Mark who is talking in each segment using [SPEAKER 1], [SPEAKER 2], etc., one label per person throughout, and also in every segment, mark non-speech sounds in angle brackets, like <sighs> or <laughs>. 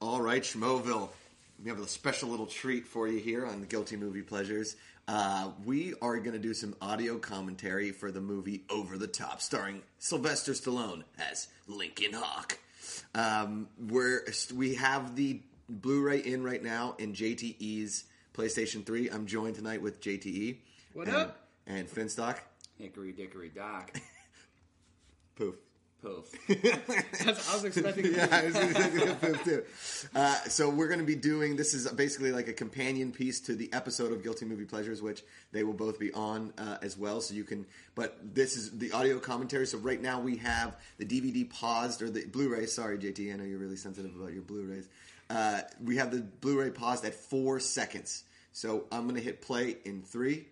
[SPEAKER 1] All right, Schmoville. We have a special little treat for you here on the Guilty Movie Pleasures. Uh, we are going to do some audio commentary for the movie Over the Top, starring Sylvester Stallone as Lincoln Hawk. Um, we're, we have the Blu-ray in right now in JTE's PlayStation 3. I'm joined tonight with JTE.
[SPEAKER 2] What
[SPEAKER 1] and,
[SPEAKER 2] up?
[SPEAKER 1] And Finstock.
[SPEAKER 2] Hickory dickory
[SPEAKER 3] <laughs>
[SPEAKER 2] dock.
[SPEAKER 1] Poof.
[SPEAKER 2] Poof. That's, I was expecting.
[SPEAKER 1] <laughs> Yeah, I was gonna say the poof too. Uh, so we're going to be doing this is basically like a companion piece to the episode of Guilty Movie Pleasures, which they will both be on uh, as well. So you can, but this is the audio commentary. So right now we have the DVD paused or the Blu-ray. Sorry, JT, I know you're really sensitive about your Blu-rays. Uh, we have the Blu-ray paused at four seconds. So I'm going to hit play in three,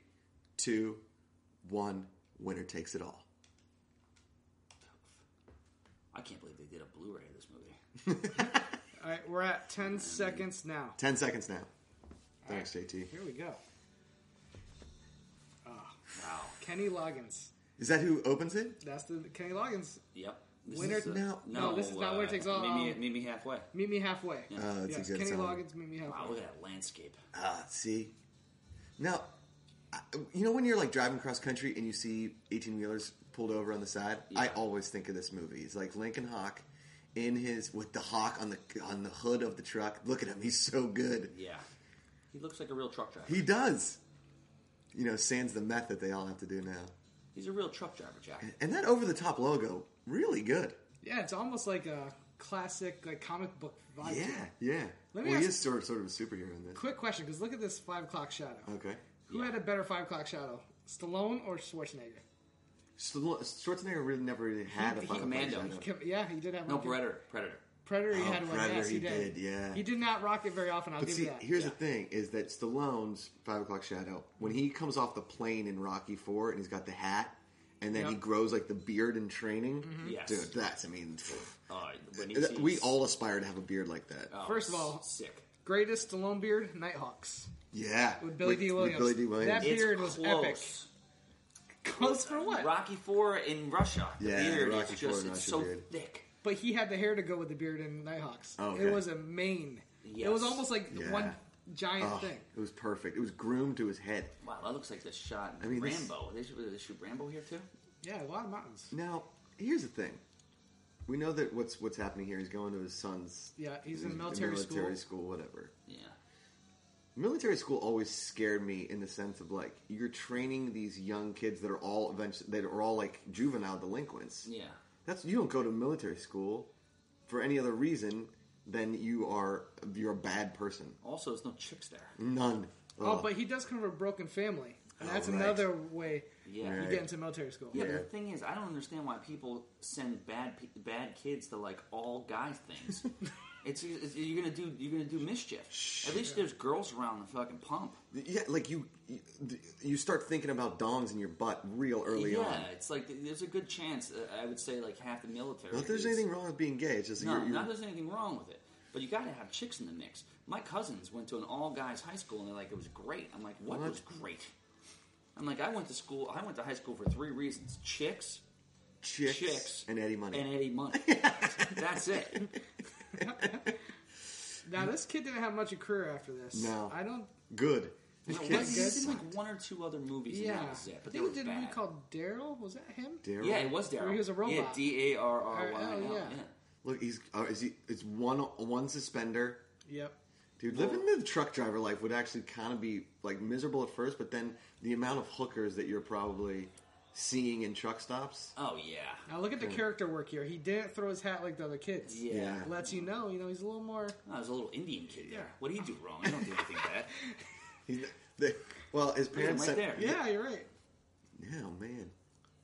[SPEAKER 1] two, one. Winner takes it all.
[SPEAKER 2] I can't believe they did a Blu-ray of this movie.
[SPEAKER 3] All right, we're at 10 seconds now.
[SPEAKER 1] Ten seconds now. Thanks, JT.
[SPEAKER 3] Here we go.
[SPEAKER 2] Wow.
[SPEAKER 3] Kenny Loggins.
[SPEAKER 1] Is that who opens it?
[SPEAKER 3] That's the Kenny Loggins.
[SPEAKER 2] Yep. This
[SPEAKER 3] Winner-
[SPEAKER 2] the-
[SPEAKER 1] No.
[SPEAKER 3] no, this is not Winner Takes All.
[SPEAKER 2] uh, Meet me, meet me halfway.
[SPEAKER 3] Meet me halfway.
[SPEAKER 1] Oh, that's
[SPEAKER 3] yes,
[SPEAKER 1] a good
[SPEAKER 3] Kenny
[SPEAKER 1] song.
[SPEAKER 3] Loggins, meet me halfway.
[SPEAKER 2] Wow, look at that landscape.
[SPEAKER 1] Ah, see. Now, I- you know when you're like driving cross country and you see 18 wheelers pulled over on the side, I
[SPEAKER 2] Yeah.
[SPEAKER 1] always think of this movie. It's like Lincoln Hawk in his with the hawk on the on the hood of the truck. Look at him, he's so good.
[SPEAKER 2] Yeah. He looks like a real truck driver.
[SPEAKER 1] He does. You know, sans the meth that they all have to do now.
[SPEAKER 2] He's a real truck driver, Jack.
[SPEAKER 1] And that over the top logo, really good.
[SPEAKER 3] Yeah, it's almost like a classic like comic book vibe. to
[SPEAKER 1] Yeah,
[SPEAKER 3] it.
[SPEAKER 1] yeah.
[SPEAKER 3] Let me
[SPEAKER 1] well, he
[SPEAKER 3] ask-
[SPEAKER 1] is sort sort of a superhero in this.
[SPEAKER 3] Quick question, because look at this 5 o'clock shadow.
[SPEAKER 1] Okay.
[SPEAKER 3] Who
[SPEAKER 2] Yeah.
[SPEAKER 3] had a better 5 o'clock shadow? Stallone or Schwarzenegger?
[SPEAKER 1] Stall- Schwarzenegger really never really had a
[SPEAKER 2] he
[SPEAKER 1] final
[SPEAKER 2] commando.
[SPEAKER 1] punch, I know.
[SPEAKER 3] Kim- Yeah, he did have
[SPEAKER 2] No,
[SPEAKER 3] one.
[SPEAKER 2] Predator. Predator.
[SPEAKER 3] Predator, he
[SPEAKER 1] Oh,
[SPEAKER 3] had one.
[SPEAKER 1] Predator,
[SPEAKER 3] yes, he,
[SPEAKER 1] he
[SPEAKER 3] did.
[SPEAKER 1] did, yeah.
[SPEAKER 3] He did not rock it very often, I'll
[SPEAKER 1] But
[SPEAKER 3] give
[SPEAKER 1] see,
[SPEAKER 3] you that.
[SPEAKER 1] here's
[SPEAKER 2] Yeah.
[SPEAKER 1] the thing: is that Stallone's Five O'clock Shadow, when he comes off the plane in Rocky Four, and he's got the hat, and then he
[SPEAKER 3] Yep. Mm-hmm.
[SPEAKER 1] grows like the beard in training.
[SPEAKER 2] Yes.
[SPEAKER 1] dude, that's I mean,
[SPEAKER 2] Uh, when he
[SPEAKER 1] that- we
[SPEAKER 2] sees-
[SPEAKER 1] all aspire to have a beard like that.
[SPEAKER 2] Oh,
[SPEAKER 3] First of all-
[SPEAKER 2] sick.
[SPEAKER 3] Greatest Stallone beard, Nighthawks. <laughs>
[SPEAKER 1] yeah,
[SPEAKER 3] With Billy D. Williams.
[SPEAKER 1] Billy D. Williams.
[SPEAKER 3] That-
[SPEAKER 2] It's
[SPEAKER 3] Beard was
[SPEAKER 2] close.
[SPEAKER 3] epic. Close for what?
[SPEAKER 2] Rocky Four in Russia. The
[SPEAKER 1] Yeah,
[SPEAKER 2] beard
[SPEAKER 1] Rocky IV
[SPEAKER 2] is
[SPEAKER 1] in
[SPEAKER 2] just it's
[SPEAKER 1] Russia
[SPEAKER 2] so
[SPEAKER 1] beard.
[SPEAKER 2] thick.
[SPEAKER 3] But he had the hair to go with the beard and Nighthawks.
[SPEAKER 1] Oh, okay.
[SPEAKER 3] It was a mane.
[SPEAKER 2] Yes.
[SPEAKER 3] It was almost like
[SPEAKER 1] Yeah.
[SPEAKER 3] one giant
[SPEAKER 1] Oh,
[SPEAKER 3] thing.
[SPEAKER 1] it was perfect. It was groomed to his head.
[SPEAKER 2] Wow, that looks like the shot in
[SPEAKER 1] I mean, this-
[SPEAKER 2] Rambo. They should they shoot Rambo here too.
[SPEAKER 3] Yeah, a lot of mountains.
[SPEAKER 1] Now, here's the thing: we know that what's what's happening here. He's going to his son's.
[SPEAKER 3] Yeah, he's in military
[SPEAKER 1] military
[SPEAKER 3] school.
[SPEAKER 1] school, whatever.
[SPEAKER 2] Yeah.
[SPEAKER 1] Military school always scared me in the sense of like you're training these young kids that are all eventually that are all like juvenile delinquents.
[SPEAKER 2] Yeah.
[SPEAKER 1] That's you don't go to military school for any other reason than you are you're a bad person.
[SPEAKER 2] Also, there's no chicks there.
[SPEAKER 1] None.
[SPEAKER 3] Oh,
[SPEAKER 1] Ugh.
[SPEAKER 3] but he does come from a broken family. And
[SPEAKER 1] Oh,
[SPEAKER 3] that's
[SPEAKER 1] right.
[SPEAKER 3] another way
[SPEAKER 2] Yeah.
[SPEAKER 3] you
[SPEAKER 1] Right.
[SPEAKER 3] get into military school.
[SPEAKER 2] Yeah, but
[SPEAKER 1] Yeah.
[SPEAKER 2] the thing is, I don't understand why people send bad pe- bad kids to like all guy
[SPEAKER 1] <laughs>
[SPEAKER 2] things. it's, it's you're gonna do you're gonna do mischief. At least there's girls around the fucking pump.
[SPEAKER 1] yeah, like you you start thinking about dongs in your butt real early
[SPEAKER 2] yeah,
[SPEAKER 1] on.
[SPEAKER 2] it's like there's a good chance. uh, I would say like half the military.
[SPEAKER 1] Not that there's
[SPEAKER 2] is-
[SPEAKER 1] anything wrong with being gay. It's just
[SPEAKER 2] No,
[SPEAKER 1] you're, you're
[SPEAKER 2] not there's anything wrong with it. But you got to have chicks in the mix. My cousins went to an all guys high school and they're like, it was great. I'm like, what,
[SPEAKER 1] What?
[SPEAKER 2] was great? I'm like, I went to school. I went to high school for three reasons: chicks,
[SPEAKER 1] chicks,
[SPEAKER 2] chicks,
[SPEAKER 1] and Eddie Money.
[SPEAKER 2] and
[SPEAKER 1] <laughs>
[SPEAKER 2] Eddie Money. That's it.
[SPEAKER 3] Now, this kid didn't have much of a career after this.
[SPEAKER 1] No.
[SPEAKER 3] I don't.
[SPEAKER 1] Good. These
[SPEAKER 2] No, what-
[SPEAKER 1] kids
[SPEAKER 2] he did
[SPEAKER 1] sucked.
[SPEAKER 2] like one or two other movies.
[SPEAKER 3] Yeah.
[SPEAKER 2] and that was it.
[SPEAKER 3] I
[SPEAKER 2] But they
[SPEAKER 3] think
[SPEAKER 2] were
[SPEAKER 3] he did a movie
[SPEAKER 2] bad.
[SPEAKER 3] called Daryl. Was that him?
[SPEAKER 1] Daryl.
[SPEAKER 2] Yeah, it was Daryl.
[SPEAKER 3] Or he was a
[SPEAKER 2] Yeah,
[SPEAKER 3] robot.
[SPEAKER 2] D A R R Y
[SPEAKER 3] Oh,
[SPEAKER 2] L.
[SPEAKER 3] yeah.
[SPEAKER 2] yeah.
[SPEAKER 1] Look, he's uh, is he? It's one one suspender.
[SPEAKER 3] Yep.
[SPEAKER 1] Dude, living the truck driver life would actually kind of be like miserable at first, but then the amount of hookers that you're probably seeing in truck stops. <laughs>
[SPEAKER 2] Oh yeah.
[SPEAKER 3] Now, look at the character work here. He didn't throw his hat like the other kids.
[SPEAKER 2] Yeah.
[SPEAKER 1] Yeah.
[SPEAKER 3] Lets you know, you know, he's a little more.
[SPEAKER 2] Oh, there's a little Indian kid there.
[SPEAKER 3] Yeah.
[SPEAKER 2] What did he do wrong? I don't do anything bad.
[SPEAKER 1] He, they, well, his
[SPEAKER 2] Look at him
[SPEAKER 1] parents said,
[SPEAKER 2] right there.
[SPEAKER 3] Yeah, you're right.
[SPEAKER 1] "No man,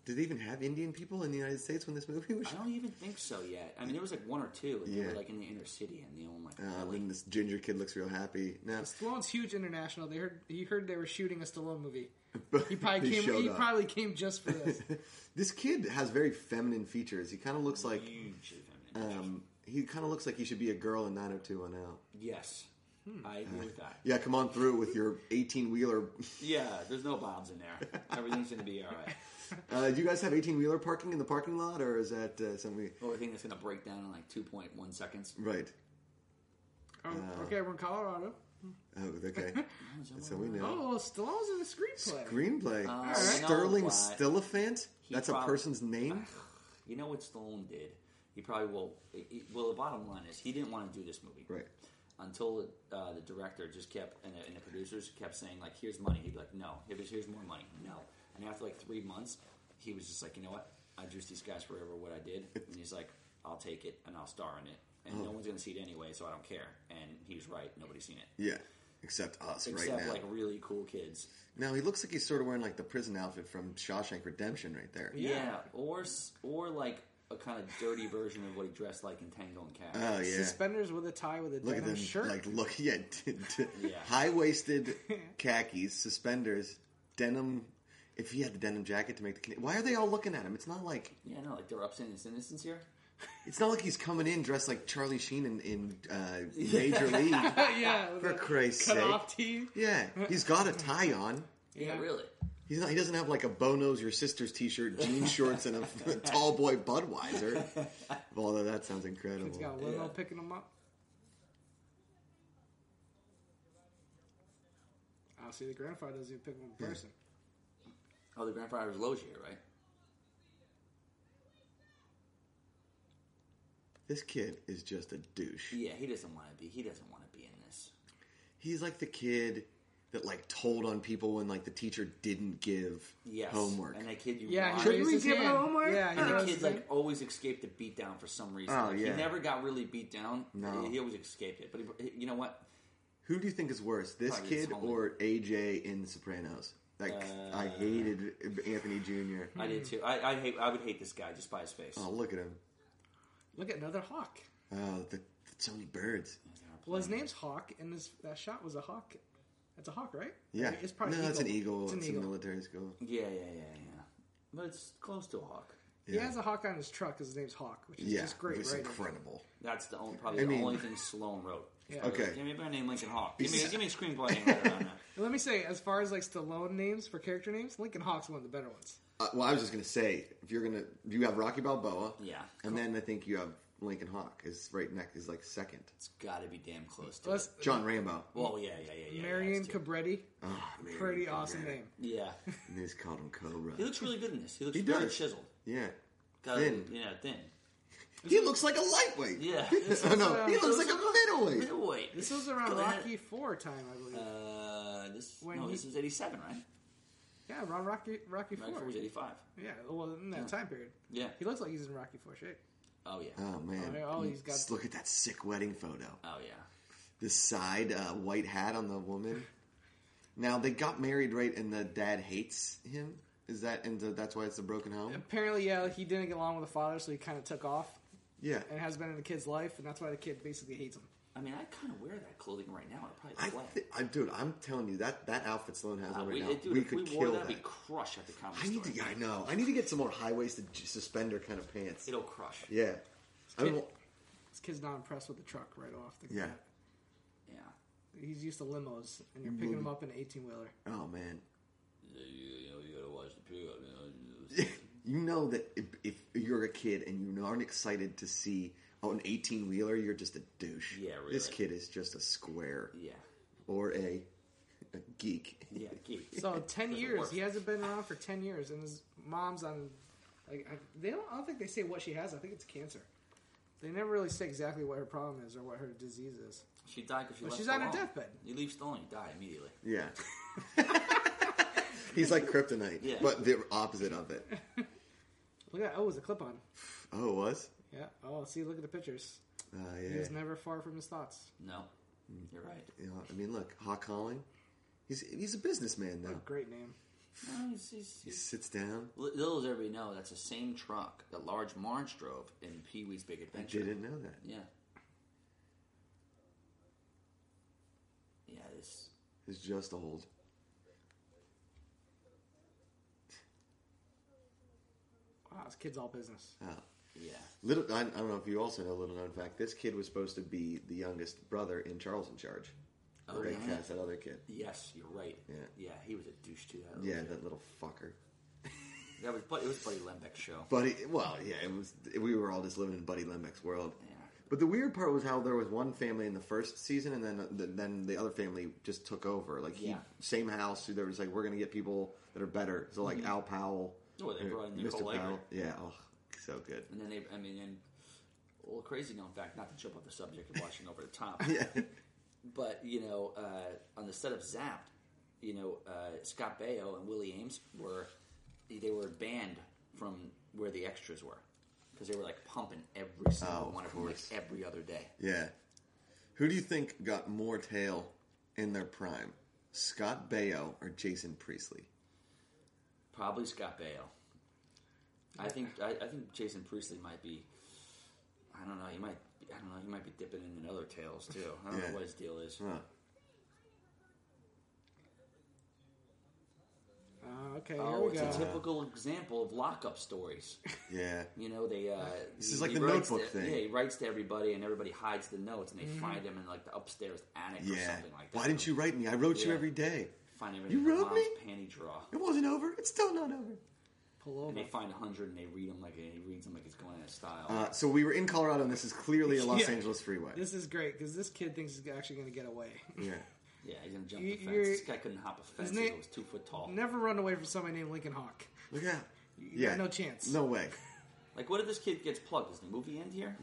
[SPEAKER 1] did they even have Indian people in the United States when this movie was?"
[SPEAKER 2] I
[SPEAKER 1] <laughs>
[SPEAKER 2] don't even think so yet. I mean, there was like one or two, and they
[SPEAKER 1] Yeah.
[SPEAKER 2] were like in the inner city, and they own like
[SPEAKER 1] Uh,
[SPEAKER 2] really-
[SPEAKER 1] when this ginger kid looks real happy. <laughs> No,
[SPEAKER 3] Stallone's huge international. They heard he heard they were shooting a Stallone movie.
[SPEAKER 1] <laughs>
[SPEAKER 3] He probably
[SPEAKER 1] He
[SPEAKER 3] came.
[SPEAKER 1] showed
[SPEAKER 3] He
[SPEAKER 1] up.
[SPEAKER 3] probably came just for this.
[SPEAKER 1] <laughs> this kid has very feminine features. He kind of looks like
[SPEAKER 2] huge feminine.
[SPEAKER 1] um, he kind of looks like he should be a girl in 90210.
[SPEAKER 2] yes, I
[SPEAKER 3] Uh.
[SPEAKER 2] agree with that.
[SPEAKER 1] Yeah, come on through with your 18 wheeler.
[SPEAKER 2] Yeah, there's no bombs in there. Everything's gonna be
[SPEAKER 3] <laughs>
[SPEAKER 2] all right.
[SPEAKER 1] Uh, do you guys have 18 wheeler parking in the parking lot, or is that uh, something? we-
[SPEAKER 2] The only thing that's gonna break down in like 2.1 seconds.
[SPEAKER 1] Right.
[SPEAKER 3] Oh, okay, we're in Colorado.
[SPEAKER 1] Oh,
[SPEAKER 2] <laughs>
[SPEAKER 1] okay. so we know.
[SPEAKER 3] Oh, Stallone's in the screenplay.
[SPEAKER 1] Screenplay.
[SPEAKER 2] Uh,
[SPEAKER 1] Sterling
[SPEAKER 2] no, but
[SPEAKER 1] Stiliphant?
[SPEAKER 2] he
[SPEAKER 1] That's a
[SPEAKER 2] prob-
[SPEAKER 1] person's
[SPEAKER 2] <laughs>
[SPEAKER 1] name?
[SPEAKER 2] <sighs> You know what Stallone did? He probably will. he- he- Well, the bottom line is he didn't want to do this movie.
[SPEAKER 1] Right.
[SPEAKER 2] Until uh, the director just kept and the, and the producers kept saying like, "Here's money." He'd be like, "No." Here's here's more money. No. And after like three months, he was just like, "You know what? I juiced these guys forever. What I
[SPEAKER 1] <laughs>
[SPEAKER 2] did." And he's like, "I'll take it and I'll star in it." And
[SPEAKER 1] Uh-huh.
[SPEAKER 2] no one's gonna see it anyway, so I don't care. And he was right. Nobody's seen it
[SPEAKER 1] Yeah. Except us
[SPEAKER 2] except
[SPEAKER 1] right now.
[SPEAKER 2] like really cool kids.
[SPEAKER 1] now he looks like he's sort of wearing like the prison outfit from Shawshank Redemption right there.
[SPEAKER 2] Yeah. or s- or like a kind of dirty version of what he dressed like in Tango and Cash.
[SPEAKER 1] Oh yeah.
[SPEAKER 3] Suspenders with a tie with a
[SPEAKER 1] Look at them,
[SPEAKER 3] denim shirt.
[SPEAKER 1] like look, <laughs> yeah, d- d-
[SPEAKER 2] Yeah. <laughs>
[SPEAKER 1] high-waisted khakis, suspenders, denim. If he had the denim jacket to make the, Cana- why are they all looking at him? It's not like
[SPEAKER 2] Yeah, no, like they're upsetting his innocence here.
[SPEAKER 1] it's not like he's coming in dressed like Charlie Sheen in, in uh, Major League.
[SPEAKER 3] <laughs> yeah,
[SPEAKER 1] <laughs>
[SPEAKER 3] with
[SPEAKER 1] For
[SPEAKER 3] a
[SPEAKER 1] Christ's
[SPEAKER 3] cut
[SPEAKER 1] sake,
[SPEAKER 3] off tee.
[SPEAKER 1] yeah, he's got a tie on.
[SPEAKER 2] Yeah, really.
[SPEAKER 1] He's not. He doesn't have like a Bono's your sister's T-shirt, jean shorts, and a, <laughs> tall boy Budweiser. Although that sounds
[SPEAKER 3] He's got
[SPEAKER 1] incredible.
[SPEAKER 3] limo
[SPEAKER 2] Yeah.
[SPEAKER 3] picking him up. I see the grandfather doesn't even pick him up
[SPEAKER 1] Hmm.
[SPEAKER 3] in person.
[SPEAKER 2] Oh, the grandfather was Logia, right?
[SPEAKER 1] This kid is just a douche.
[SPEAKER 2] Yeah, he doesn't want to be. He doesn't want to be in this.
[SPEAKER 1] He's like the kid that like told on people when like the teacher didn't give
[SPEAKER 2] Yes,
[SPEAKER 1] homework.
[SPEAKER 2] And that kid you
[SPEAKER 3] Yeah, he
[SPEAKER 2] want.
[SPEAKER 1] Shouldn't
[SPEAKER 3] raised
[SPEAKER 1] we
[SPEAKER 3] his
[SPEAKER 1] give him
[SPEAKER 3] hand.
[SPEAKER 1] homework?
[SPEAKER 3] Yeah, he
[SPEAKER 2] and the
[SPEAKER 3] raised
[SPEAKER 2] kid
[SPEAKER 3] his hand.
[SPEAKER 2] like always escaped the beat down for some reason.
[SPEAKER 1] Oh,
[SPEAKER 2] Like,
[SPEAKER 1] yeah.
[SPEAKER 2] He never got really beat down.
[SPEAKER 1] No.
[SPEAKER 2] He always escaped it. But he, you know what?
[SPEAKER 1] Who do you think is worse, this
[SPEAKER 2] Probably his
[SPEAKER 1] kid
[SPEAKER 2] homie.
[SPEAKER 1] or AJ in The Sopranos? Like I hated Anthony Jr.
[SPEAKER 2] I did too. I, I hate. I would hate this guy just by his face.
[SPEAKER 1] Oh, look at him.
[SPEAKER 3] Look at another hawk.
[SPEAKER 1] Oh, the, the so many birds.
[SPEAKER 3] Well, his name's Hawk, and this that shot was a hawk. That's a hawk, right?
[SPEAKER 1] Yeah,
[SPEAKER 3] it's probably
[SPEAKER 1] no,
[SPEAKER 3] eagle.
[SPEAKER 1] it's an eagle.
[SPEAKER 3] It's an
[SPEAKER 1] a
[SPEAKER 3] eagle.
[SPEAKER 1] military school.
[SPEAKER 2] Yeah, yeah, yeah, yeah. But it's close to a hawk.
[SPEAKER 3] He has a hawk on his truck. 'cause His name's Hawk, which is
[SPEAKER 1] Yeah,
[SPEAKER 3] just
[SPEAKER 1] it
[SPEAKER 3] great,
[SPEAKER 1] was
[SPEAKER 3] right?
[SPEAKER 1] incredible.
[SPEAKER 2] That's the only, probably
[SPEAKER 1] I
[SPEAKER 2] the
[SPEAKER 1] mean-
[SPEAKER 2] only thing Sloan wrote.
[SPEAKER 3] Yeah.
[SPEAKER 1] Okay.
[SPEAKER 2] Give me a brand name, Lincoln Hawk. Give me, give me a screenplay. and write
[SPEAKER 1] <laughs>
[SPEAKER 2] it on that.
[SPEAKER 3] Let me say, as far as like Stallone names for character names, Lincoln Hawk's one of the better ones.
[SPEAKER 1] Uh, well, I was just gonna say, if you're gonna, you have Rocky Balboa,
[SPEAKER 2] Yeah.
[SPEAKER 1] and then I think you have Lincoln Hawk is right next, is like second.
[SPEAKER 2] It's got to be damn close to.
[SPEAKER 3] Plus,
[SPEAKER 2] it.
[SPEAKER 1] John Rambo.
[SPEAKER 2] Well, yeah, yeah, yeah, yeah. yeah,
[SPEAKER 3] Marion
[SPEAKER 2] it's too-
[SPEAKER 3] Cabretti,
[SPEAKER 1] Oh, man,
[SPEAKER 3] pretty awesome
[SPEAKER 1] yeah.
[SPEAKER 3] name.
[SPEAKER 2] Yeah,
[SPEAKER 1] And they just called him Cobra.
[SPEAKER 2] he looks really good in this. He looks
[SPEAKER 1] He
[SPEAKER 2] very
[SPEAKER 1] does.
[SPEAKER 2] chiseled.
[SPEAKER 1] Yeah.
[SPEAKER 2] Got
[SPEAKER 1] Thin.
[SPEAKER 2] yeah, thin.
[SPEAKER 1] He looks like a lightweight.
[SPEAKER 2] Yeah.
[SPEAKER 1] oh, <laughs> no, he
[SPEAKER 3] uh,
[SPEAKER 1] looks like a middleweight.
[SPEAKER 2] Middleweight.
[SPEAKER 3] This was around
[SPEAKER 2] Go ahead.
[SPEAKER 3] Rocky Four time, I believe.
[SPEAKER 2] Uh, this
[SPEAKER 3] When
[SPEAKER 2] no,
[SPEAKER 3] he-
[SPEAKER 2] this was '87, right?
[SPEAKER 3] yeah, around Rocky Rocky
[SPEAKER 2] Rocky Four
[SPEAKER 3] Four.
[SPEAKER 2] was '85.
[SPEAKER 3] Yeah, well, in that time period,
[SPEAKER 2] Yeah.
[SPEAKER 3] he looks like he's in Rocky Four shape.
[SPEAKER 2] Oh yeah.
[SPEAKER 1] Oh man!
[SPEAKER 3] Oh, he's got-
[SPEAKER 1] Just look at that sick wedding photo.
[SPEAKER 2] oh yeah.
[SPEAKER 1] The side uh, white hat on the woman. Now they got married, right? And the dad hates him. Is that and the, that's why it's a broken home?
[SPEAKER 3] Apparently, yeah, he didn't get along with the father, so he kind of took off
[SPEAKER 1] Yeah.
[SPEAKER 3] and has been in the kid's life, and that's why the kid basically hates him.
[SPEAKER 2] I mean, I kind of wear that clothing right now. I'd
[SPEAKER 1] I,
[SPEAKER 2] probably flat.
[SPEAKER 1] thi- I dude, I'm telling you that that outfit Sloan has
[SPEAKER 2] Uh,
[SPEAKER 1] on right
[SPEAKER 2] we,
[SPEAKER 1] now,
[SPEAKER 2] dude,
[SPEAKER 1] we
[SPEAKER 2] if
[SPEAKER 1] could
[SPEAKER 2] we wore
[SPEAKER 1] kill
[SPEAKER 2] that,
[SPEAKER 1] that.
[SPEAKER 2] we crush at the comedy
[SPEAKER 1] I need
[SPEAKER 2] store.
[SPEAKER 1] to. I know. I need to get some more high waisted suspender kind of pants.
[SPEAKER 2] It'll crush. Yeah.
[SPEAKER 1] yeah. I mean,
[SPEAKER 3] good. This kid's not impressed with the truck right off. The
[SPEAKER 1] yeah.
[SPEAKER 2] Yeah.
[SPEAKER 3] he's used to limos, and you're picking him up in an eighteen wheeler.
[SPEAKER 2] <laughs>
[SPEAKER 1] Oh man.
[SPEAKER 2] You, know, you gotta watch the period.
[SPEAKER 1] you know that if, if you're a kid and you aren't excited to see oh, an 18 wheeler, you're just a douche.
[SPEAKER 2] Yeah, really.
[SPEAKER 1] This kid is just a square
[SPEAKER 2] yeah.
[SPEAKER 1] or a, a geek.
[SPEAKER 2] Yeah. Geek.
[SPEAKER 3] So ten
[SPEAKER 2] Doesn't
[SPEAKER 3] years,
[SPEAKER 2] work.
[SPEAKER 3] he hasn't been around for ten years, and his mom's on. Like I, they don't. I don't think they say what she has. I think it's cancer. They never really say exactly what her problem is or what her disease is.
[SPEAKER 2] She died because she
[SPEAKER 3] But
[SPEAKER 2] left
[SPEAKER 3] she's on her
[SPEAKER 2] Stallone.
[SPEAKER 3] deathbed.
[SPEAKER 2] You leave Stallone, you die immediately.
[SPEAKER 1] Yeah. He's like kryptonite,
[SPEAKER 2] Yeah.
[SPEAKER 1] but the opposite of it.
[SPEAKER 3] Look at oh, it was a clip on.
[SPEAKER 1] Oh, it was?
[SPEAKER 3] Yeah. Oh, see, look at the pictures.
[SPEAKER 1] Uh,
[SPEAKER 3] He
[SPEAKER 1] yeah.
[SPEAKER 3] was never far from his thoughts.
[SPEAKER 2] No,
[SPEAKER 1] Mm.
[SPEAKER 2] you're right.
[SPEAKER 1] You know, I mean, look, Hawk Holling. He's, he's a businessman now.
[SPEAKER 3] Great name.
[SPEAKER 2] No, he's, he's,
[SPEAKER 1] He
[SPEAKER 2] he's,
[SPEAKER 1] sits down.
[SPEAKER 2] little does everybody know that's the same truck that Large Marge drove in Pee Wee's Big Adventure.
[SPEAKER 1] Didn't know that.
[SPEAKER 2] Yeah. Yeah. This.
[SPEAKER 1] It's just old.
[SPEAKER 3] Wow, this kid's all business.
[SPEAKER 1] Oh.
[SPEAKER 2] Yeah.
[SPEAKER 1] Little, I, I don't know if you also know. Little known fact: this kid was supposed to be the youngest brother in Charles in Charge.
[SPEAKER 2] Oh,
[SPEAKER 1] they
[SPEAKER 2] yeah.
[SPEAKER 1] cast that other kid.
[SPEAKER 2] Yes, you're right.
[SPEAKER 1] Yeah.
[SPEAKER 2] he was a douche to that. little
[SPEAKER 1] Yeah,
[SPEAKER 2] kid.
[SPEAKER 1] that little fucker.
[SPEAKER 2] that was. But it was Buddy Lembeck's show.
[SPEAKER 1] Buddy, well, yeah, it was. We were all just living in Buddy Lembeck's world.
[SPEAKER 2] Yeah.
[SPEAKER 1] But the weird part was how there was one family in the first season, and then the, then the other family just took over. Like he,
[SPEAKER 2] Yeah.
[SPEAKER 1] same house. There was like we're gonna get people that are better. So like Al Powell,
[SPEAKER 2] Mm-hmm. Oh, they
[SPEAKER 1] uh,
[SPEAKER 2] brought in Nicole Eggert.
[SPEAKER 1] Yeah, oh, so good.
[SPEAKER 2] And then they, I mean, and a little crazy known fact, not to jump off the subject of watching over the top,
[SPEAKER 1] <laughs> Yeah,
[SPEAKER 2] but you know, uh, on the set of Zapped, you know, uh, Scott Baio and Willie Ames were they were banned from where the extras were because they were like pumping every single
[SPEAKER 1] Oh,
[SPEAKER 2] one
[SPEAKER 1] of
[SPEAKER 2] of them like
[SPEAKER 1] course.
[SPEAKER 2] every other day.
[SPEAKER 1] yeah. Who do you think got more tail in their prime, Scott Baio or Jason Priestley?
[SPEAKER 2] Probably Scott Baio. I think I, I think Jason Priestley might be. I don't know. He might. I don't know. He might be dipping in other tails too. I don't
[SPEAKER 1] Yeah.
[SPEAKER 2] know what his deal is.
[SPEAKER 1] Huh.
[SPEAKER 3] Uh, okay,
[SPEAKER 2] Oh,
[SPEAKER 3] here we
[SPEAKER 2] it's
[SPEAKER 3] go.
[SPEAKER 2] a typical example of lockup stories.
[SPEAKER 1] Yeah,
[SPEAKER 2] You know, they. Uh,
[SPEAKER 1] <laughs> This
[SPEAKER 2] he-
[SPEAKER 1] is like
[SPEAKER 2] he
[SPEAKER 1] the
[SPEAKER 2] writes
[SPEAKER 1] Notebook
[SPEAKER 2] to-
[SPEAKER 1] thing. Mm-hmm.
[SPEAKER 2] Yeah, he writes to everybody, and everybody hides the notes, and they find him in like the upstairs attic or
[SPEAKER 1] yeah.
[SPEAKER 2] something like that.
[SPEAKER 1] Why didn't you write me? I wrote you
[SPEAKER 2] Yeah.
[SPEAKER 1] every day.
[SPEAKER 2] find him?
[SPEAKER 1] You
[SPEAKER 2] in her
[SPEAKER 1] wrote me?
[SPEAKER 2] mom's panty drawer.
[SPEAKER 1] It wasn't over. It's still not over.
[SPEAKER 3] Pull
[SPEAKER 2] And
[SPEAKER 3] over.
[SPEAKER 2] they find a hundred, and they read them like and he reads them like it's going out of style.
[SPEAKER 1] Uh, so we were in Colorado, and this is clearly a Los
[SPEAKER 3] Yeah.
[SPEAKER 1] Angeles freeway.
[SPEAKER 3] This is great because this kid thinks he's actually going to get away.
[SPEAKER 1] Yeah.
[SPEAKER 2] yeah, he's gonna jump
[SPEAKER 3] you-
[SPEAKER 2] the fence.
[SPEAKER 3] you're-
[SPEAKER 2] This guy couldn't hop a fence.
[SPEAKER 3] Isn't
[SPEAKER 2] He
[SPEAKER 3] it-
[SPEAKER 2] was two foot tall.
[SPEAKER 3] Never run away from somebody named Lincoln Hawk.
[SPEAKER 1] Look out.
[SPEAKER 3] got no chance.
[SPEAKER 1] No way.
[SPEAKER 3] <laughs>
[SPEAKER 2] Like, what if this kid gets plugged? Does the movie end here?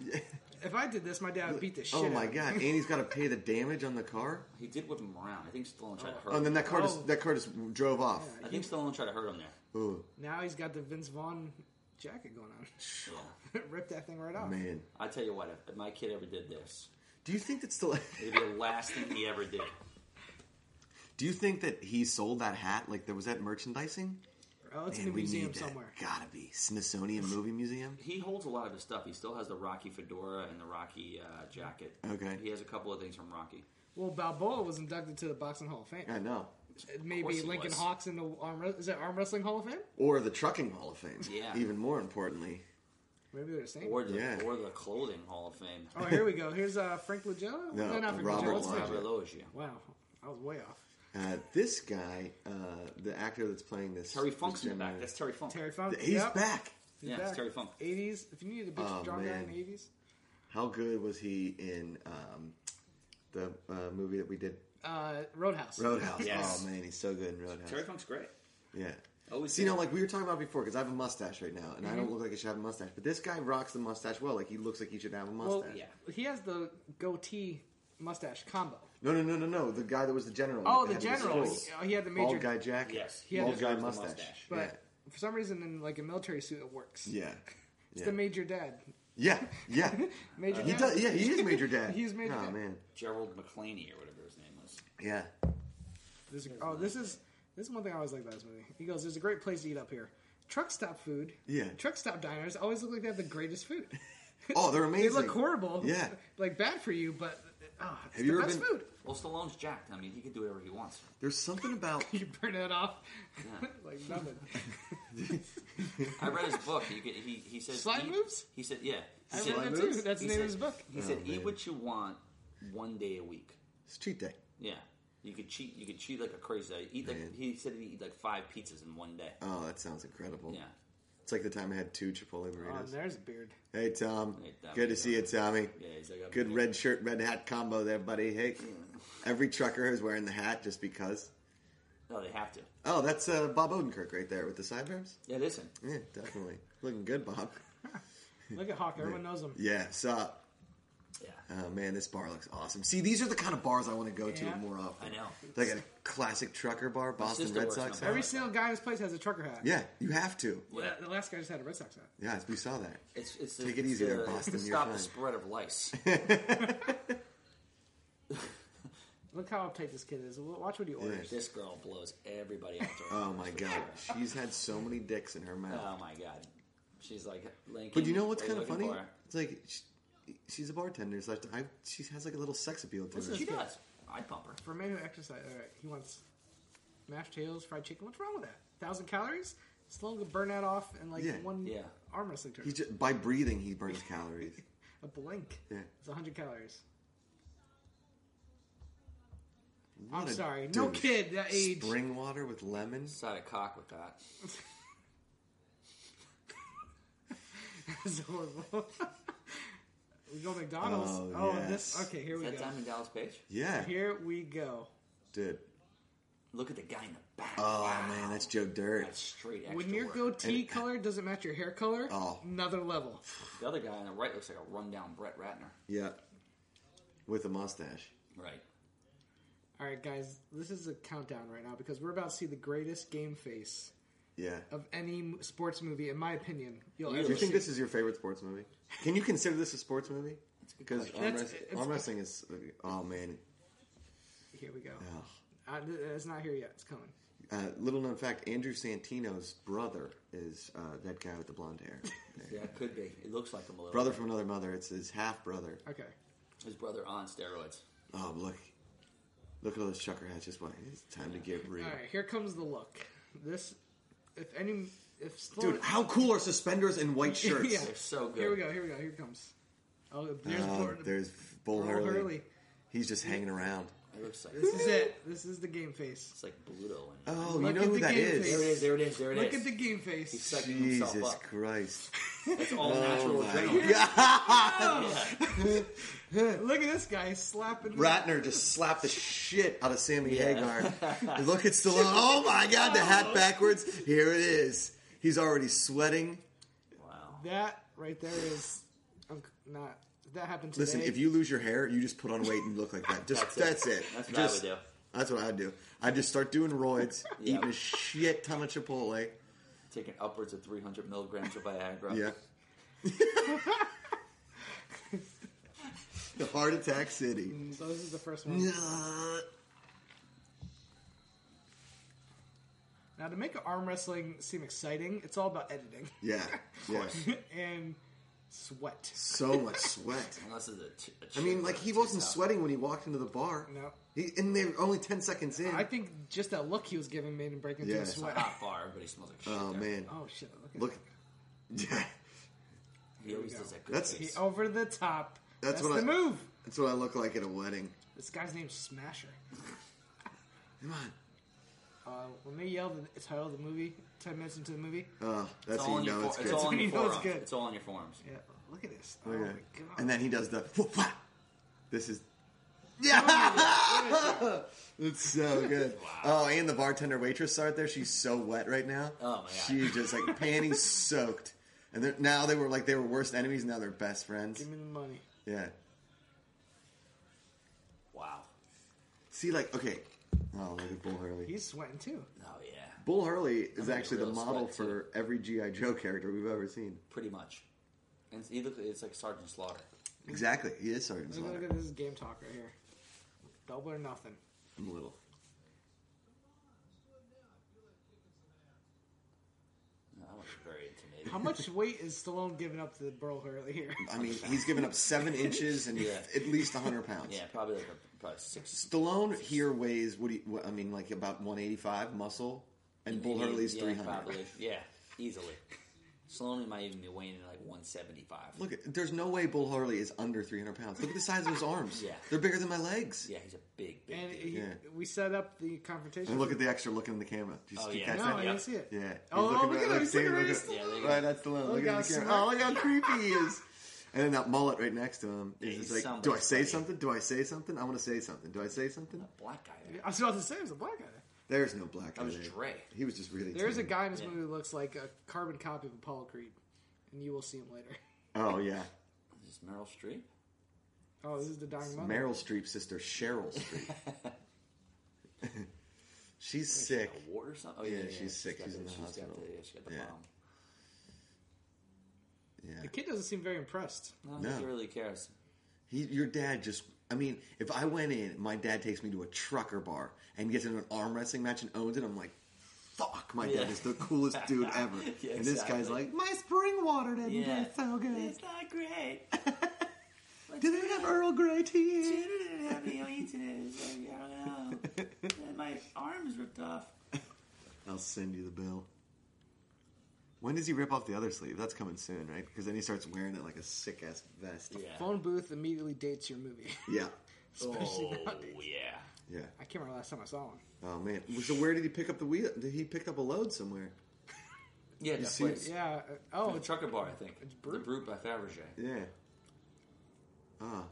[SPEAKER 3] If I did this, my dad would beat the shit.
[SPEAKER 1] oh
[SPEAKER 3] out
[SPEAKER 1] my
[SPEAKER 3] of me.
[SPEAKER 1] god. And he's got to pay the damage on the car.
[SPEAKER 2] He did whip him around. I think Stallone tried to hurt.
[SPEAKER 1] Oh, and
[SPEAKER 2] him.
[SPEAKER 1] then that car just
[SPEAKER 3] Oh.
[SPEAKER 1] that car just drove off.
[SPEAKER 2] I think Stallone tried to hurt him there.
[SPEAKER 1] Ooh,
[SPEAKER 3] Now he's got the Vince Vaughn jacket going on. <laughs>
[SPEAKER 2] Yeah.
[SPEAKER 3] Rip that thing right off.
[SPEAKER 1] man.
[SPEAKER 2] I tell you what, if my kid ever did this,
[SPEAKER 1] Do you think that still? <laughs>
[SPEAKER 2] it'd be the last thing he ever did.
[SPEAKER 1] Do you think that he sold that hat? Like there was that merchandising?
[SPEAKER 3] Oh, it's in
[SPEAKER 1] Man,
[SPEAKER 3] a
[SPEAKER 1] we
[SPEAKER 3] museum
[SPEAKER 1] need that.
[SPEAKER 3] somewhere.
[SPEAKER 1] Gotta be Smithsonian Movie Museum.
[SPEAKER 2] He holds a lot of his stuff. He still has the Rocky fedora and the Rocky uh, jacket.
[SPEAKER 1] Okay.
[SPEAKER 2] He has a couple of things from Rocky.
[SPEAKER 3] Well, Balboa was inducted to the Boxing Hall of Fame.
[SPEAKER 1] I know.
[SPEAKER 2] course
[SPEAKER 3] Maybe
[SPEAKER 2] he
[SPEAKER 3] Lincoln
[SPEAKER 2] was.
[SPEAKER 3] Hawk's in the arm. wres- Is that arm wrestling Hall of Fame?
[SPEAKER 1] Or the Trucking Hall of Fame.
[SPEAKER 2] Yeah.
[SPEAKER 1] Even more importantly.
[SPEAKER 3] Maybe they're the same.
[SPEAKER 2] Or the
[SPEAKER 1] Yeah.
[SPEAKER 2] or the clothing Hall of Fame.
[SPEAKER 3] Oh, here we go. Here's uh, Frank
[SPEAKER 1] <laughs>
[SPEAKER 3] Lugello.
[SPEAKER 1] No,
[SPEAKER 3] Frank
[SPEAKER 1] Robert
[SPEAKER 3] What's
[SPEAKER 1] Loggia.
[SPEAKER 2] Robert
[SPEAKER 3] Loggia?
[SPEAKER 2] Loggia.
[SPEAKER 3] Wow, I was way off.
[SPEAKER 1] Uh, this guy, uh, the actor that's playing this,
[SPEAKER 2] Terry
[SPEAKER 1] this
[SPEAKER 2] Funk's in the
[SPEAKER 1] gentleman-
[SPEAKER 2] back. That's Terry Funk.
[SPEAKER 3] Terry Funk.
[SPEAKER 1] He's
[SPEAKER 3] yep.
[SPEAKER 1] back.
[SPEAKER 3] He's
[SPEAKER 2] Yeah, it's Terry Funk.
[SPEAKER 3] 80s. If you needed a big
[SPEAKER 1] Oh,
[SPEAKER 3] strong guy in
[SPEAKER 1] man.
[SPEAKER 3] the 80s.
[SPEAKER 1] How good was he in um, the uh, movie that we did?
[SPEAKER 3] Uh, Roadhouse.
[SPEAKER 1] Roadhouse.
[SPEAKER 2] Yes.
[SPEAKER 1] Oh man, he's so good in Roadhouse.
[SPEAKER 2] Terry Funk's great.
[SPEAKER 1] Yeah.
[SPEAKER 2] Always
[SPEAKER 1] See, you know,
[SPEAKER 2] good.
[SPEAKER 1] like we were talking about before, because I have a mustache right now, and I
[SPEAKER 3] Mm-hmm.
[SPEAKER 1] don't look like I should have a mustache. But this guy rocks the mustache well. Like he looks like he should have a mustache.
[SPEAKER 3] Well, yeah. He has the goatee mustache combo.
[SPEAKER 1] No, no, no, no, no. The guy that was the general.
[SPEAKER 3] Oh,
[SPEAKER 1] that
[SPEAKER 3] the
[SPEAKER 1] had
[SPEAKER 3] general.
[SPEAKER 1] scrolls.
[SPEAKER 3] He- oh, he had the major-
[SPEAKER 1] bald guy jacket.
[SPEAKER 2] Yes,
[SPEAKER 1] he
[SPEAKER 2] he
[SPEAKER 3] had
[SPEAKER 1] bald
[SPEAKER 3] the-
[SPEAKER 1] guy
[SPEAKER 2] the
[SPEAKER 1] mustache.
[SPEAKER 2] mustache.
[SPEAKER 3] But for some reason, in like a military suit, it works.
[SPEAKER 1] yeah. yeah.
[SPEAKER 3] <laughs> It's
[SPEAKER 1] yeah.
[SPEAKER 3] the major dad.
[SPEAKER 1] yeah, yeah,
[SPEAKER 3] Major
[SPEAKER 1] He
[SPEAKER 3] dad.
[SPEAKER 1] does. Yeah, he is Major Dad.
[SPEAKER 3] <laughs> He's Major
[SPEAKER 1] Oh
[SPEAKER 3] Dad.
[SPEAKER 1] man,
[SPEAKER 2] Gerald McClaney or whatever his name was.
[SPEAKER 1] yeah.
[SPEAKER 3] This is- oh, this is this is one thing I always like about this movie. He goes, "There's a great place to eat up here. Truck stop food.
[SPEAKER 1] Yeah.
[SPEAKER 3] Truck stop diners always look like they have the greatest food.
[SPEAKER 1] <laughs> Oh, they're
[SPEAKER 3] they
[SPEAKER 1] amazing.
[SPEAKER 3] look horrible.
[SPEAKER 1] Yeah.
[SPEAKER 3] Like bad for you, but oh,
[SPEAKER 1] Have
[SPEAKER 3] it's the
[SPEAKER 1] you ever
[SPEAKER 3] best
[SPEAKER 1] been-
[SPEAKER 3] food. <laughs>
[SPEAKER 2] Well, Stallone's jacked. I mean, he can do whatever he wants.
[SPEAKER 1] There's something about
[SPEAKER 3] You burn it off
[SPEAKER 2] Yeah.
[SPEAKER 3] <laughs> like nothing.
[SPEAKER 1] <laughs>
[SPEAKER 2] I read his book. You could, he he says
[SPEAKER 3] Slide
[SPEAKER 2] eat-
[SPEAKER 3] moves?
[SPEAKER 2] He said yeah. He
[SPEAKER 3] I
[SPEAKER 2] said-
[SPEAKER 3] read that
[SPEAKER 1] moves?
[SPEAKER 3] too. That's
[SPEAKER 2] he
[SPEAKER 3] the name of
[SPEAKER 2] said-
[SPEAKER 3] his book.
[SPEAKER 2] He said
[SPEAKER 1] Oh, man.
[SPEAKER 2] eat what you want one day a week.
[SPEAKER 1] it's cheat day.
[SPEAKER 2] Yeah. You could cheat. You could cheat like a crazy. Eat
[SPEAKER 1] Man.
[SPEAKER 2] like he said. He eat like five pizzas in one day.
[SPEAKER 1] Oh, that sounds incredible.
[SPEAKER 2] Yeah.
[SPEAKER 1] It's like the time I had two Chipotle
[SPEAKER 3] Oh, and
[SPEAKER 1] burritos.
[SPEAKER 3] there's a beard.
[SPEAKER 1] hey, Tom.
[SPEAKER 2] Hey, Tommy,
[SPEAKER 1] Good to see you,
[SPEAKER 2] Tommy.
[SPEAKER 1] Tommy.
[SPEAKER 2] Yeah. He's like, I'm-
[SPEAKER 1] Good red shirt, red hat combo there, buddy. Hey, every trucker is wearing the hat just because.
[SPEAKER 2] No, they have to.
[SPEAKER 1] Oh, that's uh, Bob Odenkirk right there with the sideburns.
[SPEAKER 2] Yeah. Listen.
[SPEAKER 1] Yeah, definitely. Looking good, Bob.
[SPEAKER 3] Look at Hawk. Everyone knows him.
[SPEAKER 1] Yeah, so,
[SPEAKER 2] Yeah.
[SPEAKER 1] oh man, this bar looks awesome. See, these are the kind of bars I want to go
[SPEAKER 3] Yeah.
[SPEAKER 1] to more often.
[SPEAKER 2] I know.
[SPEAKER 1] Like a classic trucker bar, Boston
[SPEAKER 2] sister
[SPEAKER 1] Red
[SPEAKER 2] works in a
[SPEAKER 1] Sox.
[SPEAKER 2] bar.
[SPEAKER 1] hat.
[SPEAKER 3] Every single guy in this place has a trucker hat.
[SPEAKER 1] Yeah, you have to.
[SPEAKER 3] Well, The last guy just had a Red Sox hat.
[SPEAKER 1] Yeah, we saw that.
[SPEAKER 2] It's it's
[SPEAKER 1] Take
[SPEAKER 2] it's
[SPEAKER 1] it easy
[SPEAKER 2] to,
[SPEAKER 1] there, Boston,
[SPEAKER 2] To
[SPEAKER 1] you're
[SPEAKER 2] stop
[SPEAKER 1] fine.
[SPEAKER 2] the spread of
[SPEAKER 1] <laughs>
[SPEAKER 2] lice.
[SPEAKER 3] Look how uptight this kid is. Watch what he orders.
[SPEAKER 2] this girl blows everybody out. to her
[SPEAKER 1] Oh my
[SPEAKER 2] for
[SPEAKER 1] god,
[SPEAKER 2] sure.
[SPEAKER 1] she's had so many dicks in her mouth.
[SPEAKER 2] Oh my god. She's like Lincoln.
[SPEAKER 1] But you know what's
[SPEAKER 2] what are
[SPEAKER 1] kind of
[SPEAKER 2] you looking
[SPEAKER 1] funny?
[SPEAKER 2] for?
[SPEAKER 1] It's like she, she's a bartender. So I, she has like a little sex appeal to her.
[SPEAKER 3] is-
[SPEAKER 2] She does. I bump her.
[SPEAKER 3] For a man who exercises, all right, he wants mashed potatoes, fried chicken. What's wrong with that? Thousand calories? Slow to burn that off in like
[SPEAKER 1] Yeah.
[SPEAKER 3] one
[SPEAKER 2] Yeah.
[SPEAKER 3] arm wrestling
[SPEAKER 1] He
[SPEAKER 3] tournament.
[SPEAKER 1] just, by breathing, he burns calories.
[SPEAKER 3] A blink.
[SPEAKER 1] Yeah.
[SPEAKER 3] It's 100 calories.
[SPEAKER 1] What
[SPEAKER 3] I'm
[SPEAKER 1] a
[SPEAKER 3] sorry. No
[SPEAKER 1] douche.
[SPEAKER 3] kid that age. <laughs>
[SPEAKER 1] Spring water with lemon.
[SPEAKER 2] Side of cock with that.
[SPEAKER 3] It's horrible. <laughs> We go McDonald's.
[SPEAKER 1] Oh,
[SPEAKER 3] Oh,
[SPEAKER 1] yes.
[SPEAKER 3] this. Okay, here
[SPEAKER 2] Is
[SPEAKER 3] we
[SPEAKER 2] that
[SPEAKER 3] go.
[SPEAKER 2] Diamond Dallas Page?
[SPEAKER 1] Yeah,
[SPEAKER 3] Here we go.
[SPEAKER 1] dude.
[SPEAKER 2] Look at the guy in the back.
[SPEAKER 1] Oh
[SPEAKER 2] Wow.
[SPEAKER 1] man, that's Joe Dirt.
[SPEAKER 2] That's straight extra
[SPEAKER 3] When your
[SPEAKER 2] work.
[SPEAKER 3] goatee
[SPEAKER 1] And-
[SPEAKER 3] color doesn't match your hair color,
[SPEAKER 1] Oh.
[SPEAKER 3] another level.
[SPEAKER 2] The other guy on the right looks like a rundown Brett Ratner.
[SPEAKER 1] Yeah, with a mustache.
[SPEAKER 2] Right.
[SPEAKER 3] All right, guys, this is a countdown right now because we're about to see the greatest game face
[SPEAKER 1] Yeah.
[SPEAKER 3] of any m- sports movie, in my opinion. You'll
[SPEAKER 2] Really?
[SPEAKER 1] Do
[SPEAKER 3] ever
[SPEAKER 1] you think
[SPEAKER 3] Oh, see.
[SPEAKER 1] this is your favorite sports movie? Can you consider this a sports movie? Because arm,
[SPEAKER 3] That's-
[SPEAKER 1] wrest-
[SPEAKER 3] it's-
[SPEAKER 1] arm wrestling is. Oh man.
[SPEAKER 3] Here we go.
[SPEAKER 1] Ugh.
[SPEAKER 3] Uh, th- it's not here yet. It's coming.
[SPEAKER 1] Uh, little known fact: Andrew Santino's brother is uh, that guy with the blonde hair.
[SPEAKER 2] Yeah, it could be. It looks like him a little.
[SPEAKER 1] brother from another mother. It's his half brother.
[SPEAKER 3] Okay.
[SPEAKER 2] His brother on steroids.
[SPEAKER 1] Oh look, look at all those chucker hats. Just why it's time to get real,
[SPEAKER 3] All right, here comes the look. This, if any, if Stallone,
[SPEAKER 1] dude. How cool are suspenders and white shirts?
[SPEAKER 3] <laughs> Yeah.
[SPEAKER 2] They're so good.
[SPEAKER 3] Here we go. Here we go. Here it comes. Oh, there's
[SPEAKER 1] Um,
[SPEAKER 3] Bor-
[SPEAKER 1] there's Bull
[SPEAKER 3] Earl
[SPEAKER 1] Hurley.
[SPEAKER 3] Hurley.
[SPEAKER 1] He's just hanging around.
[SPEAKER 2] It looks like
[SPEAKER 3] This is it. This is the game face.
[SPEAKER 2] it's like Bluto. And
[SPEAKER 1] Oh,
[SPEAKER 3] Look
[SPEAKER 1] you know
[SPEAKER 3] at
[SPEAKER 1] who
[SPEAKER 3] the
[SPEAKER 1] that
[SPEAKER 3] game
[SPEAKER 1] is?
[SPEAKER 3] face.
[SPEAKER 2] There it is. There it is. There it is.
[SPEAKER 3] Look at the game
[SPEAKER 2] He's
[SPEAKER 3] face.
[SPEAKER 2] sucking
[SPEAKER 1] Jesus
[SPEAKER 2] himself
[SPEAKER 3] <laughs>
[SPEAKER 2] up.
[SPEAKER 1] Christ!
[SPEAKER 2] It's all
[SPEAKER 1] Oh
[SPEAKER 2] natural adrenaline.
[SPEAKER 1] my God.
[SPEAKER 3] Look at this guy slapping.
[SPEAKER 1] <laughs> Ratner just slapped the shit out of Sammy
[SPEAKER 2] Yeah.
[SPEAKER 1] Hagar.
[SPEAKER 2] <laughs>
[SPEAKER 1] And look at Stallone. Oh my God! The hat backwards. Here it is. He's already sweating.
[SPEAKER 2] Wow.
[SPEAKER 3] That right there is. I'm not. if That happened today.
[SPEAKER 1] Listen, if you lose your hair, you just put on weight and look like that. Just that's,
[SPEAKER 2] That's
[SPEAKER 1] it.
[SPEAKER 2] it. That's what I
[SPEAKER 1] just,
[SPEAKER 2] would do.
[SPEAKER 1] That's what I do. I just start doing
[SPEAKER 2] <laughs>
[SPEAKER 1] roids,
[SPEAKER 2] Yeah.
[SPEAKER 1] eating a shit ton of Chipotle.
[SPEAKER 2] Taking upwards of 300 milligrams of Viagra.
[SPEAKER 1] Yeah. <laughs> the heart attack city.
[SPEAKER 3] so this is the first one.
[SPEAKER 1] Dude,
[SPEAKER 3] Now to make arm wrestling seem exciting, it's all about editing <laughs>
[SPEAKER 1] Yeah. Yes.
[SPEAKER 3] and sweat.
[SPEAKER 1] So much sweat.
[SPEAKER 2] Unless it's a, ch- a
[SPEAKER 1] I
[SPEAKER 2] chin
[SPEAKER 1] mean,
[SPEAKER 2] or
[SPEAKER 1] like
[SPEAKER 2] a
[SPEAKER 1] he wasn't
[SPEAKER 2] tits up.
[SPEAKER 1] sweating when he walked into the bar.
[SPEAKER 3] No.
[SPEAKER 1] He, and they were only ten seconds in.
[SPEAKER 3] I think just that look he was giving made him break into
[SPEAKER 1] Yeah.
[SPEAKER 3] a
[SPEAKER 2] It's a
[SPEAKER 3] sweat.
[SPEAKER 2] hot bar. Everybody smells like shit.
[SPEAKER 1] oh
[SPEAKER 2] there.
[SPEAKER 1] man,
[SPEAKER 3] Oh shit! Look. At
[SPEAKER 1] Ah. look. <laughs> Yeah,
[SPEAKER 2] He always
[SPEAKER 3] Here we go.
[SPEAKER 2] does that good
[SPEAKER 1] That's-
[SPEAKER 3] He
[SPEAKER 2] face.
[SPEAKER 3] over the top.
[SPEAKER 1] That's
[SPEAKER 3] That's,
[SPEAKER 1] what
[SPEAKER 3] the
[SPEAKER 1] I-
[SPEAKER 3] move.
[SPEAKER 1] that's what I look like at a wedding.
[SPEAKER 3] This guy's name's Smasher.
[SPEAKER 1] Come on.
[SPEAKER 3] Uh, when they yelled the title of the movie, ten minutes into the movie.
[SPEAKER 1] Oh, that's
[SPEAKER 2] It's
[SPEAKER 1] how
[SPEAKER 2] all
[SPEAKER 1] you
[SPEAKER 2] in your
[SPEAKER 1] know it's
[SPEAKER 2] for- it's
[SPEAKER 1] good.
[SPEAKER 2] all
[SPEAKER 1] <laughs>
[SPEAKER 3] That's when
[SPEAKER 2] in your
[SPEAKER 3] you know it's
[SPEAKER 2] forearms.
[SPEAKER 3] good.
[SPEAKER 2] It's all in your forearms.
[SPEAKER 3] Yeah, look at this.
[SPEAKER 1] Oh,
[SPEAKER 3] Oh,
[SPEAKER 1] yeah.
[SPEAKER 3] my god!
[SPEAKER 1] And then he does the. This is. Yeah, it's so good. Oh, and the bartender waitress out there, she's so wet right now.
[SPEAKER 2] Oh, my God.
[SPEAKER 1] she's just like panties soaked. And they're- now they were like they were worst enemies. Now they're best friends.
[SPEAKER 3] give me the money.
[SPEAKER 1] Yeah.
[SPEAKER 2] Wow.
[SPEAKER 1] See, like okay. Oh, look at Bull Hurley.
[SPEAKER 3] He's sweating too.
[SPEAKER 2] Oh yeah.
[SPEAKER 1] Bull Hurley is
[SPEAKER 2] gonna
[SPEAKER 1] actually
[SPEAKER 2] get
[SPEAKER 1] the
[SPEAKER 2] real
[SPEAKER 1] model
[SPEAKER 2] sweaty.
[SPEAKER 1] for every GI Joe character we've ever seen.
[SPEAKER 2] Pretty much. And it's- he look, it's like Sergeant Slaughter.
[SPEAKER 1] Exactly. He is Sergeant
[SPEAKER 3] Look, look
[SPEAKER 1] Slaughter.
[SPEAKER 3] at this game talk right here. Double or nothing.
[SPEAKER 1] I'm a little.
[SPEAKER 2] No, that one's very intimidating.
[SPEAKER 3] How much
[SPEAKER 1] <laughs>
[SPEAKER 3] weight is Stallone giving up to the Burl Hurley here?
[SPEAKER 1] I mean, he's given up seven inches and
[SPEAKER 2] Yeah.
[SPEAKER 1] at least hundred pounds.
[SPEAKER 2] Yeah, probably like a, probably six.
[SPEAKER 1] Stallone here weighs what do you, what, I mean, like about 185 muscle, and Bull Hurley's
[SPEAKER 2] yeah,
[SPEAKER 1] 300.
[SPEAKER 2] Probably. Yeah, easily. Sloan might even be weighing in like 175.
[SPEAKER 1] Look, at- there's no way Bull Hurley is under 300 pounds. Look at the size of his arms.
[SPEAKER 2] Yeah.
[SPEAKER 1] they're bigger than my legs.
[SPEAKER 2] Yeah, he's a big, big
[SPEAKER 3] And
[SPEAKER 2] dude.
[SPEAKER 3] he,
[SPEAKER 1] Yeah.
[SPEAKER 3] we set up the confrontation.
[SPEAKER 1] And look at the extra look in the camera. Did you
[SPEAKER 2] Oh,
[SPEAKER 1] did you
[SPEAKER 2] yeah.
[SPEAKER 1] catch
[SPEAKER 3] No,
[SPEAKER 1] that?
[SPEAKER 3] I
[SPEAKER 2] Yeah.
[SPEAKER 3] didn't see it.
[SPEAKER 1] Yeah.
[SPEAKER 3] Oh,
[SPEAKER 1] He's
[SPEAKER 3] look at him. He's
[SPEAKER 1] see,
[SPEAKER 3] looking right
[SPEAKER 1] look
[SPEAKER 3] at
[SPEAKER 1] at-
[SPEAKER 2] Yeah, there you
[SPEAKER 1] Right, that's Stallone. Look,
[SPEAKER 3] Look
[SPEAKER 1] at
[SPEAKER 3] how
[SPEAKER 1] the camera.
[SPEAKER 3] smart-
[SPEAKER 1] Oh, look how creepy he is. And then that mullet right next to him.
[SPEAKER 2] Yeah,
[SPEAKER 1] He's just
[SPEAKER 2] he's
[SPEAKER 1] like, do I
[SPEAKER 2] somebody's
[SPEAKER 1] say
[SPEAKER 2] buddy.
[SPEAKER 1] something? Do I say something? I want to say something. Do I say something?
[SPEAKER 2] black guy. There.
[SPEAKER 3] I was about to say it was a black guy.
[SPEAKER 1] There's no black guy.
[SPEAKER 2] Oh. That was
[SPEAKER 1] there.
[SPEAKER 2] Dre.
[SPEAKER 1] He was just really.
[SPEAKER 3] There is a
[SPEAKER 1] tiny.
[SPEAKER 3] guy in this
[SPEAKER 2] Yeah.
[SPEAKER 3] movie who looks like a carbon copy of Apollo Creed, and you will see him later. <laughs>
[SPEAKER 1] Oh yeah,
[SPEAKER 2] Is this Meryl Streep?
[SPEAKER 3] Oh, this is the dying mother.
[SPEAKER 1] Meryl Streep's sister, Cheryl Streep.
[SPEAKER 2] <laughs>
[SPEAKER 1] she's sick.
[SPEAKER 2] An award or something? Oh, yeah,
[SPEAKER 1] Yeah,
[SPEAKER 2] yeah,
[SPEAKER 1] she's
[SPEAKER 2] yeah.
[SPEAKER 1] sick.
[SPEAKER 2] got
[SPEAKER 1] She's
[SPEAKER 2] the,
[SPEAKER 1] in the
[SPEAKER 2] she's
[SPEAKER 1] hospital.
[SPEAKER 2] Got the, yeah, she got the
[SPEAKER 1] Yeah.
[SPEAKER 2] bomb.
[SPEAKER 1] Yeah.
[SPEAKER 3] The kid doesn't seem very impressed.
[SPEAKER 2] No,
[SPEAKER 1] No.
[SPEAKER 2] He really cares.
[SPEAKER 1] He, your dad just. I mean, if I went in, my dad takes me to a trucker bar and gets into an arm wrestling match and owns it. I'm like, fuck, my dad
[SPEAKER 2] Yeah.
[SPEAKER 1] is the coolest dude
[SPEAKER 2] <laughs>
[SPEAKER 1] ever.
[SPEAKER 2] Yeah,
[SPEAKER 1] And this guy's
[SPEAKER 2] exactly.
[SPEAKER 1] like, my spring water didn't
[SPEAKER 2] Yeah.
[SPEAKER 1] taste so good.
[SPEAKER 2] not great. <laughs>
[SPEAKER 1] Did it have Earl Grey tea?
[SPEAKER 2] didn't have any on today. So
[SPEAKER 1] <laughs>
[SPEAKER 2] I don't know. And my arm's ripped off.
[SPEAKER 1] I'll send you the bill. When does he rip off the other sleeve? That's coming soon, right? Because then he starts wearing it like a sick ass vest.
[SPEAKER 2] Yeah.
[SPEAKER 3] Phone booth immediately dates your movie. <laughs>
[SPEAKER 1] Yeah.
[SPEAKER 2] Oh,
[SPEAKER 3] Especially nowadays.
[SPEAKER 2] yeah.
[SPEAKER 1] Yeah.
[SPEAKER 3] I can't remember the last time I saw one.
[SPEAKER 1] Oh man. So where did he pick up the wheel? Did he pick up a load somewhere?
[SPEAKER 2] Yeah, that
[SPEAKER 1] see-
[SPEAKER 2] place.
[SPEAKER 3] Yeah. uh, Oh,
[SPEAKER 2] The
[SPEAKER 3] it's
[SPEAKER 2] trucker bar, I think.
[SPEAKER 3] It's Brute.
[SPEAKER 2] The Brute by Fabergé.
[SPEAKER 1] Yeah. Ah,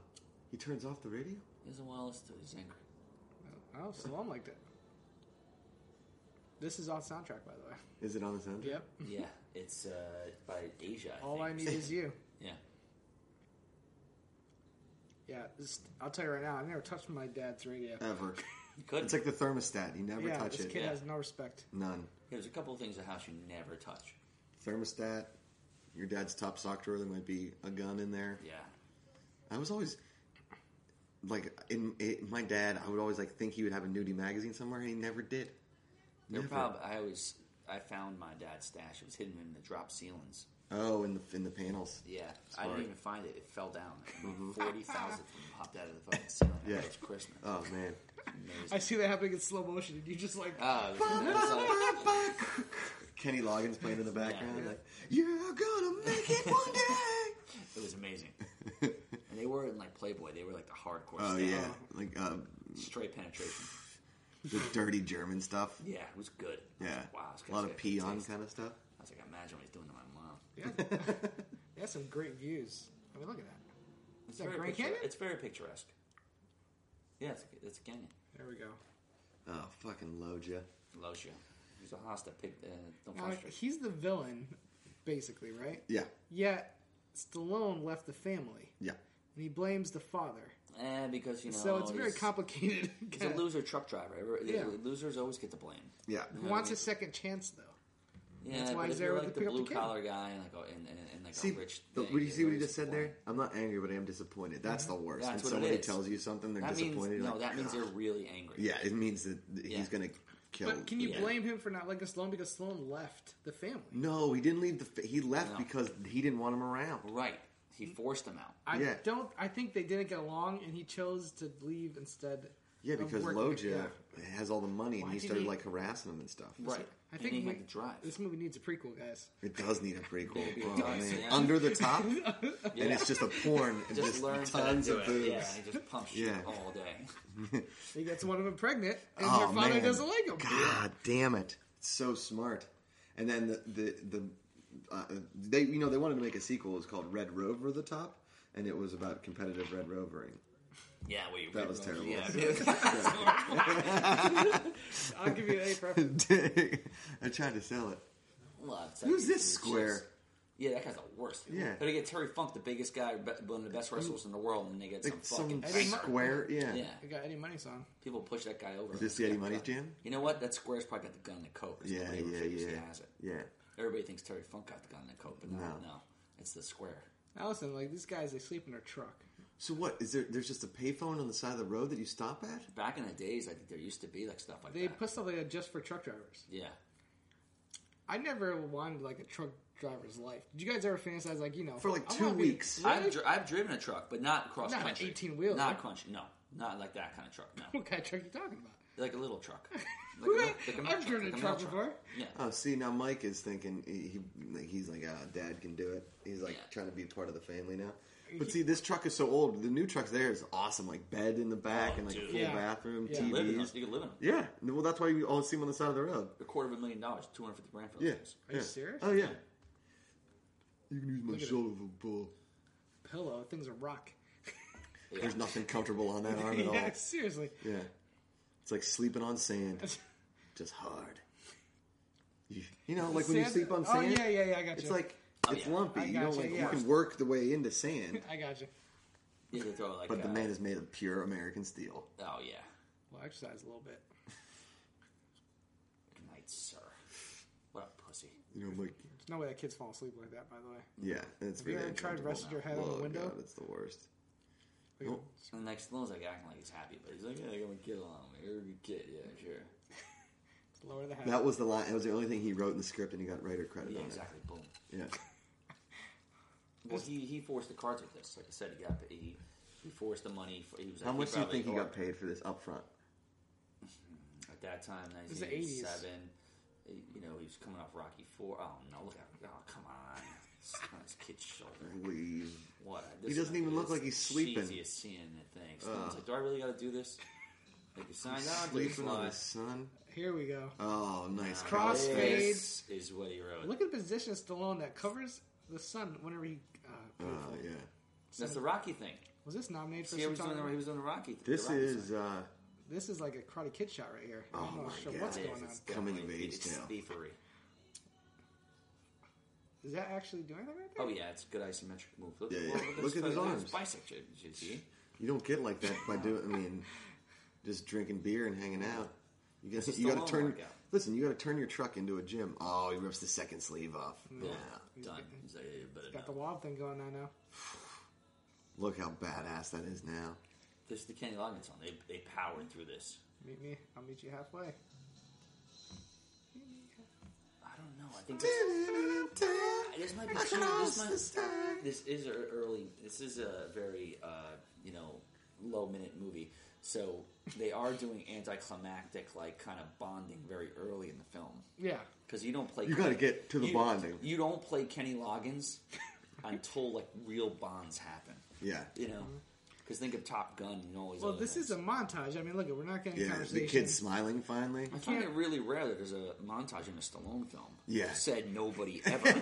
[SPEAKER 1] he turns off the radio.
[SPEAKER 2] He doesn't want to listen to it. He's angry.
[SPEAKER 3] Oh, Stallone liked it. This is off soundtrack, by the way.
[SPEAKER 1] Is it on the soundtrack?
[SPEAKER 2] <laughs>
[SPEAKER 3] Yep.
[SPEAKER 2] yeah, it's uh, by Asia. I
[SPEAKER 3] All I
[SPEAKER 2] think.
[SPEAKER 3] need is you.
[SPEAKER 2] Yeah.
[SPEAKER 3] Yeah, this, I'll tell you right now, I never touched my dad's
[SPEAKER 2] <laughs>
[SPEAKER 3] radio.
[SPEAKER 1] Ever.
[SPEAKER 2] You could.
[SPEAKER 1] It's like the thermostat. You never
[SPEAKER 3] yeah,
[SPEAKER 1] touch
[SPEAKER 3] this
[SPEAKER 1] it.
[SPEAKER 3] kid
[SPEAKER 2] Yeah.
[SPEAKER 3] has no respect.
[SPEAKER 1] None.
[SPEAKER 2] There's a couple of things in the house you never touch.
[SPEAKER 1] Thermostat. Your dad's top sock drawer. There might be a gun in there.
[SPEAKER 2] Yeah.
[SPEAKER 1] I was always like in it, my dad. I would always like think he would have a nudie magazine somewhere, and he never did.
[SPEAKER 2] They're
[SPEAKER 1] Never.
[SPEAKER 2] prob- I always I found my dad's stash. It was hidden in the drop ceilings.
[SPEAKER 1] Oh, in the in the panels.
[SPEAKER 2] Yeah, I didn't
[SPEAKER 1] Smart. Mm-hmm.
[SPEAKER 2] even find it. It fell down. Forty thousand popped out of the fucking ceiling. Yeah,
[SPEAKER 1] Yeah.
[SPEAKER 2] it was Christmas.
[SPEAKER 1] Oh man,
[SPEAKER 3] I see that happening in slow motion, and you just like,
[SPEAKER 2] Ah, it was- it was like-
[SPEAKER 1] <laughs> Kenny Loggins playing in the background.
[SPEAKER 2] Yeah.
[SPEAKER 1] Like you're gonna make it one day.
[SPEAKER 2] it was amazing. And they were in like Playboy. They were like the
[SPEAKER 1] <laughs>
[SPEAKER 2] hardcore.
[SPEAKER 1] oh
[SPEAKER 2] stuff.
[SPEAKER 1] yeah, like uh,
[SPEAKER 2] straight penetration.
[SPEAKER 1] the dirty German stuff.
[SPEAKER 2] Yeah, it was good. I was
[SPEAKER 1] Yeah,
[SPEAKER 2] like, wow, this
[SPEAKER 1] a
[SPEAKER 2] guy's
[SPEAKER 1] lot
[SPEAKER 2] got
[SPEAKER 1] of
[SPEAKER 2] a
[SPEAKER 1] pee
[SPEAKER 2] good
[SPEAKER 1] on
[SPEAKER 2] taste.
[SPEAKER 1] kind of stuff.
[SPEAKER 2] I was like, I imagine what he's doing to my mom. <laughs>
[SPEAKER 3] yeah, they have some great views. I mean, look at that.
[SPEAKER 2] It's
[SPEAKER 3] that
[SPEAKER 2] very
[SPEAKER 3] Grand
[SPEAKER 2] pictur-
[SPEAKER 3] Canyon?
[SPEAKER 2] It's very picturesque. Yeah, it's, it's a canyon.
[SPEAKER 3] There we go.
[SPEAKER 1] Oh fucking Loja.
[SPEAKER 2] Lotia. He's a hosta pig. Uh, don't
[SPEAKER 3] Now,
[SPEAKER 2] frustrate.
[SPEAKER 3] he's the villain, basically, right?
[SPEAKER 1] Yeah,
[SPEAKER 3] Yet Stallone left the family,
[SPEAKER 1] yeah.
[SPEAKER 3] and he blames the father.
[SPEAKER 2] Eh, because you know.
[SPEAKER 3] so it's very
[SPEAKER 2] he's-
[SPEAKER 3] complicated. <laughs>
[SPEAKER 2] He's a loser truck driver. Every-
[SPEAKER 3] Yeah.
[SPEAKER 2] Losers always get the blame.
[SPEAKER 1] Yeah,
[SPEAKER 3] He wants a second chance, though.
[SPEAKER 2] Yeah,
[SPEAKER 3] That's why
[SPEAKER 2] but
[SPEAKER 3] he's
[SPEAKER 2] if
[SPEAKER 3] there
[SPEAKER 2] you're
[SPEAKER 3] with
[SPEAKER 2] like
[SPEAKER 3] the
[SPEAKER 2] the
[SPEAKER 3] pick up the
[SPEAKER 2] blue
[SPEAKER 3] kid.
[SPEAKER 2] collar guy and like a, and, and, and like
[SPEAKER 1] See,
[SPEAKER 2] a rich.
[SPEAKER 1] the,
[SPEAKER 2] thing,
[SPEAKER 1] what do you
[SPEAKER 2] it's
[SPEAKER 1] see? What he
[SPEAKER 2] always
[SPEAKER 1] just said there?
[SPEAKER 2] disappointing.
[SPEAKER 1] I'm not angry, but I am disappointed. That's the worst.
[SPEAKER 2] That's
[SPEAKER 1] when
[SPEAKER 2] what it
[SPEAKER 1] somebody
[SPEAKER 2] is.
[SPEAKER 1] tells you something, they're
[SPEAKER 2] That means
[SPEAKER 1] disappointed.
[SPEAKER 2] no.
[SPEAKER 1] like,
[SPEAKER 2] that means
[SPEAKER 1] "Ugh."
[SPEAKER 2] they're really angry.
[SPEAKER 1] Yeah, it means that th-
[SPEAKER 2] Yeah.
[SPEAKER 1] he's gonna kill.
[SPEAKER 3] But can you
[SPEAKER 2] Yeah.
[SPEAKER 3] blame him for not liking Stallone because Stallone left the family?
[SPEAKER 1] No, he didn't leave the. fa- He left
[SPEAKER 2] No.
[SPEAKER 1] because he didn't want him around.
[SPEAKER 2] Right. He forced them out.
[SPEAKER 3] I
[SPEAKER 1] Yeah.
[SPEAKER 3] don't. I think they didn't get along, and he chose to leave instead.
[SPEAKER 1] Yeah,
[SPEAKER 3] of
[SPEAKER 1] because
[SPEAKER 3] working-
[SPEAKER 1] Loja
[SPEAKER 3] yeah.
[SPEAKER 1] has all the money,
[SPEAKER 3] Why
[SPEAKER 1] and he
[SPEAKER 3] did
[SPEAKER 1] started
[SPEAKER 3] he-
[SPEAKER 1] like harassing him and stuff.
[SPEAKER 2] Right.
[SPEAKER 3] I
[SPEAKER 2] And
[SPEAKER 3] think
[SPEAKER 2] he
[SPEAKER 3] we-
[SPEAKER 2] had to drive.
[SPEAKER 3] This movie needs a prequel, guys.
[SPEAKER 1] It does need a prequel.
[SPEAKER 2] <laughs> it
[SPEAKER 1] Oh,
[SPEAKER 2] does,
[SPEAKER 1] man.
[SPEAKER 2] yeah.
[SPEAKER 1] Under the
[SPEAKER 2] <laughs>
[SPEAKER 1] top,
[SPEAKER 2] Yeah.
[SPEAKER 1] and it's just a porn. and
[SPEAKER 2] just,
[SPEAKER 3] <laughs>
[SPEAKER 1] just
[SPEAKER 2] learns
[SPEAKER 1] tons
[SPEAKER 2] how to
[SPEAKER 1] of
[SPEAKER 2] do
[SPEAKER 1] boobs.
[SPEAKER 2] it. Yeah, and he just pumps shit
[SPEAKER 1] Yeah.
[SPEAKER 2] all day.
[SPEAKER 3] He gets one of them pregnant, and
[SPEAKER 1] Oh,
[SPEAKER 3] her father
[SPEAKER 1] man.
[SPEAKER 3] doesn't like him.
[SPEAKER 1] God damn it! It's so smart. And then the the, the uh, they you know they wanted to make a sequel. It was called Red Rover the Top, and it was about competitive red rovering.
[SPEAKER 2] Yeah, well, you
[SPEAKER 1] That was terrible.
[SPEAKER 2] Yeah,
[SPEAKER 3] <laughs>
[SPEAKER 1] <laughs>
[SPEAKER 2] dude.
[SPEAKER 3] I'll give you an A for <laughs> effort.
[SPEAKER 1] I tried to sell it.
[SPEAKER 2] Well, it's-
[SPEAKER 1] Who's this
[SPEAKER 2] it's
[SPEAKER 1] square?
[SPEAKER 2] just- Yeah, that guy's the worst.
[SPEAKER 1] Yeah.
[SPEAKER 2] But they get Terry Funk, the biggest guy, be- one of the best wrestlers in the world, and they get some
[SPEAKER 1] Like some
[SPEAKER 2] fucking.
[SPEAKER 3] Eddie-
[SPEAKER 1] square, yeah.
[SPEAKER 2] yeah.
[SPEAKER 3] I got Eddie Money song.
[SPEAKER 2] People push that guy over.
[SPEAKER 1] Is this the Eddie Money's jam?
[SPEAKER 2] You know what? That square's probably got the gun in the coat. It's
[SPEAKER 1] Yeah,
[SPEAKER 2] nobody ever
[SPEAKER 1] yeah,
[SPEAKER 2] figures
[SPEAKER 1] yeah,
[SPEAKER 2] He has it.
[SPEAKER 1] yeah.
[SPEAKER 2] Everybody thinks Terry Funk got the gun in the coat, but no,
[SPEAKER 1] No.
[SPEAKER 2] no, it's the square.
[SPEAKER 3] Now listen, like these guys, they sleep in their truck.
[SPEAKER 1] So what is there? There's just a payphone on the side of the road that you stop at.
[SPEAKER 2] Back in the days, I think there used to be like stuff like
[SPEAKER 3] They
[SPEAKER 2] that.
[SPEAKER 3] put stuff like that just for truck drivers.
[SPEAKER 2] yeah,
[SPEAKER 3] I never wanted like a truck driver's life. Did you guys ever fantasize like you know
[SPEAKER 1] For, like,
[SPEAKER 3] I
[SPEAKER 1] two
[SPEAKER 3] wanna be-
[SPEAKER 1] weeks.
[SPEAKER 3] Really?
[SPEAKER 2] I've, dri- I've driven a truck, but not cross
[SPEAKER 3] Not an
[SPEAKER 2] country.
[SPEAKER 3] 18-wheeler.
[SPEAKER 2] Not country. No, not like that kind
[SPEAKER 3] <laughs>
[SPEAKER 2] of truck. No,
[SPEAKER 3] <laughs> what kind of truck are you talking about?
[SPEAKER 2] like a little truck. Like a
[SPEAKER 3] Who-
[SPEAKER 2] mil- like a mill
[SPEAKER 3] I've driven
[SPEAKER 2] like
[SPEAKER 3] a
[SPEAKER 2] mill
[SPEAKER 3] truck before.
[SPEAKER 2] Yeah,
[SPEAKER 1] Oh, see now Mike is thinking he like, he's like, ah, Dad can do it. He's like
[SPEAKER 2] Yeah.
[SPEAKER 1] trying to be part of the family now. But see, this truck is so old. The new truck there is awesome, like bed in the back
[SPEAKER 2] Oh,
[SPEAKER 1] and like a
[SPEAKER 2] dude.
[SPEAKER 1] full
[SPEAKER 3] Yeah.
[SPEAKER 1] bathroom,
[SPEAKER 3] Yeah.
[SPEAKER 2] you live in those.
[SPEAKER 1] TVs.
[SPEAKER 2] You could live in them.
[SPEAKER 1] Yeah, well, that's why you all see them on the side of the road.
[SPEAKER 2] A quarter of a million dollars, two hundred fifty grand for those
[SPEAKER 1] Yeah,
[SPEAKER 2] things.
[SPEAKER 3] Are you
[SPEAKER 1] yeah.
[SPEAKER 3] serious?
[SPEAKER 1] Oh yeah. You can use my
[SPEAKER 3] Look at
[SPEAKER 1] shoulder bull.
[SPEAKER 3] Pillow, things a rock.
[SPEAKER 2] Yeah.
[SPEAKER 1] There's nothing comfortable on that arm at all.
[SPEAKER 3] <laughs> yeah, seriously.
[SPEAKER 1] Yeah. It's like sleeping on sand.
[SPEAKER 3] <laughs>
[SPEAKER 1] Just hard. You, you know, like when you
[SPEAKER 3] Sand-
[SPEAKER 1] sleep on
[SPEAKER 3] oh,
[SPEAKER 1] sand.
[SPEAKER 3] yeah, yeah, yeah, I gotcha.
[SPEAKER 1] It's like
[SPEAKER 2] Oh,
[SPEAKER 1] it's
[SPEAKER 2] yeah.
[SPEAKER 1] lumpy.
[SPEAKER 3] I
[SPEAKER 1] You don't
[SPEAKER 3] gotcha,
[SPEAKER 1] like
[SPEAKER 3] yeah.
[SPEAKER 1] you can work the way into
[SPEAKER 3] <laughs>
[SPEAKER 1] sand,
[SPEAKER 3] I got you.
[SPEAKER 2] You could throw like.
[SPEAKER 1] but the
[SPEAKER 2] uh,
[SPEAKER 1] man is made of pure American steel.
[SPEAKER 2] Oh yeah.
[SPEAKER 3] Well, exercise a little bit.
[SPEAKER 2] Good night, sir. What a pussy.
[SPEAKER 1] You know, like
[SPEAKER 3] There's no way that kid's falling asleep like that. By the way,
[SPEAKER 1] yeah, it's
[SPEAKER 3] you
[SPEAKER 1] really
[SPEAKER 3] ever tried
[SPEAKER 1] uncomfortable.
[SPEAKER 3] resting your head on the
[SPEAKER 1] Oh,
[SPEAKER 3] window?
[SPEAKER 1] God, it's the worst.
[SPEAKER 3] Like,
[SPEAKER 1] Nope.
[SPEAKER 2] And like Stallone's like acting like he's happy, but he's like, yeah, I got my kid along with me. You're a good kid, yeah, sure.
[SPEAKER 3] lower the hat.
[SPEAKER 1] That was the line. That was the only thing he wrote in the script, and he got writer credit
[SPEAKER 2] Yeah,
[SPEAKER 1] on
[SPEAKER 2] exactly. Boom.
[SPEAKER 1] it. Yeah,
[SPEAKER 2] Well, he, he forced the cards with this. Like I said, he got he, he forced the money. For, he was like,
[SPEAKER 1] how much do you
[SPEAKER 2] probably
[SPEAKER 1] think he got
[SPEAKER 2] thought
[SPEAKER 1] paid for this up front?
[SPEAKER 2] at that time?
[SPEAKER 3] was the 80s.
[SPEAKER 2] 1987. You know, he was coming off Rocky Four. Oh no, look at oh come on, <laughs> it's on his kid's shoulder.
[SPEAKER 1] Leave.
[SPEAKER 2] What?
[SPEAKER 1] He doesn't even look like he's sleeping. Uh.
[SPEAKER 2] Cheesiest scene in the thing. Stallone's like, do I really got to do this? Like you signed out, do you
[SPEAKER 1] Sleeping on
[SPEAKER 2] fly?
[SPEAKER 1] the sun.
[SPEAKER 3] Here we go.
[SPEAKER 1] Oh, nice
[SPEAKER 3] Crossfade.
[SPEAKER 1] crossfade.
[SPEAKER 2] This is what he wrote.
[SPEAKER 3] Look at the position of Stallone that covers the sun whenever he. Uh,
[SPEAKER 1] Oh yeah.
[SPEAKER 2] That's the Rocky thing.
[SPEAKER 3] Was this nominated for?
[SPEAKER 2] See, he was
[SPEAKER 3] Satana?
[SPEAKER 2] doing the, he was doing the Rocky. the
[SPEAKER 1] This
[SPEAKER 2] Rocky
[SPEAKER 1] is
[SPEAKER 2] song.
[SPEAKER 1] uh,
[SPEAKER 3] This is like a Karate Kid shot right here.
[SPEAKER 1] Oh
[SPEAKER 3] I'm not
[SPEAKER 1] my
[SPEAKER 3] sure
[SPEAKER 1] God.
[SPEAKER 3] what's
[SPEAKER 2] It is,
[SPEAKER 1] Yes,
[SPEAKER 3] going on.
[SPEAKER 2] it's
[SPEAKER 1] Coming of
[SPEAKER 2] definitely-
[SPEAKER 1] age
[SPEAKER 2] it's
[SPEAKER 1] now.
[SPEAKER 2] Thievery.
[SPEAKER 3] Is that actually doing anything right there?
[SPEAKER 2] Oh yeah, it's good isometric move. Look,
[SPEAKER 1] Yeah, yeah.
[SPEAKER 2] well,
[SPEAKER 1] Look at
[SPEAKER 2] this-
[SPEAKER 1] his arms.
[SPEAKER 2] It's bicep, you- you see.
[SPEAKER 1] you don't get like that by doing. I mean, just drinking beer and hanging out. You got
[SPEAKER 2] is
[SPEAKER 1] you
[SPEAKER 2] the
[SPEAKER 1] got
[SPEAKER 2] long
[SPEAKER 1] to turn.
[SPEAKER 2] workout.
[SPEAKER 1] Listen, you got to turn your truck into a gym. Oh, he rips the second sleeve off. Yeah.
[SPEAKER 2] done. He's like, "Yeah, but uh,
[SPEAKER 3] Got the
[SPEAKER 2] no."
[SPEAKER 3] wob thing going on now.
[SPEAKER 1] Look how badass that is now.
[SPEAKER 2] This is the Kenny Loggins song. They they powered through this.
[SPEAKER 3] Meet me. I'll meet you halfway.
[SPEAKER 2] I don't know. I think this, this might be too, this, might, this is a early. This is a very uh, you know low minute movie. So they are doing anticlimactic like kind of bonding very early in the film.
[SPEAKER 3] Yeah.
[SPEAKER 2] Because you don't play.
[SPEAKER 1] You gotta get to the
[SPEAKER 2] you-
[SPEAKER 1] bonding.
[SPEAKER 2] You don't play Kenny Loggins until like real bonds happen.
[SPEAKER 1] Yeah.
[SPEAKER 2] You know, because think of Top Gun and all these.
[SPEAKER 3] Mm-hmm. Well,
[SPEAKER 2] other
[SPEAKER 3] this
[SPEAKER 2] things.
[SPEAKER 3] is a montage. I mean, look, we're not getting
[SPEAKER 1] Yeah,
[SPEAKER 3] conversation.
[SPEAKER 1] the kid's smiling finally.
[SPEAKER 2] I find it really rare that there's a montage in a Stallone film.
[SPEAKER 1] Yeah. <laughs>
[SPEAKER 2] said nobody ever.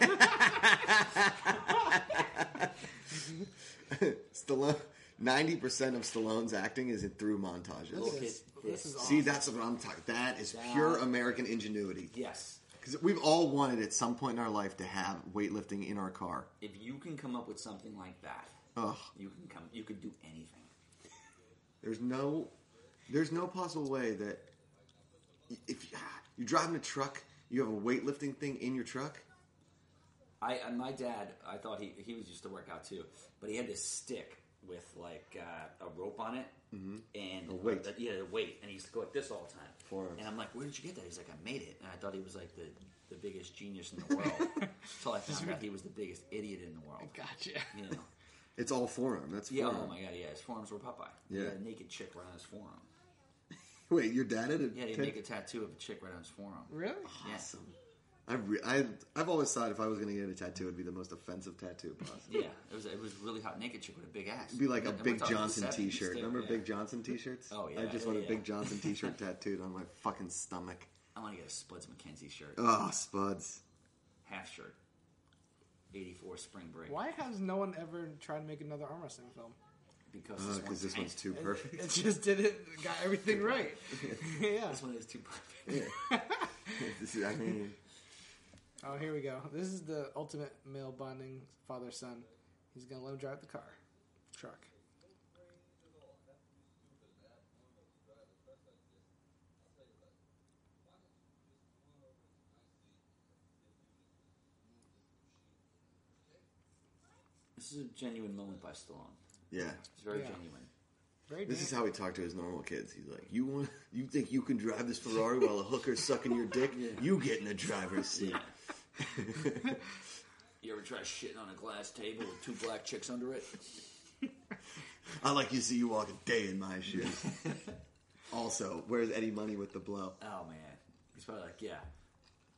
[SPEAKER 1] Stallone, ninety percent of Stallone's acting is in through montages.
[SPEAKER 2] Look
[SPEAKER 3] This is,
[SPEAKER 2] at
[SPEAKER 3] this
[SPEAKER 2] this.
[SPEAKER 3] is
[SPEAKER 1] See,
[SPEAKER 3] awesome.
[SPEAKER 1] that's what I'm talking. That is pure American ingenuity.
[SPEAKER 2] yes,
[SPEAKER 1] Because we've all wanted at some point in our life to have weightlifting in our car.
[SPEAKER 2] if you can come up with something like that,
[SPEAKER 1] Ugh,
[SPEAKER 2] you can come. You could do anything.
[SPEAKER 1] there's no, there's no possible way that if ah, you're driving a truck, you have a weightlifting thing in your truck.
[SPEAKER 2] I and my dad, I thought he he was used to work out too, but he had this stick with like uh, a rope on it and
[SPEAKER 1] Mm-hmm. A weight.
[SPEAKER 2] uh, yeah, a weight, and he used to go like this all the time.
[SPEAKER 1] Forearms.
[SPEAKER 2] And I'm like, where did you get that? He's like, I made it, and I thought he was like the the biggest genius in
[SPEAKER 1] <laughs>
[SPEAKER 2] the world. Until I found out he was the biggest idiot in the world.
[SPEAKER 3] Gotcha.
[SPEAKER 2] You know.
[SPEAKER 1] It's all forearm. That's
[SPEAKER 2] Yeah.
[SPEAKER 1] forearm.
[SPEAKER 2] Oh my god. Yeah. His forearms were Popeye. He
[SPEAKER 1] Yeah.
[SPEAKER 2] had a naked chick right on his forearm.
[SPEAKER 1] <laughs> Wait, your dad had a
[SPEAKER 2] Yeah. He had a
[SPEAKER 1] tat-
[SPEAKER 2] naked tattoo of a chick right on his forearm.
[SPEAKER 3] Really?
[SPEAKER 2] Yeah.
[SPEAKER 1] awesome. I, re- I I've always thought if I was going to get a tattoo, it'd be the most offensive tattoo possible.
[SPEAKER 2] Yeah. It was it was really hot naked chick with a big ass.
[SPEAKER 1] It'd be like a
[SPEAKER 2] And we're
[SPEAKER 1] Big
[SPEAKER 2] talking
[SPEAKER 1] Johnson
[SPEAKER 2] 70s
[SPEAKER 1] T-shirt.
[SPEAKER 2] too,
[SPEAKER 1] Remember
[SPEAKER 2] yeah.
[SPEAKER 1] Big Johnson T-shirts?
[SPEAKER 2] <laughs> Oh, yeah,
[SPEAKER 1] I just
[SPEAKER 2] yeah,
[SPEAKER 1] want a
[SPEAKER 2] yeah.
[SPEAKER 1] Big Johnson
[SPEAKER 2] <laughs>
[SPEAKER 1] T-shirt tattooed on my fucking stomach.
[SPEAKER 2] I want to get a Spuds McKenzie shirt,
[SPEAKER 1] Oh, spuds.
[SPEAKER 2] half shirt, eighty four spring break.
[SPEAKER 3] Why has no one ever tried to make another arm wrestling film?
[SPEAKER 2] Because this,
[SPEAKER 1] Because
[SPEAKER 2] one's
[SPEAKER 1] Ah, Uh, this one's
[SPEAKER 2] tanked.
[SPEAKER 1] too <laughs> perfect. <laughs>
[SPEAKER 3] It just did it. Got everything right. <laughs> yeah.
[SPEAKER 2] This one is too
[SPEAKER 1] <laughs>
[SPEAKER 2] perfect.
[SPEAKER 1] This is- I mean,
[SPEAKER 3] Oh, here we go. This is the ultimate male bonding father son. He's gonna let him drive the car, truck.
[SPEAKER 2] This is a genuine moment by Stallone.
[SPEAKER 1] yeah.
[SPEAKER 2] It's very
[SPEAKER 3] Yeah.
[SPEAKER 2] genuine.
[SPEAKER 3] Very.
[SPEAKER 1] This is
[SPEAKER 3] damn-
[SPEAKER 1] how he talked to his normal kids. He's like, "You want? You think you can drive this Ferrari while a hooker's sucking your dick? You get in the driver's seat."
[SPEAKER 2] You ever try shitting on a glass table with two black chicks under it?
[SPEAKER 1] I like you see you walk a day in my shoes. also, where's Eddie Money with the blow?
[SPEAKER 2] Oh man, he's probably like, yeah,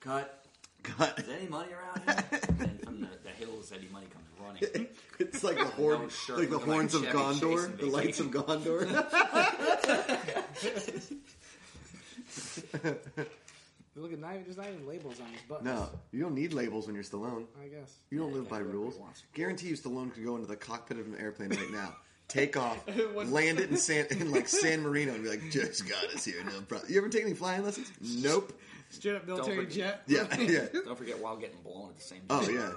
[SPEAKER 2] cut.
[SPEAKER 1] God, <laughs>
[SPEAKER 2] Is any money around here? and then from the, the hills, Eddie Money comes running.
[SPEAKER 1] it's like the horn,
[SPEAKER 2] No shirt,
[SPEAKER 1] like the
[SPEAKER 2] looking like
[SPEAKER 1] horns of
[SPEAKER 2] Chevy Chase in
[SPEAKER 1] Gondor, the
[SPEAKER 2] vacation.
[SPEAKER 1] lights of Gondor.
[SPEAKER 3] Look at not even, there's not even labels on his buttons.
[SPEAKER 1] no, you don't need labels when you're Stallone.
[SPEAKER 3] I guess.
[SPEAKER 1] You don't
[SPEAKER 2] Yeah,
[SPEAKER 1] live
[SPEAKER 2] yeah,
[SPEAKER 1] by
[SPEAKER 2] whatever he
[SPEAKER 1] rules.
[SPEAKER 2] wants.
[SPEAKER 1] Guarantee you Stallone could go into the cockpit of an airplane right now, take off,
[SPEAKER 3] What-
[SPEAKER 1] land it in San in like San Marino, and be like, "Just got us here, no problem." You ever take any flying lessons? Nope.
[SPEAKER 3] Straight up military
[SPEAKER 2] forget-
[SPEAKER 3] jet. <laughs>
[SPEAKER 1] Yeah, <laughs> yeah.
[SPEAKER 2] Don't forget while getting blown at the same time.
[SPEAKER 1] Oh yeah.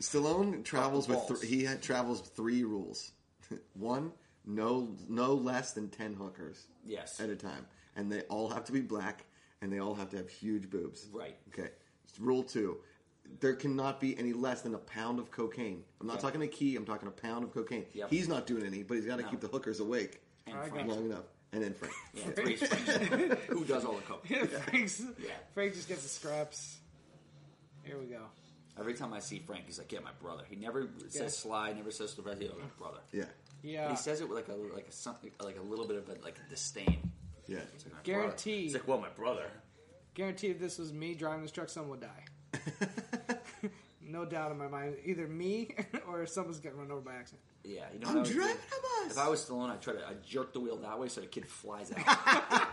[SPEAKER 1] Stallone travels with
[SPEAKER 2] balls.
[SPEAKER 1] th- he had, travels with three rules. <laughs> One, no no less than ten hookers
[SPEAKER 2] Yes.
[SPEAKER 1] at a time, and they all have to be black, and they all have to have huge boobs.
[SPEAKER 2] Right.
[SPEAKER 1] Okay. Rule two. There cannot be any less than a pound of cocaine. I'm not
[SPEAKER 2] Yeah.
[SPEAKER 1] talking a key. I'm talking a pound of cocaine.
[SPEAKER 2] Yep.
[SPEAKER 1] He's not doing any, but he's got to
[SPEAKER 2] No.
[SPEAKER 1] keep the hookers awake
[SPEAKER 2] And
[SPEAKER 3] I
[SPEAKER 2] Frank.
[SPEAKER 3] got-
[SPEAKER 1] long enough. And then
[SPEAKER 2] <laughs>
[SPEAKER 1] Frank.
[SPEAKER 2] Yeah, Frank's
[SPEAKER 3] <laughs>
[SPEAKER 2] Frank. Who does all the coke?
[SPEAKER 3] Frank's,
[SPEAKER 2] Yeah.
[SPEAKER 3] Frank just gets the scraps. Here we go.
[SPEAKER 2] Every time I see Frank, he's like, "Yeah, my brother." He never says
[SPEAKER 3] Yeah.
[SPEAKER 2] Sly, never says Sylvester, "Oh, my brother."
[SPEAKER 1] Yeah.
[SPEAKER 3] Yeah.
[SPEAKER 2] But he says it with like a like a something like a little bit of a, like a disdain.
[SPEAKER 1] Yeah.
[SPEAKER 2] It's like, "My
[SPEAKER 3] Guaranteed.
[SPEAKER 2] brother." It's like, "Well, my brother."
[SPEAKER 3] Guarantee if this was me driving this truck, someone would die.
[SPEAKER 2] <laughs>
[SPEAKER 3] no doubt in my mind. Either me <laughs> or someone's getting run over by accident.
[SPEAKER 2] Yeah, you know.
[SPEAKER 1] I'm
[SPEAKER 2] what I would do?
[SPEAKER 1] driving a
[SPEAKER 2] If I
[SPEAKER 1] bus. <laughs>
[SPEAKER 2] was Stallone, I'd try to I jerk the wheel that way so the kid flies out.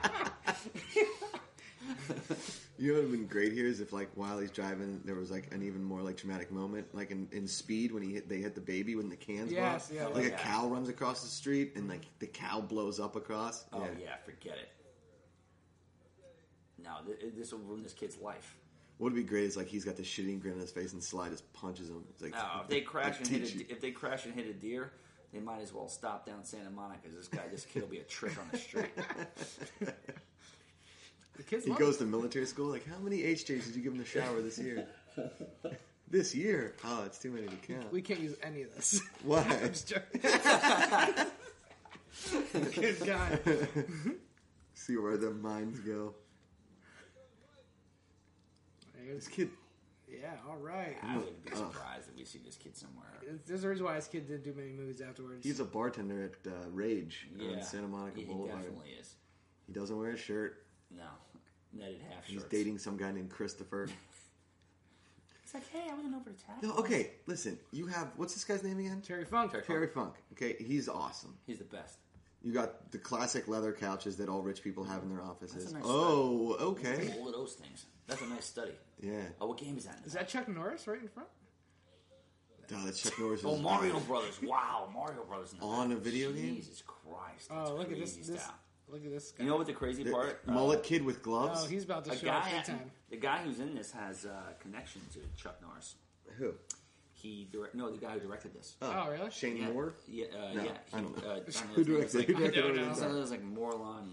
[SPEAKER 1] You know what would have been great here is if, like, while he's driving, there was like an even more like dramatic moment, like in, in Speed when he hit, they hit the baby when the cans.
[SPEAKER 3] Yes,
[SPEAKER 1] blow.
[SPEAKER 3] yeah.
[SPEAKER 1] Like
[SPEAKER 2] Yeah.
[SPEAKER 1] a cow runs across the street and like the cow blows up across.
[SPEAKER 2] Oh yeah, forget it. No, th- this will ruin this kid's life.
[SPEAKER 1] What would be great is like he's got the shitting grin on his face and Sly just punches him. It's like
[SPEAKER 2] No, Oh,
[SPEAKER 1] <laughs>
[SPEAKER 2] if they crash
[SPEAKER 1] I'll
[SPEAKER 2] and hit
[SPEAKER 1] teach
[SPEAKER 2] a,
[SPEAKER 1] you.
[SPEAKER 2] d- if they crash and hit a deer, they might as well stop down Santa Monica. 'cause This guy, this kid will be a trick on
[SPEAKER 1] <laughs>
[SPEAKER 2] the street.
[SPEAKER 3] The kids
[SPEAKER 1] He
[SPEAKER 3] love
[SPEAKER 1] goes
[SPEAKER 3] it.
[SPEAKER 1] to military school. Like, how many HJs did you give him the shower this
[SPEAKER 2] <laughs>
[SPEAKER 1] year? this year? Oh, it's too many to count.
[SPEAKER 3] We can't use any of
[SPEAKER 2] <laughs>
[SPEAKER 3] this.
[SPEAKER 1] Why?
[SPEAKER 3] I'm just joking. Good God.
[SPEAKER 1] See where the minds go. This kid.
[SPEAKER 3] Yeah, all right.
[SPEAKER 2] I would be surprised if we see this kid somewhere.
[SPEAKER 3] There's a reason why this kid didn't do many movies afterwards.
[SPEAKER 1] He's a bartender at uh, Rage
[SPEAKER 2] Yeah,
[SPEAKER 1] on Santa Monica
[SPEAKER 2] he,
[SPEAKER 1] Boulevard.
[SPEAKER 2] He definitely is.
[SPEAKER 1] He doesn't wear a shirt.
[SPEAKER 2] No, netted half
[SPEAKER 1] He's
[SPEAKER 2] shirts.
[SPEAKER 1] dating some guy named
[SPEAKER 2] <laughs>
[SPEAKER 1] Christopher.
[SPEAKER 2] It's like, hey, I wasn't over to
[SPEAKER 1] No, okay, listen. You have what's this guy's name again?
[SPEAKER 3] Terry Funk.
[SPEAKER 2] Terry
[SPEAKER 1] Terry Funk. Okay, he's awesome.
[SPEAKER 2] He's the best.
[SPEAKER 1] You got the classic leather couches that all rich people have in their offices.
[SPEAKER 2] nice
[SPEAKER 1] oh, okay.
[SPEAKER 2] All of those things. That's a nice study.
[SPEAKER 1] Yeah.
[SPEAKER 2] Oh, what game is that?
[SPEAKER 3] Is that Chuck Norris right in front?
[SPEAKER 1] Duh, that's Chuck Norris.
[SPEAKER 2] Oh, Mario Brothers! Wow, Mario Brothers in the
[SPEAKER 1] On
[SPEAKER 2] back.
[SPEAKER 1] a video game?
[SPEAKER 2] Jesus Christ! That's
[SPEAKER 3] Oh, look at this.
[SPEAKER 2] crazy
[SPEAKER 3] this
[SPEAKER 2] style.
[SPEAKER 3] look at this guy.
[SPEAKER 2] You know what the crazy part? Uh,
[SPEAKER 1] mullet kid with gloves.
[SPEAKER 3] oh, he's about to
[SPEAKER 2] a
[SPEAKER 3] show up
[SPEAKER 2] guy,
[SPEAKER 3] big time.
[SPEAKER 2] the guy who's in this has uh, connection to Chuck Norris.
[SPEAKER 1] Who?
[SPEAKER 2] He direct, no, the guy who directed this.
[SPEAKER 3] Oh, really?
[SPEAKER 1] Shane
[SPEAKER 2] yeah,
[SPEAKER 1] Uh, Moore.
[SPEAKER 2] Yeah, uh,
[SPEAKER 1] No,
[SPEAKER 2] yeah.
[SPEAKER 1] I don't know. <laughs>
[SPEAKER 2] Uh, it's one of
[SPEAKER 1] Who
[SPEAKER 2] those names,
[SPEAKER 1] directed? who
[SPEAKER 2] Like,
[SPEAKER 1] directed
[SPEAKER 3] <laughs> I don't
[SPEAKER 1] Everything
[SPEAKER 3] know.
[SPEAKER 2] it's one of
[SPEAKER 1] Dark?
[SPEAKER 2] those like Morlon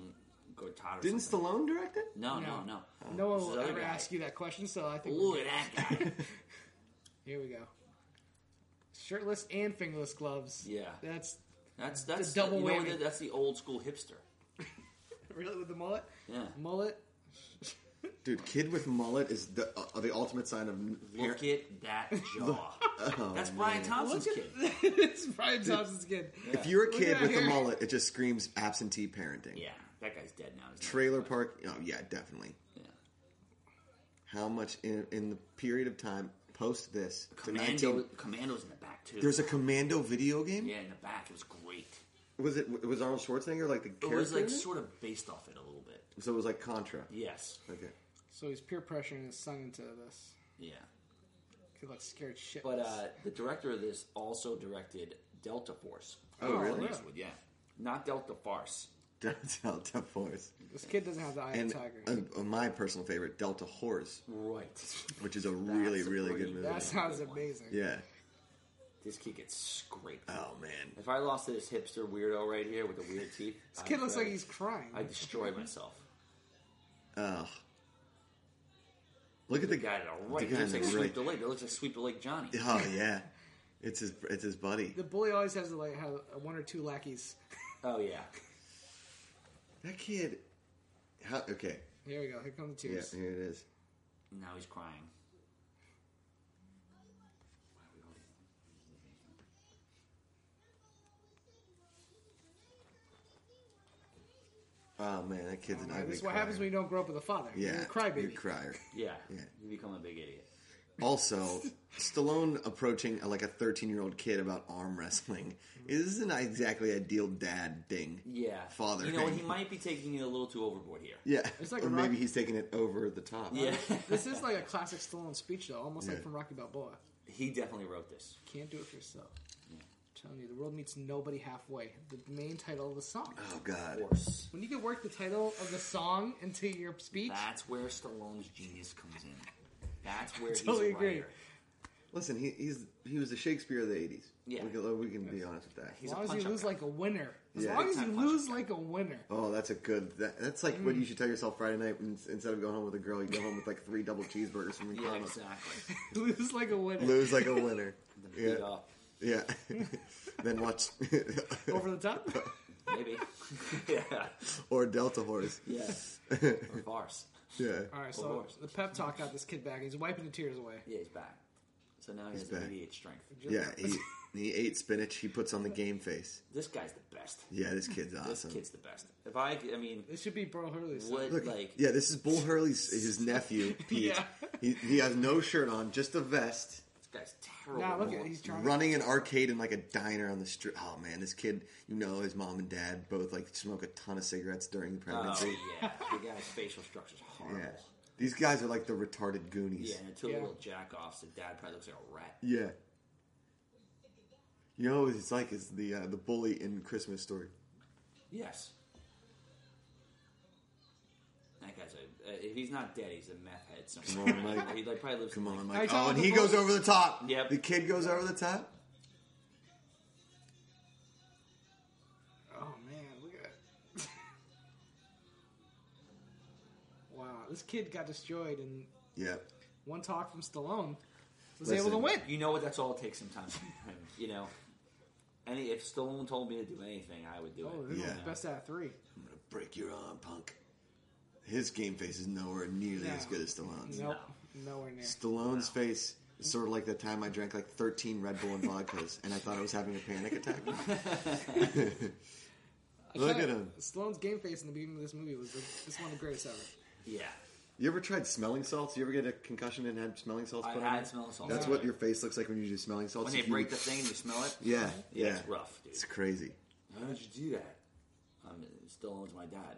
[SPEAKER 2] Gotard. or
[SPEAKER 1] Didn't
[SPEAKER 2] something.
[SPEAKER 1] Stallone direct it?
[SPEAKER 2] No, no,
[SPEAKER 3] No.
[SPEAKER 2] no.
[SPEAKER 3] No one
[SPEAKER 2] This
[SPEAKER 3] will
[SPEAKER 2] other
[SPEAKER 3] ever
[SPEAKER 2] guy.
[SPEAKER 3] ask you that question, so
[SPEAKER 1] <laughs>
[SPEAKER 3] I think
[SPEAKER 2] Look at that guy.
[SPEAKER 3] here we go. Shirtless and fingerless gloves.
[SPEAKER 2] Yeah.
[SPEAKER 3] That's <laughs>
[SPEAKER 2] That's that's
[SPEAKER 3] double
[SPEAKER 2] you know
[SPEAKER 3] whammy.
[SPEAKER 2] what, that's the old school hipster.
[SPEAKER 3] really with the mullet?
[SPEAKER 2] Yeah.
[SPEAKER 3] Mullet?
[SPEAKER 1] Dude, kid with mullet is the uh, the ultimate sign of
[SPEAKER 2] Look at that
[SPEAKER 3] <laughs>
[SPEAKER 2] jaw.
[SPEAKER 1] Oh,
[SPEAKER 2] That's Brian Thompson's
[SPEAKER 3] Look at
[SPEAKER 2] kid.
[SPEAKER 3] <laughs> it's Brian Thompson's kid.
[SPEAKER 1] If you're a
[SPEAKER 3] Look
[SPEAKER 1] kid
[SPEAKER 3] at
[SPEAKER 1] with a
[SPEAKER 3] here.
[SPEAKER 1] mullet, it just screams absentee parenting.
[SPEAKER 2] Yeah, that guy's dead now. isn't he?
[SPEAKER 1] Trailer park. Oh yeah, definitely.
[SPEAKER 2] Yeah.
[SPEAKER 1] How much in, in the period of time post this to
[SPEAKER 2] Commando,
[SPEAKER 1] 19?
[SPEAKER 2] Commando's in the back too.
[SPEAKER 1] There's a Commando video game.
[SPEAKER 2] yeah, in the back. It was great.
[SPEAKER 1] Was it was Arnold Schwarzenegger like the
[SPEAKER 2] It
[SPEAKER 1] character?
[SPEAKER 2] was
[SPEAKER 1] in
[SPEAKER 2] like
[SPEAKER 1] it?
[SPEAKER 2] sort of based off it a little bit.
[SPEAKER 1] so it was like Contra.
[SPEAKER 2] Yes.
[SPEAKER 1] Okay. <laughs>
[SPEAKER 3] So he's peer pressuring his son into this.
[SPEAKER 2] Yeah.
[SPEAKER 3] He looks scared shitless.
[SPEAKER 2] But uh, the director of this also directed Delta Force.
[SPEAKER 1] Oh, really?
[SPEAKER 2] Clint Eastwood, yeah. Not Delta Farce.
[SPEAKER 1] Delta Force.
[SPEAKER 3] this kid doesn't have the eye
[SPEAKER 1] And
[SPEAKER 3] of a tiger.
[SPEAKER 1] uh, my personal favorite, Delta Horse,
[SPEAKER 2] Right.
[SPEAKER 1] which is a really
[SPEAKER 2] a
[SPEAKER 1] really
[SPEAKER 2] pretty-
[SPEAKER 1] good movie.
[SPEAKER 3] that sounds
[SPEAKER 2] good one.
[SPEAKER 3] amazing.
[SPEAKER 1] Yeah.
[SPEAKER 2] This kid gets scraped.
[SPEAKER 1] Oh man.
[SPEAKER 2] If I lost to this hipster weirdo right here with the weird teeth,
[SPEAKER 3] This kid looks like
[SPEAKER 2] I'd- uh,
[SPEAKER 3] he's crying.
[SPEAKER 2] I'd destroy myself.
[SPEAKER 1] Oh. Look at the,
[SPEAKER 2] The guy to the right.
[SPEAKER 1] The
[SPEAKER 2] It
[SPEAKER 1] guy
[SPEAKER 2] looks
[SPEAKER 1] to
[SPEAKER 2] like
[SPEAKER 1] the
[SPEAKER 2] Sweep
[SPEAKER 1] right.
[SPEAKER 2] the Lake. It looks like Sweep the Lake Johnny.
[SPEAKER 1] Oh yeah. It's his it's his buddy.
[SPEAKER 3] the bully always has like have one or two lackeys.
[SPEAKER 2] Oh, yeah.
[SPEAKER 1] That kid. How, okay.
[SPEAKER 3] Here we go. Here come the
[SPEAKER 1] Yeah,
[SPEAKER 3] tears.
[SPEAKER 1] here it is.
[SPEAKER 2] Now he's crying.
[SPEAKER 1] Oh man, that kid's an
[SPEAKER 3] Alright,
[SPEAKER 1] ugly.
[SPEAKER 3] this is what happens when you don't grow up with a father.
[SPEAKER 1] yeah,
[SPEAKER 3] You're a crybaby.
[SPEAKER 1] You're a crier.
[SPEAKER 2] Yeah.
[SPEAKER 1] Yeah.
[SPEAKER 2] You become a big idiot.
[SPEAKER 1] Also, Stallone approaching uh, like a 13 year old kid about arm wrestling is not exactly ideal dad thing.
[SPEAKER 2] Yeah.
[SPEAKER 1] Father
[SPEAKER 2] You know,
[SPEAKER 1] thing.
[SPEAKER 2] he might be taking it a little too overboard here.
[SPEAKER 1] Yeah.
[SPEAKER 3] It's like
[SPEAKER 1] or
[SPEAKER 3] a
[SPEAKER 1] maybe
[SPEAKER 3] rock-
[SPEAKER 1] he's taking it over the top.
[SPEAKER 2] Yeah. <laughs>
[SPEAKER 3] this is like a classic Stallone speech, though, almost
[SPEAKER 1] Yeah.
[SPEAKER 3] like from Rocky Balboa.
[SPEAKER 2] He definitely wrote this.
[SPEAKER 3] Can't do it for yourself. I'm telling you, the world meets nobody halfway. The main title of the song.
[SPEAKER 1] Oh god.
[SPEAKER 2] Of course.
[SPEAKER 3] When you can work the title of the song into your speech,
[SPEAKER 2] That's where Stallone's genius comes in. That's where he's
[SPEAKER 3] Totally
[SPEAKER 2] a
[SPEAKER 3] agree.
[SPEAKER 2] writer.
[SPEAKER 1] Listen, he, he's he was the Shakespeare of the 80s.
[SPEAKER 2] Yeah.
[SPEAKER 1] We can, we can be honest with that.
[SPEAKER 2] He's
[SPEAKER 3] as
[SPEAKER 2] a
[SPEAKER 3] long as you
[SPEAKER 2] punch-up
[SPEAKER 3] lose
[SPEAKER 2] guy.
[SPEAKER 3] like a winner, as
[SPEAKER 1] Yeah.
[SPEAKER 3] long as you
[SPEAKER 2] Big-time punch-up
[SPEAKER 3] lose like a winner, <laughs>
[SPEAKER 1] Oh, that's a good. That, that's like
[SPEAKER 2] Mm.
[SPEAKER 1] what you should tell yourself Friday night. And, instead of going home with a girl, you go home with like three double cheeseburgers from
[SPEAKER 2] <laughs> Yeah,
[SPEAKER 1] McDonald's.
[SPEAKER 2] exactly.
[SPEAKER 3] lose like a winner,
[SPEAKER 1] Lose like a
[SPEAKER 2] <laughs>
[SPEAKER 1] winner.
[SPEAKER 2] The
[SPEAKER 1] yeah.
[SPEAKER 2] beat up.
[SPEAKER 1] Yeah. <laughs> then watch <laughs>
[SPEAKER 3] over the top.
[SPEAKER 2] Maybe. <laughs> yeah.
[SPEAKER 1] or Delta Horse.
[SPEAKER 2] Yeah.
[SPEAKER 1] <laughs>
[SPEAKER 2] Or farce.
[SPEAKER 1] Yeah.
[SPEAKER 3] All right,
[SPEAKER 2] Of
[SPEAKER 3] so
[SPEAKER 2] course.
[SPEAKER 3] the pep talk got this kid back. He's wiping the tears away.
[SPEAKER 2] Yeah, he's back. So now he
[SPEAKER 1] He's
[SPEAKER 2] has
[SPEAKER 1] back.
[SPEAKER 2] immediate strength.
[SPEAKER 1] Yeah. He he ate spinach. He puts on the game face.
[SPEAKER 2] This guy's the best.
[SPEAKER 1] Yeah, this kid's
[SPEAKER 2] This
[SPEAKER 1] awesome.
[SPEAKER 2] kid's the best. If I, I mean,
[SPEAKER 3] This should be Bro Hurley's. son.
[SPEAKER 2] what,
[SPEAKER 1] Look,
[SPEAKER 2] like,
[SPEAKER 1] yeah, this is Bull
[SPEAKER 2] <laughs>
[SPEAKER 1] Hurley's his nephew Pete.
[SPEAKER 3] Yeah.
[SPEAKER 1] He he has no shirt on, just a vest.
[SPEAKER 2] this guy's horrible.
[SPEAKER 3] Nah, look at
[SPEAKER 2] mom.
[SPEAKER 3] he's trying. to
[SPEAKER 1] running an arcade in like a diner on the street. Oh man, this kid, you know, his mom and dad both like smoke a ton of cigarettes during the
[SPEAKER 2] Oh,
[SPEAKER 1] pregnancy. <laughs>
[SPEAKER 2] yeah. The guy's facial structure's horrible.
[SPEAKER 1] yeah,
[SPEAKER 2] Yeah,
[SPEAKER 1] these guys are like the retarded Goonies.
[SPEAKER 2] and the two
[SPEAKER 3] Yeah.
[SPEAKER 2] little jack offs, the dad probably looks like a rat.
[SPEAKER 1] Yeah. You know what it's like? It's the uh, the bully in Christmas Story.
[SPEAKER 2] Yes. That guy's a. Uh, if he's not dead, he's a meth head somewhere.
[SPEAKER 1] Come on, Mike.
[SPEAKER 2] He like, probably lives.
[SPEAKER 1] Come
[SPEAKER 2] in,
[SPEAKER 1] on,
[SPEAKER 3] Are
[SPEAKER 1] Mike.
[SPEAKER 3] you talking
[SPEAKER 1] Oh, and
[SPEAKER 3] about
[SPEAKER 1] he
[SPEAKER 3] the
[SPEAKER 1] goes
[SPEAKER 3] bully?
[SPEAKER 1] over the top.
[SPEAKER 2] Yep.
[SPEAKER 1] The kid goes over the top.
[SPEAKER 3] Oh man, look at that. <laughs> wow, this kid got destroyed, and
[SPEAKER 1] Yeah.
[SPEAKER 3] one talk from Stallone was
[SPEAKER 1] Listen.
[SPEAKER 3] able to win.
[SPEAKER 2] You know what? That's all it takes sometimes. you know, any if Stallone told me to do anything, I would do
[SPEAKER 3] Oh,
[SPEAKER 2] it.
[SPEAKER 3] this
[SPEAKER 1] Yeah.
[SPEAKER 3] was best out of three.
[SPEAKER 1] I'm gonna break your arm, punk. His game face is nowhere nearly
[SPEAKER 3] No.
[SPEAKER 1] as good as Stallone's.
[SPEAKER 3] Nope, nowhere near.
[SPEAKER 1] Stallone's face is sort of like that time I drank like 13 Red Bull and vodkas, and I thought I was having a panic
[SPEAKER 2] <laughs>
[SPEAKER 1] attack. Look at him.
[SPEAKER 3] Stallone's game face in the beginning of this movie was the, it's one of the greatest ever.
[SPEAKER 2] Yeah,
[SPEAKER 1] You ever tried smelling salts? You ever get a concussion and had smelling salts
[SPEAKER 2] I
[SPEAKER 1] put on?
[SPEAKER 2] had
[SPEAKER 1] you?
[SPEAKER 2] smelling salts.
[SPEAKER 1] That's what your face looks like when you do smelling salts.
[SPEAKER 2] When they
[SPEAKER 1] If you-
[SPEAKER 2] break the thing, and you smell it.
[SPEAKER 1] Yeah,
[SPEAKER 2] yeah,
[SPEAKER 1] yeah,
[SPEAKER 2] it's rough, dude.
[SPEAKER 1] It's crazy.
[SPEAKER 2] How did you do that? I'm still owns my dad.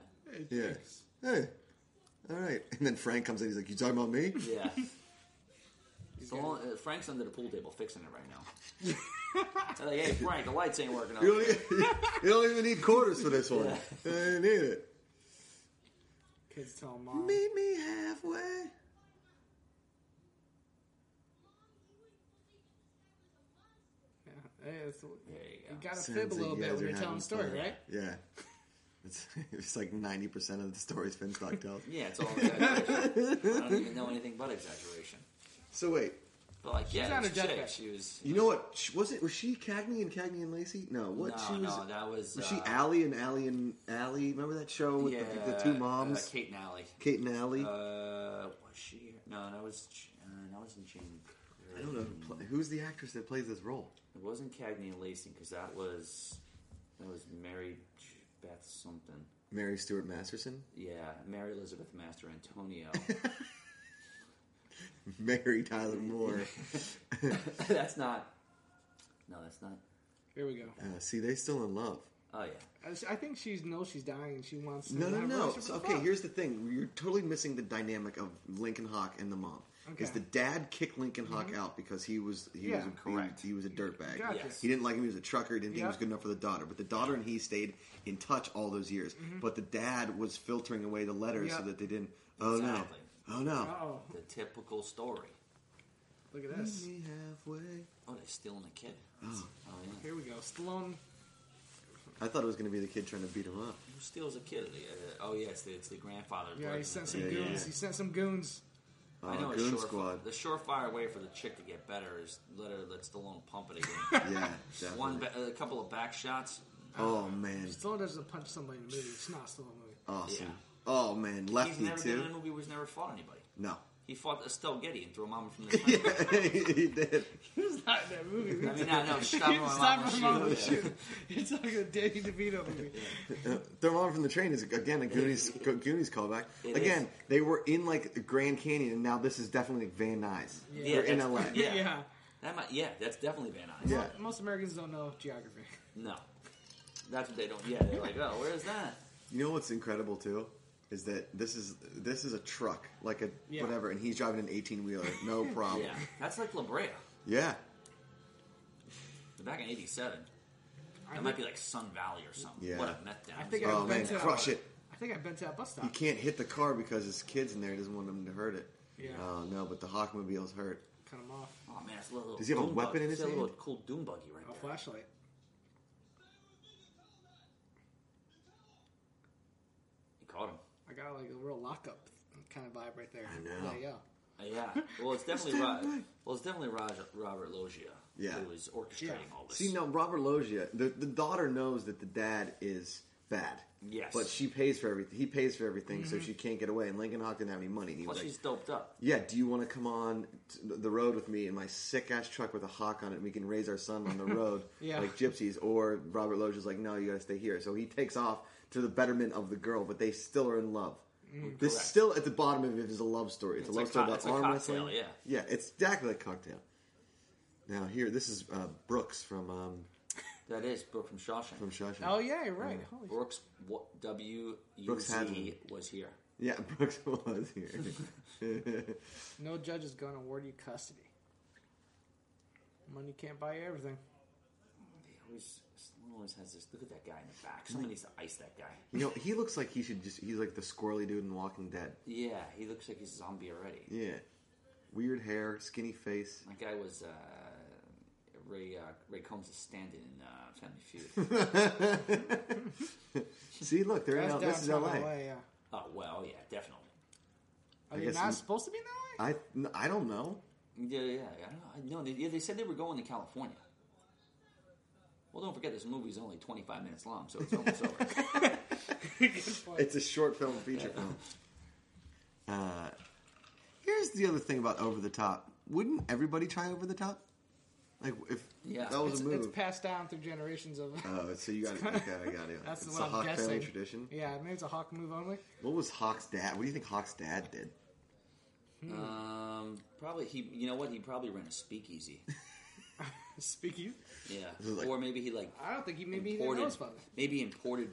[SPEAKER 1] Yeah. Hey, all right. And then Frank comes in. He's like, "You talking about
[SPEAKER 2] <laughs>
[SPEAKER 1] me?"
[SPEAKER 2] Yeah.
[SPEAKER 3] He's
[SPEAKER 2] Stallone, uh, Frank's under the pool table fixing it right now.
[SPEAKER 1] <laughs>
[SPEAKER 2] They're like, hey, Frank, the lights ain't working.
[SPEAKER 1] You
[SPEAKER 2] Up.
[SPEAKER 1] don't, even, <laughs> you don't even need quarters for this one. I need it.
[SPEAKER 3] got Kids tell mom.
[SPEAKER 1] Meet me halfway.
[SPEAKER 3] Yeah. Hey, it's-
[SPEAKER 2] There
[SPEAKER 3] you
[SPEAKER 2] you go.
[SPEAKER 3] gotta
[SPEAKER 1] Sounds
[SPEAKER 3] fib a
[SPEAKER 1] like
[SPEAKER 3] little
[SPEAKER 1] you
[SPEAKER 3] bit
[SPEAKER 1] guys
[SPEAKER 3] when
[SPEAKER 1] are
[SPEAKER 3] you're telling
[SPEAKER 1] having
[SPEAKER 3] a story,
[SPEAKER 1] fun.
[SPEAKER 3] right?
[SPEAKER 1] Yeah. <laughs> It's, it's like 90% of the stories Finstock tells.
[SPEAKER 2] Yeah, it's all exaggeration. I don't even know anything but exaggeration.
[SPEAKER 1] So wait,
[SPEAKER 2] But like, yeah,
[SPEAKER 3] on
[SPEAKER 2] this
[SPEAKER 3] her deathbed.
[SPEAKER 2] chick, she was.
[SPEAKER 1] you know what? sh- Was it was she Cagney and Cagney and Lacey? No, what
[SPEAKER 2] no,
[SPEAKER 1] she was?
[SPEAKER 2] no, that was.
[SPEAKER 1] was
[SPEAKER 2] uh,
[SPEAKER 1] she Allie and Allie and Allie? Remember that show with
[SPEAKER 2] Yeah,
[SPEAKER 1] the, the two moms,
[SPEAKER 2] Uh, Kate and Allie.
[SPEAKER 1] Kate and Allie?
[SPEAKER 2] Uh, was she? No, that was. Uh, that wasn't Jane.
[SPEAKER 1] I don't know who pla- who's the actress that plays this role.
[SPEAKER 2] It wasn't Cagney and Lacey because that was that was Mary Beth something.
[SPEAKER 1] Mary Stuart Masterson,
[SPEAKER 2] Yeah, Mary Elizabeth Master Antonio. <laughs>
[SPEAKER 1] <laughs> Mary Tyler <laughs> Moore.
[SPEAKER 2] that's not. No, that's not.
[SPEAKER 3] Here we go.
[SPEAKER 1] Uh, see, they still in love.
[SPEAKER 2] Oh yeah,
[SPEAKER 3] I sh- I think she knows she's dying and she wants to
[SPEAKER 1] No, no,
[SPEAKER 3] have a
[SPEAKER 1] no.
[SPEAKER 3] relationship
[SPEAKER 1] So,
[SPEAKER 3] with
[SPEAKER 1] okay,
[SPEAKER 3] mom.
[SPEAKER 1] here's the thing: you're totally missing the dynamic of Lincoln Hawk and the mom. Because
[SPEAKER 3] Okay.
[SPEAKER 1] the dad kicked Lincoln Hawk out because he was he
[SPEAKER 3] Yeah.
[SPEAKER 1] was a,
[SPEAKER 2] Correct.
[SPEAKER 1] He, he was a dirtbag.
[SPEAKER 3] Gotcha.
[SPEAKER 2] Yes.
[SPEAKER 1] He didn't like him. He was a trucker. He didn't think he was
[SPEAKER 3] Yeah.
[SPEAKER 1] good enough for the daughter. But the daughter and he stayed in touch all those years. But the dad was filtering away the letters so
[SPEAKER 3] Yeah.
[SPEAKER 1] that they didn't. Oh
[SPEAKER 2] Exactly.
[SPEAKER 1] no! Oh no!
[SPEAKER 3] Uh-oh.
[SPEAKER 2] the typical story.
[SPEAKER 3] Look at
[SPEAKER 1] Meet
[SPEAKER 3] this.
[SPEAKER 1] me halfway.
[SPEAKER 2] Oh, they're stealing a kid.
[SPEAKER 1] Oh.
[SPEAKER 2] Oh yeah,
[SPEAKER 3] Here we go. Stallone.
[SPEAKER 1] I thought it was going to be the kid trying to beat him up.
[SPEAKER 2] who steals a kid? Uh, oh yes, it's the, it's the grandfather.
[SPEAKER 3] Yeah, he
[SPEAKER 2] working
[SPEAKER 3] sent
[SPEAKER 2] the
[SPEAKER 3] some
[SPEAKER 1] Yeah,
[SPEAKER 2] thing.
[SPEAKER 1] yeah,
[SPEAKER 3] goons.
[SPEAKER 1] yeah.
[SPEAKER 3] He sent some goons.
[SPEAKER 2] I know
[SPEAKER 1] Oh,
[SPEAKER 2] a
[SPEAKER 1] Goon
[SPEAKER 2] sure,
[SPEAKER 1] Squad.
[SPEAKER 2] The surefire way for the chick to get better is let her let Stallone pump it again.
[SPEAKER 1] yeah,
[SPEAKER 2] <laughs>
[SPEAKER 1] <laughs>
[SPEAKER 2] One,
[SPEAKER 1] definitely.
[SPEAKER 2] ba- a couple of back shots.
[SPEAKER 1] Oh man,
[SPEAKER 3] Stallone doesn't punch somebody in the movie. It's not a Stallone movie.
[SPEAKER 1] awesome.
[SPEAKER 2] Yeah.
[SPEAKER 1] Oh man,
[SPEAKER 2] He's
[SPEAKER 1] Lefty
[SPEAKER 2] never been in a
[SPEAKER 1] too.
[SPEAKER 2] movie where he's never fought anybody.
[SPEAKER 1] No, <laughs>
[SPEAKER 2] He fought uh, Estelle Getty and threw a mama from the <laughs> plane.
[SPEAKER 1] yeah, he did.
[SPEAKER 3] He was not in that <laughs> movie.
[SPEAKER 2] I mean, no, no, stop
[SPEAKER 3] He
[SPEAKER 2] her
[SPEAKER 3] was
[SPEAKER 2] mama.
[SPEAKER 3] not in
[SPEAKER 2] Shoot.
[SPEAKER 3] the <laughs>
[SPEAKER 2] Yeah.
[SPEAKER 3] movie. It's like a
[SPEAKER 1] <laughs>
[SPEAKER 3] Danny DeVito movie.
[SPEAKER 1] They're on from the train is again a Goonies Go- Goonies callback.
[SPEAKER 2] It
[SPEAKER 1] again,
[SPEAKER 2] is.
[SPEAKER 1] they were in like the Grand Canyon, and now this is definitely like Van Nuys.
[SPEAKER 2] Yeah,
[SPEAKER 1] They're in
[SPEAKER 2] that's-
[SPEAKER 1] LA.
[SPEAKER 2] <laughs> Yeah.
[SPEAKER 3] Yeah.
[SPEAKER 2] That might, yeah, that's definitely Van Nuys.
[SPEAKER 1] Yeah.
[SPEAKER 3] Most Americans don't know geography.
[SPEAKER 2] No, that's what they don't. Yeah, they're like, oh, where is that?
[SPEAKER 1] You know what's incredible too is that this is this is a truck, like a
[SPEAKER 3] Yeah.
[SPEAKER 1] whatever, and he's driving an eighteen wheeler, no problem.
[SPEAKER 2] <laughs> Yeah, that's like La Brea.
[SPEAKER 1] yeah.
[SPEAKER 2] Back in
[SPEAKER 3] I,
[SPEAKER 2] '87, that
[SPEAKER 3] think-
[SPEAKER 2] might be like Sun Valley or something.
[SPEAKER 1] Yeah.
[SPEAKER 2] What a meth down.
[SPEAKER 3] I think
[SPEAKER 1] Oh
[SPEAKER 3] I've
[SPEAKER 1] man,
[SPEAKER 3] been to
[SPEAKER 1] crush it!
[SPEAKER 3] I think I've been to that bus
[SPEAKER 1] You
[SPEAKER 3] stop.
[SPEAKER 1] can't hit the car because his kids in there. He doesn't want them to hurt it.
[SPEAKER 3] Yeah.
[SPEAKER 1] Oh no, but the Hawkmobile's hurt.
[SPEAKER 3] Cut him off.
[SPEAKER 2] Oh man, that's a little.
[SPEAKER 1] Does he have a
[SPEAKER 2] Doom
[SPEAKER 1] weapon
[SPEAKER 2] buggy.
[SPEAKER 1] in his
[SPEAKER 2] It's a little
[SPEAKER 1] hand?
[SPEAKER 2] cool Doom buggy right
[SPEAKER 3] A
[SPEAKER 2] there.
[SPEAKER 3] flashlight.
[SPEAKER 2] He caught
[SPEAKER 3] <laughs>
[SPEAKER 2] him.
[SPEAKER 3] I got like a real lockup kind of vibe right there.
[SPEAKER 1] I know.
[SPEAKER 3] Yeah, yeah.
[SPEAKER 2] Uh, yeah. Well, it's definitely
[SPEAKER 1] Stand
[SPEAKER 2] Rod,
[SPEAKER 1] by.
[SPEAKER 2] well, it's definitely Raj, Robert Loggia
[SPEAKER 1] Yeah.
[SPEAKER 2] who is orchestrating
[SPEAKER 3] Yeah.
[SPEAKER 2] all this.
[SPEAKER 1] See, now Robert Loggia, the, the daughter knows that the dad is bad.
[SPEAKER 2] Yes. Mm-hmm.
[SPEAKER 1] But she pays for everything. He pays for everything, so she can't get away. And Lincoln Hawk didn't have any money. And he was
[SPEAKER 2] Plus,
[SPEAKER 1] like,
[SPEAKER 2] she's doped up.
[SPEAKER 1] Yeah, do you want to come on t- the road with me in my sick ass truck with a hawk on it and we can raise our son on the road
[SPEAKER 3] Yeah.
[SPEAKER 1] like gypsies? Or Robert Loggia's like, No, you got to stay here. So he takes off to the betterment of the girl, but they still are in love. This
[SPEAKER 2] Correct.
[SPEAKER 1] still at the bottom of it is a love story. It's,
[SPEAKER 2] It's
[SPEAKER 1] a love
[SPEAKER 2] a
[SPEAKER 1] story
[SPEAKER 2] co-
[SPEAKER 1] about
[SPEAKER 2] it's a
[SPEAKER 1] arm
[SPEAKER 2] cocktail,
[SPEAKER 1] wrestling.
[SPEAKER 2] yeah.
[SPEAKER 1] yeah, it's exactly like cocktail. Now here, this is uh, Brooks from um,
[SPEAKER 2] That is Brooke from Shawshank.
[SPEAKER 1] from Shawshank.
[SPEAKER 3] Oh yeah, you're right. Holy shit.
[SPEAKER 2] Brooks W W U
[SPEAKER 1] Brooks had
[SPEAKER 2] Z
[SPEAKER 1] one.
[SPEAKER 2] was here.
[SPEAKER 1] Yeah, <laughs> Brooks was here.
[SPEAKER 3] No judge is gonna award you custody. Money can't buy you everything.
[SPEAKER 2] He always, Sloan always has this. Look at that guy in the back. Someone needs to ice that guy.
[SPEAKER 1] you know, he looks like he should just—he's like the squirrely dude in Walking Dead.
[SPEAKER 2] Yeah, he looks like he's a zombie already.
[SPEAKER 1] Yeah, weird hair, skinny face.
[SPEAKER 2] That guy was uh, Ray uh, Ray Combs' stand-in in uh, Family
[SPEAKER 1] <laughs>
[SPEAKER 2] Feud.
[SPEAKER 1] See, look, they're in.
[SPEAKER 3] That's
[SPEAKER 1] L- this is
[SPEAKER 3] downtown
[SPEAKER 1] L.A.
[SPEAKER 3] LA, yeah.
[SPEAKER 2] oh well, yeah, definitely.
[SPEAKER 3] Are
[SPEAKER 1] I
[SPEAKER 3] you
[SPEAKER 1] guess
[SPEAKER 3] not
[SPEAKER 1] you-
[SPEAKER 3] supposed to be in
[SPEAKER 1] <laughs>
[SPEAKER 3] LA?
[SPEAKER 1] I n- I don't know.
[SPEAKER 2] Yeah, yeah. yeah. I don't know. No, they, yeah, they said they were going to California. Well, don't forget this movie's only 25 minutes long, so it's almost over.
[SPEAKER 1] <laughs> It's a short film feature
[SPEAKER 3] <laughs>
[SPEAKER 1] film. Uh, here's the other thing about Over the Top. Wouldn't everybody try Over the Top? Like if
[SPEAKER 2] Yeah.
[SPEAKER 1] that was
[SPEAKER 3] It's,
[SPEAKER 1] a
[SPEAKER 3] it's
[SPEAKER 1] movie.
[SPEAKER 3] passed down through generations of. <laughs>
[SPEAKER 1] oh, so you got it. Okay, I got it.
[SPEAKER 3] That's
[SPEAKER 1] it's
[SPEAKER 3] what
[SPEAKER 1] a
[SPEAKER 3] I'm
[SPEAKER 1] Hawk
[SPEAKER 3] guessing.
[SPEAKER 1] family tradition.
[SPEAKER 3] Yeah, maybe it's a hawk move only. <laughs>
[SPEAKER 1] What was Hawk's dad? What do you think Hawk's dad did?
[SPEAKER 2] Um, probably he. You know what? He probably ran a speakeasy.
[SPEAKER 3] Speaking,
[SPEAKER 2] Yeah,
[SPEAKER 1] <laughs> is like-
[SPEAKER 2] or maybe he like
[SPEAKER 3] I don't think he maybe he didn't know
[SPEAKER 2] imported.
[SPEAKER 3] his father.
[SPEAKER 2] Maybe imported.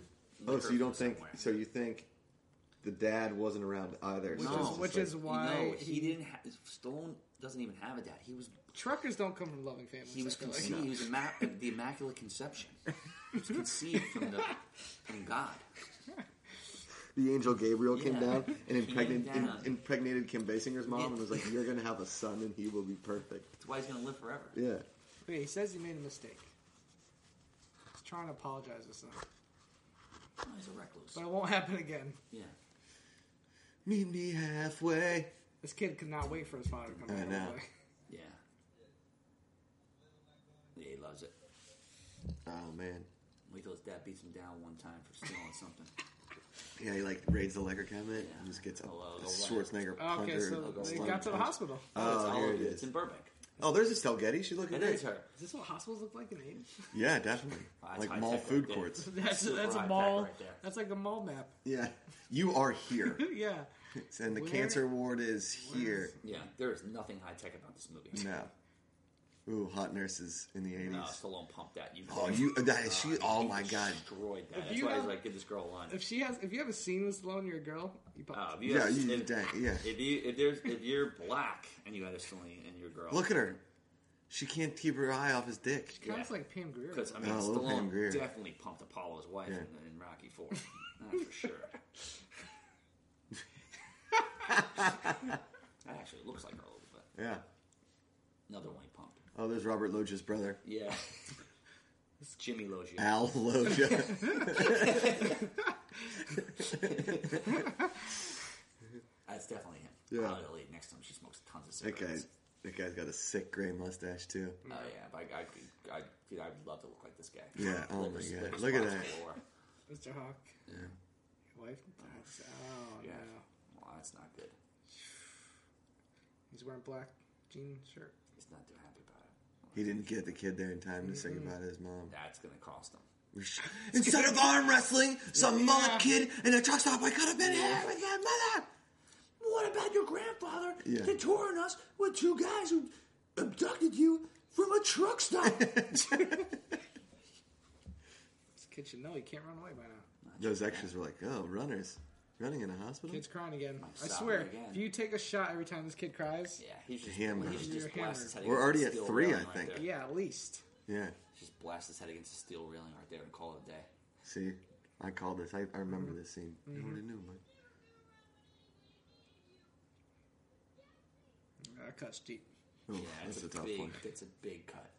[SPEAKER 1] Oh,
[SPEAKER 2] liquor
[SPEAKER 1] so you
[SPEAKER 2] from
[SPEAKER 1] don't think?
[SPEAKER 2] somewhere.
[SPEAKER 1] So you think the dad wasn't around either?
[SPEAKER 3] Which,
[SPEAKER 1] so it's
[SPEAKER 3] is,
[SPEAKER 1] just
[SPEAKER 3] which
[SPEAKER 1] like-
[SPEAKER 3] is why
[SPEAKER 2] you know, he,
[SPEAKER 3] he-
[SPEAKER 2] didn't. Ha- Stallone doesn't even have a dad. He was
[SPEAKER 3] truckers don't come from loving families.
[SPEAKER 2] he was
[SPEAKER 3] I feel
[SPEAKER 2] conceived. He was imma- the immaculate conception. He was conceived from the from God.
[SPEAKER 1] the angel Gabriel
[SPEAKER 2] Yeah.
[SPEAKER 1] came down and
[SPEAKER 2] Came
[SPEAKER 1] impregnated
[SPEAKER 2] down.
[SPEAKER 1] im- impregnated Kim Basinger's mom
[SPEAKER 2] Yeah.
[SPEAKER 1] and was like, "You're gonna have a son and he will be perfect."
[SPEAKER 2] That's why he's gonna live forever.
[SPEAKER 1] Yeah.
[SPEAKER 3] like. Wait, he says he made a mistake. He's trying to apologize or something,
[SPEAKER 2] Oh, he's a recluse.
[SPEAKER 3] but it won't happen again.
[SPEAKER 2] yeah.
[SPEAKER 1] Meet me halfway.
[SPEAKER 3] This kid could not wait for his father to come
[SPEAKER 1] I
[SPEAKER 3] back.
[SPEAKER 1] know.
[SPEAKER 3] Like,
[SPEAKER 2] Yeah. Yeah, he loves it.
[SPEAKER 1] Oh man.
[SPEAKER 2] Wait till his dad beats him down one time for stealing something.
[SPEAKER 1] Yeah, he like raids the liquor cabinet
[SPEAKER 2] Yeah.
[SPEAKER 1] and just gets a,
[SPEAKER 2] Oh,
[SPEAKER 1] a
[SPEAKER 2] uh,
[SPEAKER 1] Schwarzenegger punter.
[SPEAKER 3] <laughs> Okay, so
[SPEAKER 2] I'll
[SPEAKER 1] and
[SPEAKER 3] they
[SPEAKER 2] go
[SPEAKER 1] slung
[SPEAKER 3] got to the
[SPEAKER 1] punch.
[SPEAKER 3] hospital.
[SPEAKER 2] it's
[SPEAKER 1] <laughs> Oh,
[SPEAKER 2] all
[SPEAKER 1] here
[SPEAKER 2] over.
[SPEAKER 1] it
[SPEAKER 2] It's
[SPEAKER 1] is.
[SPEAKER 2] in Burbank.
[SPEAKER 1] Oh, there's Estelle Getty. She's looking
[SPEAKER 2] It
[SPEAKER 1] great.
[SPEAKER 2] is her.
[SPEAKER 3] Is this what hospitals look like in the 80s?
[SPEAKER 1] Yeah, definitely.
[SPEAKER 2] Wow, it's
[SPEAKER 1] like
[SPEAKER 2] high
[SPEAKER 1] mall
[SPEAKER 2] tech
[SPEAKER 1] food
[SPEAKER 2] right there.
[SPEAKER 1] courts.
[SPEAKER 3] <laughs> That's,
[SPEAKER 2] Super
[SPEAKER 3] that's a
[SPEAKER 2] high
[SPEAKER 3] mall.
[SPEAKER 2] tech right there.
[SPEAKER 3] that's like a mall map. <laughs>
[SPEAKER 1] Yeah, you are here,
[SPEAKER 3] yeah.
[SPEAKER 1] and the
[SPEAKER 3] Where-
[SPEAKER 1] cancer ward is here.
[SPEAKER 2] Yeah, there is nothing high tech about this movie.
[SPEAKER 1] No. Ooh, hot nurses in the
[SPEAKER 2] No,
[SPEAKER 1] eighties.
[SPEAKER 2] Stallone pumped that. You
[SPEAKER 1] Oh, you that is she? Oh my god.
[SPEAKER 2] destroyed that.
[SPEAKER 3] If
[SPEAKER 2] That's
[SPEAKER 3] you
[SPEAKER 2] why I was
[SPEAKER 3] have-
[SPEAKER 2] like, get this girl a line.
[SPEAKER 3] If she has, if you have a scene with Sloan, you're a girl. You pop.
[SPEAKER 2] Uh, if you
[SPEAKER 1] Yeah,
[SPEAKER 2] have-
[SPEAKER 1] you
[SPEAKER 2] if,
[SPEAKER 1] dang, yeah.
[SPEAKER 2] If you if there's if you're black and you had a Celine and you're a girl,
[SPEAKER 1] Look at her. She can't keep her eye off his dick.
[SPEAKER 3] kind of
[SPEAKER 2] yeah.
[SPEAKER 3] like Pam Grier.
[SPEAKER 2] because I mean
[SPEAKER 1] Oh, Lil Pam Grier.
[SPEAKER 2] Stallone definitely pumped Apollo's wife
[SPEAKER 1] Yeah.
[SPEAKER 2] in, in Rocky Four, that's for sure.
[SPEAKER 1] <laughs>
[SPEAKER 2] that actually looks like her a little bit.
[SPEAKER 1] Yeah.
[SPEAKER 2] Another one he pumped.
[SPEAKER 1] Oh, there's Robert Loggia's brother,
[SPEAKER 2] Yeah, it's Jimmy Loggia.
[SPEAKER 1] Al
[SPEAKER 3] <laughs>
[SPEAKER 1] Loggia.
[SPEAKER 2] That's definitely him.
[SPEAKER 1] Yeah.
[SPEAKER 2] I'll tell you next time she smokes tons of
[SPEAKER 1] that
[SPEAKER 2] cigarettes.
[SPEAKER 1] guy's that guy's got a sick gray mustache too.
[SPEAKER 2] Oh yeah, but I, I, could- I, dude, I'd love to look like this guy.
[SPEAKER 1] Yeah, oh
[SPEAKER 2] Liver-
[SPEAKER 1] my God.
[SPEAKER 2] liver
[SPEAKER 1] Look at
[SPEAKER 2] spots
[SPEAKER 1] that.
[SPEAKER 2] galore.
[SPEAKER 3] Mr. Hawk. Yeah. Your wife. That's- Oh
[SPEAKER 2] Yeah.
[SPEAKER 3] no.
[SPEAKER 2] Well, that's not good.
[SPEAKER 3] He's wearing black jean shirt.
[SPEAKER 2] He's not too happy about it.
[SPEAKER 1] He didn't get the kid there in time to
[SPEAKER 3] Mm-hmm.
[SPEAKER 1] sing about his mom. <laughs>
[SPEAKER 2] That's gonna cost him.
[SPEAKER 1] Instead of arm wrestling, some
[SPEAKER 3] Yeah.
[SPEAKER 1] mullet kid in a truck stop, I could have been here with your mother.
[SPEAKER 2] What about your grandfather
[SPEAKER 1] Yeah.
[SPEAKER 2] touring us with two guys who abducted you from a
[SPEAKER 1] <laughs>
[SPEAKER 2] truck stop?
[SPEAKER 3] This kid should know he can't run away by now.
[SPEAKER 1] Those extras were like, "Oh, runners running in a hospital."
[SPEAKER 3] Kid's crying again. I
[SPEAKER 2] Stop
[SPEAKER 3] swear.
[SPEAKER 2] him again.
[SPEAKER 3] If you take a shot every time this kid cries,
[SPEAKER 2] yeah, he's just,
[SPEAKER 1] Hammer.
[SPEAKER 2] he's
[SPEAKER 3] You're
[SPEAKER 2] just blast his head
[SPEAKER 1] We're
[SPEAKER 2] against
[SPEAKER 1] already
[SPEAKER 2] the
[SPEAKER 1] at
[SPEAKER 2] steel
[SPEAKER 1] three, I
[SPEAKER 2] railing right
[SPEAKER 1] think.
[SPEAKER 2] there.
[SPEAKER 3] yeah, at least.
[SPEAKER 1] Yeah.
[SPEAKER 2] Just blast his head against the steel railing right there and call it a day.
[SPEAKER 1] See, I called this. I, I remember this scene.
[SPEAKER 3] Mm-hmm.
[SPEAKER 1] You already knew, Mike.
[SPEAKER 3] That Uh, cuts deep.
[SPEAKER 1] Oh,
[SPEAKER 2] Yeah,
[SPEAKER 1] that's
[SPEAKER 2] it's
[SPEAKER 1] a, tough
[SPEAKER 2] big.
[SPEAKER 1] one.
[SPEAKER 2] That's a big cut.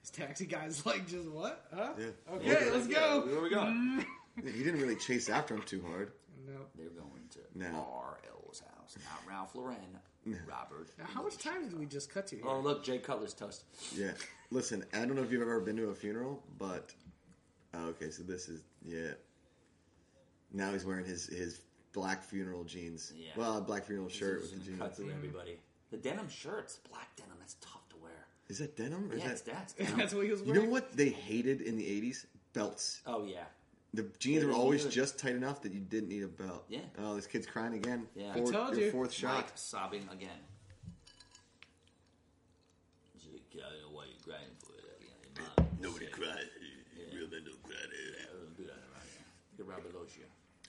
[SPEAKER 3] This taxi guy's <laughs> like, just what? Huh?
[SPEAKER 1] Yeah.
[SPEAKER 3] Okay, let's go. Mm.
[SPEAKER 2] Where are we going?
[SPEAKER 1] Yeah, He didn't really chase after him too hard.
[SPEAKER 3] No.
[SPEAKER 2] They're going to
[SPEAKER 1] No.
[SPEAKER 2] R.L.'s house. Not Ralph Lauren. Robert.
[SPEAKER 3] Now, how much time did we just cut to here?
[SPEAKER 2] Oh, look, Jay Cutler's toast.
[SPEAKER 1] Yeah. Listen, I don't know if you've ever been to a funeral, but oh, okay, so this is yeah. Now he's wearing his his black funeral jeans.
[SPEAKER 2] Yeah.
[SPEAKER 1] Well, black funeral shirt
[SPEAKER 2] This
[SPEAKER 1] with
[SPEAKER 2] is
[SPEAKER 1] the
[SPEAKER 2] gonna
[SPEAKER 1] jeans.
[SPEAKER 2] cut
[SPEAKER 3] Mm.
[SPEAKER 2] through everybody. The denim shirts, black denim, that's tough to wear.
[SPEAKER 1] Is that denim? Or
[SPEAKER 2] Yeah,
[SPEAKER 1] is
[SPEAKER 2] it's
[SPEAKER 1] that
[SPEAKER 3] <laughs>
[SPEAKER 2] that's
[SPEAKER 3] <laughs>
[SPEAKER 2] denim.
[SPEAKER 3] That's what he was
[SPEAKER 1] you
[SPEAKER 3] wearing.
[SPEAKER 1] know what they hated in the eighties? Belts.
[SPEAKER 2] Oh yeah,
[SPEAKER 1] The jeans
[SPEAKER 2] They
[SPEAKER 1] were
[SPEAKER 2] didn't
[SPEAKER 1] always
[SPEAKER 2] need it.
[SPEAKER 1] just tight enough that you didn't need a belt.
[SPEAKER 2] Yeah.
[SPEAKER 1] Oh, this kid's crying again.
[SPEAKER 2] Yeah. I
[SPEAKER 1] Fourth,
[SPEAKER 3] told
[SPEAKER 1] your
[SPEAKER 3] you.
[SPEAKER 1] fourth shot.
[SPEAKER 2] Mike sobbing again. kid, I don't know why you're crying for it. I mean, your mom
[SPEAKER 1] Nobody
[SPEAKER 2] said-
[SPEAKER 1] cried. Real men don't cry.
[SPEAKER 2] I don't do that around here. You're Robert Loggia.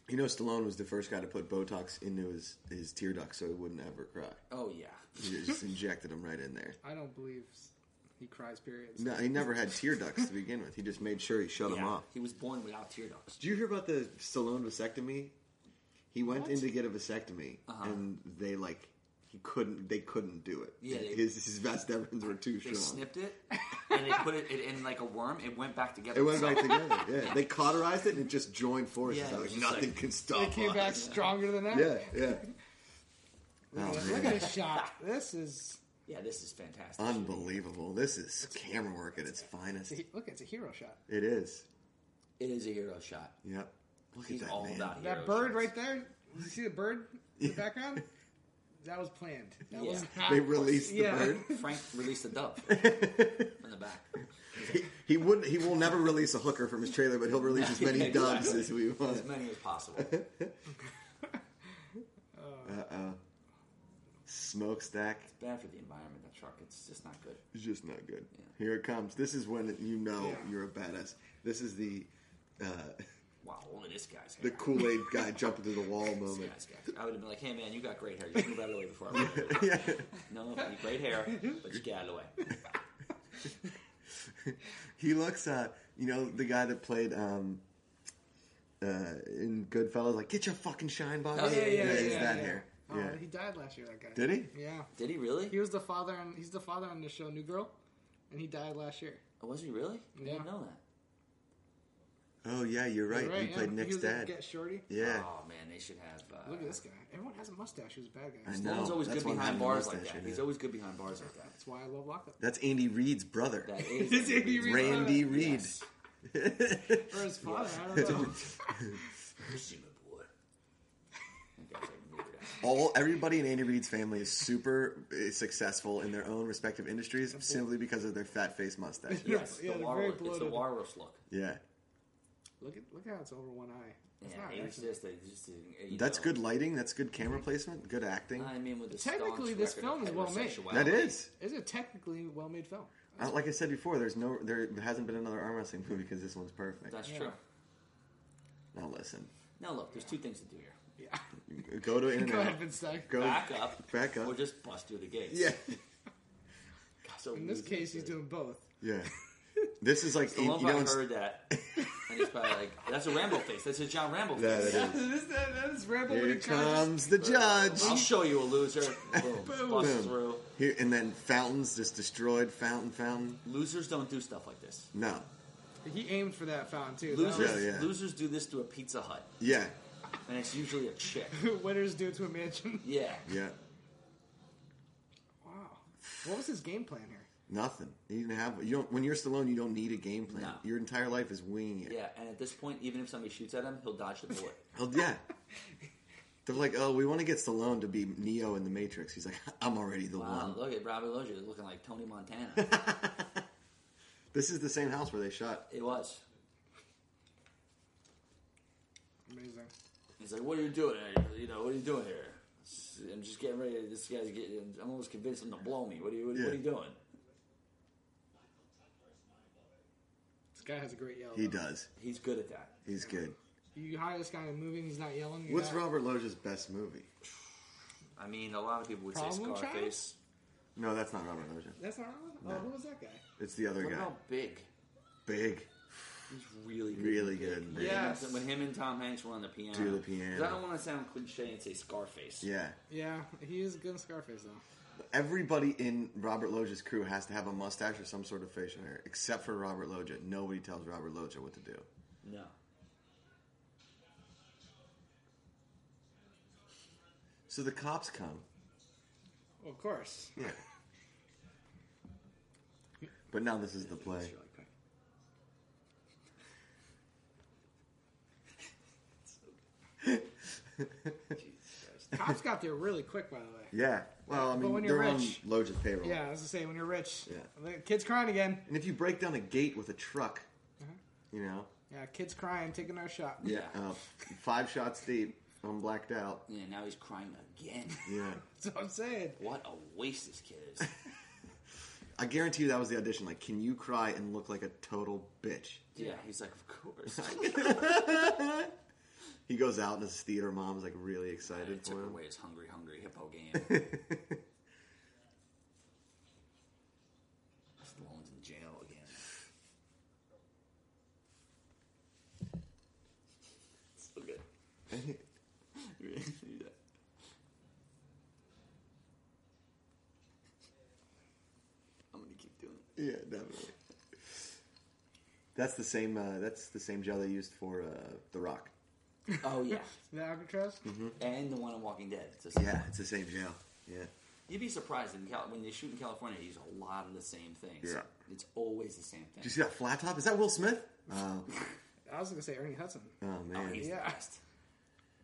[SPEAKER 1] You know, Stallone was the first guy to put Botox into his, his tear duct so he wouldn't ever cry.
[SPEAKER 2] Oh yeah.
[SPEAKER 1] He
[SPEAKER 2] <laughs>
[SPEAKER 1] just injected him right in there.
[SPEAKER 3] I don't believe s- he cries. Periods.
[SPEAKER 1] No, he never had tear ducts to begin with. He just made sure he shut them
[SPEAKER 2] yeah.
[SPEAKER 1] off.
[SPEAKER 2] He was born without tear ducts.
[SPEAKER 1] Did you hear about the Stallone vasectomy? He went
[SPEAKER 3] What?
[SPEAKER 1] in to get a vasectomy,
[SPEAKER 2] Uh-huh.
[SPEAKER 1] and they like he couldn't. They couldn't do it.
[SPEAKER 2] Yeah, they-
[SPEAKER 1] his his vasectomies were too
[SPEAKER 2] They
[SPEAKER 1] strong.
[SPEAKER 2] snipped it and they put it, it in like a worm. It went back together.
[SPEAKER 1] It went
[SPEAKER 2] itself.
[SPEAKER 1] back
[SPEAKER 2] <laughs>
[SPEAKER 1] together. Yeah, they cauterized it and it just joined forces.
[SPEAKER 2] Yeah,
[SPEAKER 1] I
[SPEAKER 2] it
[SPEAKER 1] was
[SPEAKER 2] was
[SPEAKER 1] like,
[SPEAKER 2] just
[SPEAKER 1] nothing
[SPEAKER 2] like-
[SPEAKER 1] can stop.
[SPEAKER 3] They came back
[SPEAKER 1] us.
[SPEAKER 3] stronger than that.
[SPEAKER 1] Yeah,
[SPEAKER 2] <laughs>
[SPEAKER 1] yeah.
[SPEAKER 3] Look
[SPEAKER 1] Oh,
[SPEAKER 3] at-
[SPEAKER 1] man.
[SPEAKER 3] Look at this shot. This is
[SPEAKER 2] Yeah, this is fantastic.
[SPEAKER 1] Unbelievable. This is camera work at its finest. It
[SPEAKER 3] look. It's a hero shot.
[SPEAKER 1] is.
[SPEAKER 2] It is a hero shot.
[SPEAKER 1] Yep. Look
[SPEAKER 2] He's
[SPEAKER 1] at that
[SPEAKER 2] all
[SPEAKER 1] man.
[SPEAKER 2] about hero
[SPEAKER 3] That bird
[SPEAKER 2] shots.
[SPEAKER 3] right there. You see the bird in the background? That was planned. That
[SPEAKER 2] Yeah.
[SPEAKER 3] was not.
[SPEAKER 1] They released the
[SPEAKER 3] Yeah.
[SPEAKER 1] bird.
[SPEAKER 2] <laughs> Frank released
[SPEAKER 1] <laughs>
[SPEAKER 2] the dove from <laughs> the back.
[SPEAKER 1] He, he wouldn't. He will never release a hooker from his trailer, but he'll release as many
[SPEAKER 2] Yeah,
[SPEAKER 1] dubs
[SPEAKER 2] exactly.
[SPEAKER 1] as we want.
[SPEAKER 2] As many as possible.
[SPEAKER 1] Uh oh. Smokestack
[SPEAKER 2] Bad for the environment, that shark. It's just not good.
[SPEAKER 1] is just not good.
[SPEAKER 2] Yeah.
[SPEAKER 1] Here it comes. This is when you know
[SPEAKER 3] Yeah.
[SPEAKER 1] you're a badass. This is the uh,
[SPEAKER 2] Wow, only this guy's hair.
[SPEAKER 1] the Kool Aid guy jumping through the wall
[SPEAKER 2] This
[SPEAKER 1] moment.
[SPEAKER 2] guy's got- I would have been like, hey man, you got great hair. You can move out of the way
[SPEAKER 1] <laughs>
[SPEAKER 2] before I run over you."
[SPEAKER 1] yeah.
[SPEAKER 2] No, you got great hair, but you get out of the way.
[SPEAKER 1] He looks. Uh, you know the guy that played um, uh, in Goodfellas. Like, get your fucking shine box.
[SPEAKER 2] Oh, yeah, yeah, yeah,
[SPEAKER 1] it's
[SPEAKER 2] yeah,
[SPEAKER 1] that
[SPEAKER 3] yeah.
[SPEAKER 1] hair.
[SPEAKER 3] Oh,
[SPEAKER 1] yeah.
[SPEAKER 3] he died last year. That guy.
[SPEAKER 1] Did he?
[SPEAKER 3] Yeah.
[SPEAKER 2] Did he really?
[SPEAKER 3] He was the father, on he's the father on the show New Girl, and he died last year.
[SPEAKER 2] Was he really? I
[SPEAKER 3] Yeah.
[SPEAKER 2] didn't know that.
[SPEAKER 1] Oh yeah, you're right.
[SPEAKER 3] You're right,
[SPEAKER 1] he played
[SPEAKER 3] yeah.
[SPEAKER 1] Nick's
[SPEAKER 3] was in
[SPEAKER 1] dad.
[SPEAKER 3] Get Shorty.
[SPEAKER 1] yeah.
[SPEAKER 2] Oh man, they should have. Uh,
[SPEAKER 3] Look at this guy. Everyone has a mustache. He was a bad guy.
[SPEAKER 1] I know.
[SPEAKER 2] Stallone's always
[SPEAKER 1] That's
[SPEAKER 2] good
[SPEAKER 1] why I'm
[SPEAKER 2] behind
[SPEAKER 1] having a
[SPEAKER 2] bars like
[SPEAKER 1] mustache,
[SPEAKER 2] that.
[SPEAKER 1] yeah.
[SPEAKER 2] He's always good behind bars like
[SPEAKER 3] <laughs>
[SPEAKER 2] that.
[SPEAKER 3] That's why I
[SPEAKER 1] <laughs>
[SPEAKER 3] love Lockup.
[SPEAKER 1] That's Andy Reed's brother.
[SPEAKER 2] That
[SPEAKER 3] It's
[SPEAKER 2] is.
[SPEAKER 3] Andy Reid.
[SPEAKER 1] Randy Reed.
[SPEAKER 2] Yes.
[SPEAKER 1] <laughs>
[SPEAKER 3] Or his father. I don't know.
[SPEAKER 2] Pussy, my boy. That guy's like weird.
[SPEAKER 3] <laughs>
[SPEAKER 1] all everybody in Andy Reid's family is super uh, successful in their own respective industries simply because of their fat face
[SPEAKER 2] <laughs>
[SPEAKER 1] mustache.
[SPEAKER 2] Yes,
[SPEAKER 3] yeah, they're
[SPEAKER 2] the
[SPEAKER 3] very
[SPEAKER 2] walrus. It's the
[SPEAKER 3] bloated.
[SPEAKER 2] walrus look.
[SPEAKER 1] Yeah,
[SPEAKER 3] Look at look how it's over one eye. It's
[SPEAKER 2] Yeah,
[SPEAKER 3] not
[SPEAKER 2] it was
[SPEAKER 3] actually-
[SPEAKER 2] just, a, just a, you
[SPEAKER 1] that's
[SPEAKER 2] know,
[SPEAKER 1] good lighting. That's good camera placement. Good acting.
[SPEAKER 2] I mean, with the
[SPEAKER 3] Technically,
[SPEAKER 2] staunch
[SPEAKER 3] this
[SPEAKER 2] record
[SPEAKER 3] film
[SPEAKER 2] of
[SPEAKER 3] is well-made.
[SPEAKER 2] heterosexuality.
[SPEAKER 1] That is.
[SPEAKER 3] It's a technically well-made film. <laughs>
[SPEAKER 1] Uh, like I said before, there's no, there hasn't been another arm wrestling movie because this one's perfect.
[SPEAKER 2] That's
[SPEAKER 3] Yeah.
[SPEAKER 2] true.
[SPEAKER 1] Now listen,
[SPEAKER 2] Now look, there's two things to do here.
[SPEAKER 3] Yeah.
[SPEAKER 1] go
[SPEAKER 2] <laughs>
[SPEAKER 1] to internet.
[SPEAKER 3] Go ahead, Vinstein.
[SPEAKER 1] Go
[SPEAKER 2] Back up.
[SPEAKER 1] Back up.
[SPEAKER 2] Or just bust through the gates.
[SPEAKER 1] Yeah,
[SPEAKER 2] So
[SPEAKER 3] In this case, he's doing
[SPEAKER 1] <laughs>
[SPEAKER 3] both.
[SPEAKER 1] yeah. This is like
[SPEAKER 2] The
[SPEAKER 1] you
[SPEAKER 2] one
[SPEAKER 1] know. it's- <laughs>
[SPEAKER 2] heard that, and he's probably like, "That's a Rambo face. That's a John Rambo face."
[SPEAKER 1] That it
[SPEAKER 3] <laughs> that
[SPEAKER 1] is.
[SPEAKER 3] is that is Rambo when
[SPEAKER 1] Here
[SPEAKER 3] he charges.
[SPEAKER 1] comes the judge.
[SPEAKER 2] I'll show you
[SPEAKER 1] <laughs>
[SPEAKER 2] a loser. Boom. Bust
[SPEAKER 1] Boom.
[SPEAKER 2] through.
[SPEAKER 1] Here and then fountains just destroyed. Fountain, fountain.
[SPEAKER 2] Losers don't do stuff like this.
[SPEAKER 1] No.
[SPEAKER 3] He aimed for that fountain too. That was- <laughs>
[SPEAKER 2] Losers,
[SPEAKER 1] Yeah, yeah.
[SPEAKER 2] losers do this to a Pizza Hut,
[SPEAKER 1] Yeah.
[SPEAKER 2] and it's usually a chick.
[SPEAKER 3] Winners due to a mansion.
[SPEAKER 2] Yeah.
[SPEAKER 1] Yeah.
[SPEAKER 3] <laughs> Wow. What was his game plan here?
[SPEAKER 1] Nothing. You didn't have. You don't. When you're Stallone, you don't need a game plan.
[SPEAKER 2] No.
[SPEAKER 1] Your entire life is winging it.
[SPEAKER 2] Yeah, and at this point, even if somebody shoots at him, he'll dodge the bullet.
[SPEAKER 1] Hell, yeah. They're like, oh, we want to get Stallone to be Neo in the Matrix. He's like, <laughs> I'm already the
[SPEAKER 2] Wow,
[SPEAKER 1] one.
[SPEAKER 2] look at Robbie Loggia looking like Tony
[SPEAKER 1] <laughs>
[SPEAKER 2] Montana.
[SPEAKER 1] This is the same house where they shot.
[SPEAKER 2] it was.
[SPEAKER 3] Amazing.
[SPEAKER 2] He's like, "What are you doing? here? You know, what are you doing here? It's- I'm just getting ready. This guy's getting. I'm almost convinced him to blow me. What are you? What, are you- what are you doing?"
[SPEAKER 3] This guy has a great yell.
[SPEAKER 1] He does.
[SPEAKER 2] He's good at that.
[SPEAKER 1] He's good.
[SPEAKER 3] You hire this guy in a movie and he's not yelling. you're
[SPEAKER 1] What's
[SPEAKER 3] not-
[SPEAKER 1] Robert Loggia's best movie?
[SPEAKER 2] I mean, a lot of people would
[SPEAKER 3] Problem
[SPEAKER 2] say Scarface.
[SPEAKER 1] No, that's not Robert Loggia.
[SPEAKER 3] That's not Robert. Oh, who was that guy?
[SPEAKER 1] It's the other
[SPEAKER 2] What
[SPEAKER 1] guy.
[SPEAKER 2] about Big?
[SPEAKER 1] Big.
[SPEAKER 2] He's really, good
[SPEAKER 1] Really
[SPEAKER 2] at
[SPEAKER 1] good.
[SPEAKER 2] Big.
[SPEAKER 1] Yeah.
[SPEAKER 3] Yes.
[SPEAKER 2] When him and Tom Hanks were on the piano.
[SPEAKER 1] Do the piano.
[SPEAKER 2] 'Cause I don't want to sound cliche and say Scarface.
[SPEAKER 1] Yeah.
[SPEAKER 3] Yeah, he is good in Scarface though.
[SPEAKER 1] Everybody in Robert Loggia's crew has to have a mustache or some sort of facial hair, except for Robert Loggia. Nobody tells Robert Loggia what to do.
[SPEAKER 2] No.
[SPEAKER 1] So the cops come.
[SPEAKER 3] Well, of course.
[SPEAKER 1] Yeah. But now this is the play.
[SPEAKER 2] Sure,
[SPEAKER 1] <laughs>
[SPEAKER 2] okay. It's so good. Jesus
[SPEAKER 3] <laughs>
[SPEAKER 2] Christ.
[SPEAKER 3] Cops got there really quick, by the way.
[SPEAKER 1] Yeah. Well, I mean,
[SPEAKER 3] when you're
[SPEAKER 1] they're
[SPEAKER 3] rich-
[SPEAKER 1] on Loggia's payroll.
[SPEAKER 3] Yeah, I was gonna say when you're rich,
[SPEAKER 1] Yeah.
[SPEAKER 3] the kid's crying again.
[SPEAKER 1] And if you break down a gate with a truck,
[SPEAKER 3] Uh-huh.
[SPEAKER 1] you know,
[SPEAKER 3] Yeah, kid's crying, taking our shot. <laughs>
[SPEAKER 2] Yeah.
[SPEAKER 1] uh, five shots deep, I'm blacked out.
[SPEAKER 2] Yeah, now he's crying again.
[SPEAKER 1] Yeah.
[SPEAKER 3] That's what I'm saying.
[SPEAKER 2] What a waste this kid is.
[SPEAKER 1] I guarantee you that was the audition. Like, can you cry and look like a total bitch?
[SPEAKER 2] <laughs> Yeah, he's like, of <laughs> course.
[SPEAKER 1] He goes out and his theater mom's like really excited
[SPEAKER 2] it
[SPEAKER 1] for
[SPEAKER 2] took
[SPEAKER 1] him.
[SPEAKER 2] away his hungry, hungry hippo <laughs> game. Just Lone's in jail again. So <laughs> good. Do that. I'm gonna keep doing it.
[SPEAKER 1] yeah, definitely. That's the same. Uh, that's the same gel they used for uh, The Rock.
[SPEAKER 2] Oh yeah,
[SPEAKER 3] The Alcatraz?
[SPEAKER 1] Mm-hmm.
[SPEAKER 2] and the one on Walking Dead. It's the same
[SPEAKER 1] Yeah,
[SPEAKER 2] one.
[SPEAKER 1] it's the same gel. Yeah,
[SPEAKER 2] You'd be surprised in Cal- when they shoot in California. They use a lot of the same things.
[SPEAKER 1] Yeah.
[SPEAKER 2] It's always the same thing.
[SPEAKER 1] do you see that flat top? Is that Will
[SPEAKER 2] <laughs>
[SPEAKER 1] Smith? Oh,
[SPEAKER 3] I was going to say Ernie Hudson
[SPEAKER 1] oh
[SPEAKER 2] oh,
[SPEAKER 1] man.
[SPEAKER 2] he's
[SPEAKER 3] Yeah.
[SPEAKER 2] the best.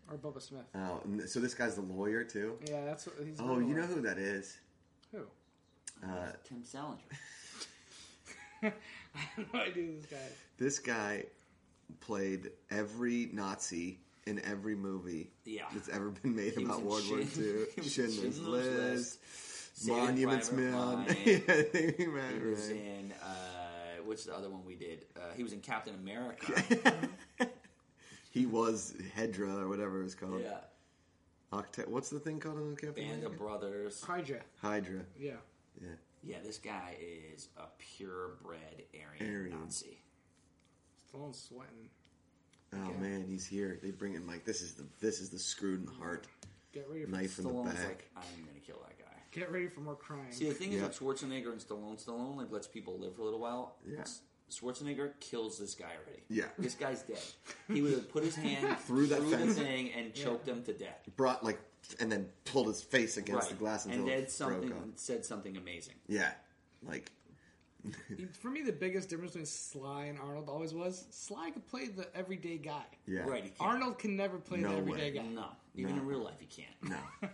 [SPEAKER 3] or Bubba Smith.
[SPEAKER 1] Oh, and so this guy's the lawyer too.
[SPEAKER 3] Yeah, that's what he's.
[SPEAKER 1] Oh,
[SPEAKER 3] another
[SPEAKER 1] you
[SPEAKER 3] one.
[SPEAKER 1] know who that is?
[SPEAKER 3] who? <laughs>
[SPEAKER 1] Uh,
[SPEAKER 2] Tim Salinger.
[SPEAKER 3] No idea who this guy. is.
[SPEAKER 1] This guy played every Nazi in every movie
[SPEAKER 2] Yeah.
[SPEAKER 1] that's ever been made
[SPEAKER 2] He was
[SPEAKER 1] about
[SPEAKER 2] in
[SPEAKER 1] World War II.
[SPEAKER 2] Shin- he was in
[SPEAKER 1] Schindler's,
[SPEAKER 2] Schindler's
[SPEAKER 1] List,
[SPEAKER 2] Saving
[SPEAKER 1] Monuments
[SPEAKER 2] Private
[SPEAKER 1] Man.
[SPEAKER 2] Ryan.
[SPEAKER 1] <laughs> yeah, I think you
[SPEAKER 2] He
[SPEAKER 1] might be
[SPEAKER 2] was
[SPEAKER 1] right.
[SPEAKER 2] in uh, what's the other one we did? Uh, he was in Captain America.
[SPEAKER 1] <laughs> He was Hedra or whatever it was called.
[SPEAKER 2] yeah,
[SPEAKER 1] Octet. What's the thing called on the Captain?
[SPEAKER 2] Band of
[SPEAKER 1] America?
[SPEAKER 2] Brothers.
[SPEAKER 3] Hydra.
[SPEAKER 1] Hydra.
[SPEAKER 3] Yeah.
[SPEAKER 1] Yeah.
[SPEAKER 2] Yeah, this guy is a purebred Aryan,
[SPEAKER 1] Aryan.
[SPEAKER 2] Nazi.
[SPEAKER 3] Stallone's sweating.
[SPEAKER 1] Oh
[SPEAKER 3] Yeah.
[SPEAKER 1] man, he's here. They bring in like this is the this is the screwed in heart
[SPEAKER 3] Get ready for
[SPEAKER 1] knife in the
[SPEAKER 2] Stallone's
[SPEAKER 1] back.
[SPEAKER 2] like, I'm gonna kill that guy.
[SPEAKER 3] Get ready for more crying.
[SPEAKER 2] See, the thing
[SPEAKER 1] Yeah.
[SPEAKER 2] is with Schwarzenegger and Stallone, Stallone like lets people live for a little while.
[SPEAKER 1] Yeah.
[SPEAKER 2] S- Schwarzenegger kills this guy already.
[SPEAKER 1] Yeah.
[SPEAKER 2] this guy's dead. He would have put his hand
[SPEAKER 1] <laughs> Through
[SPEAKER 2] through,
[SPEAKER 1] that
[SPEAKER 2] the
[SPEAKER 1] fence.
[SPEAKER 2] thing and choked him to death.
[SPEAKER 1] Brought like and then pulled his face against the glass until
[SPEAKER 2] and
[SPEAKER 1] it
[SPEAKER 2] then
[SPEAKER 1] broke
[SPEAKER 2] something
[SPEAKER 1] off.
[SPEAKER 2] said something amazing.
[SPEAKER 1] Yeah, like
[SPEAKER 3] For me, the biggest difference between Sly and Arnold always was Sly could play the everyday guy.
[SPEAKER 1] yeah,
[SPEAKER 2] Right, he can't.
[SPEAKER 3] Arnold can never play
[SPEAKER 1] No
[SPEAKER 3] the everyday
[SPEAKER 1] way.
[SPEAKER 3] guy.
[SPEAKER 2] No, even
[SPEAKER 1] No.
[SPEAKER 2] in real life, he can't. <laughs>
[SPEAKER 1] No,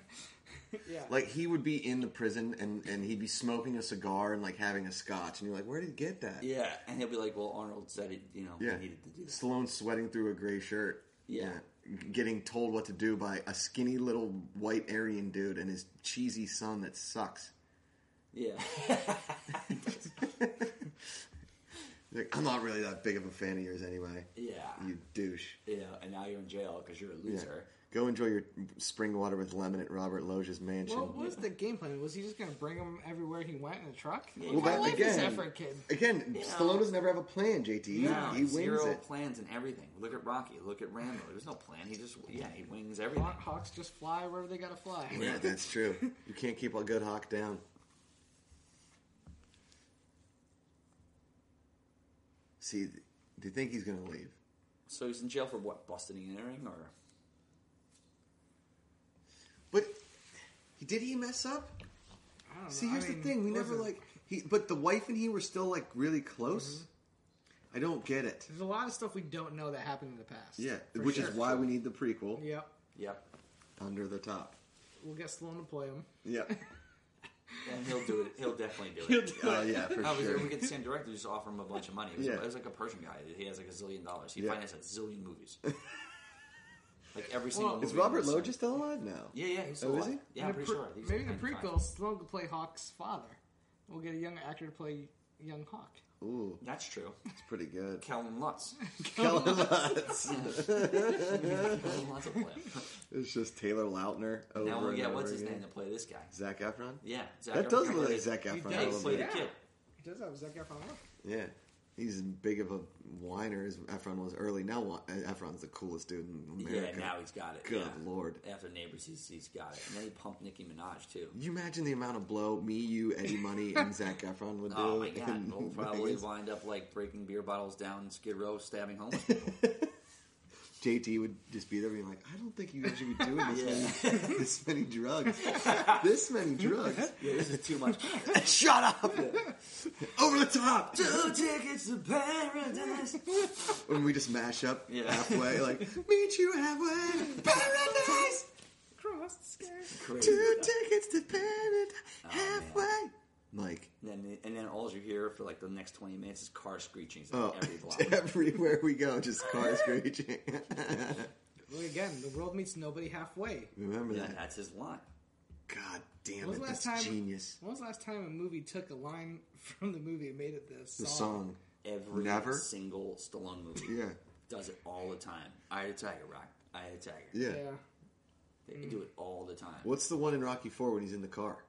[SPEAKER 3] Yeah.
[SPEAKER 1] like he would be in the prison and and he'd be smoking a cigar and like having a scotch, and you're like, where did he get that?
[SPEAKER 2] Yeah, and he'll be like, "Well, Arnold said it. You know,
[SPEAKER 1] yeah.
[SPEAKER 2] he needed to do that."
[SPEAKER 1] Stallone sweating through a gray shirt.
[SPEAKER 2] Yeah.
[SPEAKER 1] Getting told what to do by a skinny little white Aryan dude and his cheesy son that sucks.
[SPEAKER 2] Yeah, <laughs>
[SPEAKER 1] Like, I'm not really that big of a fan of yours anyway.
[SPEAKER 2] yeah,
[SPEAKER 1] You douche.
[SPEAKER 2] yeah. And now you're in jail because you're a
[SPEAKER 1] Yeah.
[SPEAKER 2] loser.
[SPEAKER 1] Go enjoy your spring water with lemon at Robert Loge's mansion.
[SPEAKER 3] Well, what was the game plan? Was he just going to bring him everywhere he went in a truck?
[SPEAKER 2] Yeah.
[SPEAKER 3] Well,
[SPEAKER 2] Well,
[SPEAKER 3] I
[SPEAKER 1] that-
[SPEAKER 3] like this
[SPEAKER 1] again-
[SPEAKER 3] effort, kid.
[SPEAKER 1] Again, Stallone doesn't ever have a plan, JT. He-
[SPEAKER 2] No,
[SPEAKER 1] he wins
[SPEAKER 2] zero
[SPEAKER 1] it.
[SPEAKER 2] plans and everything. Look at Rocky. Look at Rambo. There's no plan. He just yeah, he wings everything.
[SPEAKER 3] Hawk- Hawks just fly wherever they got to fly.
[SPEAKER 1] Yeah, that's true. You can't keep a good hawk down. See, do you think he's going to leave?
[SPEAKER 2] So he's in jail for what? Busting and entering, or
[SPEAKER 1] But he did he mess up?
[SPEAKER 3] I don't know.
[SPEAKER 1] See,
[SPEAKER 3] I
[SPEAKER 1] here's
[SPEAKER 3] mean,
[SPEAKER 1] the thing: we never
[SPEAKER 3] listen,
[SPEAKER 1] like he. But the wife and he were still like really close. I don't get it.
[SPEAKER 3] There's a lot of stuff we don't know that happened in the past.
[SPEAKER 1] Yeah,
[SPEAKER 3] Mm-hmm. For
[SPEAKER 1] which
[SPEAKER 3] sure.
[SPEAKER 1] is why we need the prequel
[SPEAKER 3] Yep.
[SPEAKER 2] yep.
[SPEAKER 1] under the
[SPEAKER 3] <laughs>
[SPEAKER 1] top.
[SPEAKER 3] We'll get Sloan to play him.
[SPEAKER 1] Yeah,
[SPEAKER 2] And he'll do it. He'll definitely do it.
[SPEAKER 1] oh yeah, for
[SPEAKER 2] <laughs> How was
[SPEAKER 1] sure.
[SPEAKER 2] it? We get the same director. Just offer him a bunch of money. It was,
[SPEAKER 1] Yeah.
[SPEAKER 2] it was like a Persian guy. He has like a zillion dollars. He
[SPEAKER 1] Yeah.
[SPEAKER 2] financed a zillion
[SPEAKER 1] <laughs>
[SPEAKER 2] movies. like every single.
[SPEAKER 3] Well,
[SPEAKER 2] movie
[SPEAKER 1] Is Robert
[SPEAKER 2] under the
[SPEAKER 1] Loja
[SPEAKER 2] sun.
[SPEAKER 1] still alive now?
[SPEAKER 2] Yeah, yeah, he's still
[SPEAKER 1] Oh, is
[SPEAKER 2] alive.
[SPEAKER 1] he?
[SPEAKER 2] Yeah,
[SPEAKER 3] And
[SPEAKER 2] I'm
[SPEAKER 3] the
[SPEAKER 2] pretty
[SPEAKER 3] pre-
[SPEAKER 2] sure. I think he's
[SPEAKER 3] Maybe
[SPEAKER 2] like
[SPEAKER 3] the
[SPEAKER 2] 95.
[SPEAKER 3] prequel, Sloan could play Hawk's father. We'll get a young actor to play young Hawk.
[SPEAKER 1] Ooh,
[SPEAKER 2] That's true.
[SPEAKER 1] it's pretty good. <laughs>
[SPEAKER 2] Calvin Lutz.
[SPEAKER 1] Kellen Lutz.
[SPEAKER 2] Calvin Lutz will play him.
[SPEAKER 1] <laughs> It's just Taylor Lautner over
[SPEAKER 2] Now we'll
[SPEAKER 1] and
[SPEAKER 2] get
[SPEAKER 1] over
[SPEAKER 2] what's his
[SPEAKER 1] again.
[SPEAKER 2] name to play this guy.
[SPEAKER 1] Zach Efron.
[SPEAKER 2] Yeah, Zac
[SPEAKER 1] That
[SPEAKER 2] Efron
[SPEAKER 1] does look
[SPEAKER 2] played-
[SPEAKER 1] like Zach
[SPEAKER 2] He
[SPEAKER 1] Efron. a
[SPEAKER 2] does
[SPEAKER 1] little
[SPEAKER 2] play the
[SPEAKER 1] bit.
[SPEAKER 3] Yeah.
[SPEAKER 2] kid.
[SPEAKER 3] He does have Zac Efron.
[SPEAKER 1] Yeah, he's as big of a whiner as Efron was early. Now Wa- uh, Efron's the coolest dude in America.
[SPEAKER 2] Yeah, now he's got it.
[SPEAKER 1] Good
[SPEAKER 2] yeah.
[SPEAKER 1] lord.
[SPEAKER 2] After Neighbors, he's, he's got it. And then he pumped Nicki Minaj too.
[SPEAKER 1] You imagine the amount of blow me, you, Eddie Money, and
[SPEAKER 2] <laughs>
[SPEAKER 1] Zach Efron would do.
[SPEAKER 2] Oh my
[SPEAKER 1] <laughs>
[SPEAKER 2] god,
[SPEAKER 1] in
[SPEAKER 2] we'll probably
[SPEAKER 1] Vegas?
[SPEAKER 2] wind up like breaking beer bottles down Skid Row, stabbing
[SPEAKER 1] <laughs>
[SPEAKER 2] homeless
[SPEAKER 1] JT would just be there being like, I don't think you guys should
[SPEAKER 2] <laughs>
[SPEAKER 1] be doing this,
[SPEAKER 2] Yeah.
[SPEAKER 1] many, <laughs> this many drugs.
[SPEAKER 2] <laughs>
[SPEAKER 1] this many drugs.
[SPEAKER 2] Yeah, this is too
[SPEAKER 1] <laughs>
[SPEAKER 2] much.
[SPEAKER 1] Shut up! Over the top!
[SPEAKER 2] Two tickets to paradise.
[SPEAKER 1] When we just mash up
[SPEAKER 2] Yeah.
[SPEAKER 1] halfway,
[SPEAKER 2] <laughs>
[SPEAKER 1] like, meet you halfway, paradise!
[SPEAKER 3] Cross the sky.
[SPEAKER 2] Crazy.
[SPEAKER 1] Two tickets to paradise,
[SPEAKER 2] Oh, man.
[SPEAKER 1] halfway. Mike.
[SPEAKER 2] And then, and then all you hear for like the next twenty minutes is car screeching
[SPEAKER 1] Oh, <laughs>
[SPEAKER 2] every block.
[SPEAKER 1] everywhere we go, just
[SPEAKER 2] <laughs>
[SPEAKER 1] cars screeching. <laughs>
[SPEAKER 3] Well, again, the world meets nobody halfway.
[SPEAKER 1] Remember
[SPEAKER 2] Yeah,
[SPEAKER 1] that.
[SPEAKER 2] that's his line.
[SPEAKER 1] God damn
[SPEAKER 3] When was
[SPEAKER 1] it,
[SPEAKER 3] the
[SPEAKER 1] that's
[SPEAKER 3] last time-
[SPEAKER 1] genius.
[SPEAKER 3] When was the last time a movie took a line <laughs> from the movie and made it the song?
[SPEAKER 1] The song.
[SPEAKER 2] Every
[SPEAKER 1] Never?
[SPEAKER 2] single Stallone movie
[SPEAKER 1] Yeah.
[SPEAKER 2] does it all the time. I had a tiger, Rock. I had a tiger.
[SPEAKER 1] Yeah.
[SPEAKER 3] Yeah.
[SPEAKER 2] They do it all the time.
[SPEAKER 1] What's the one in Rocky Four when he's in the car? <laughs>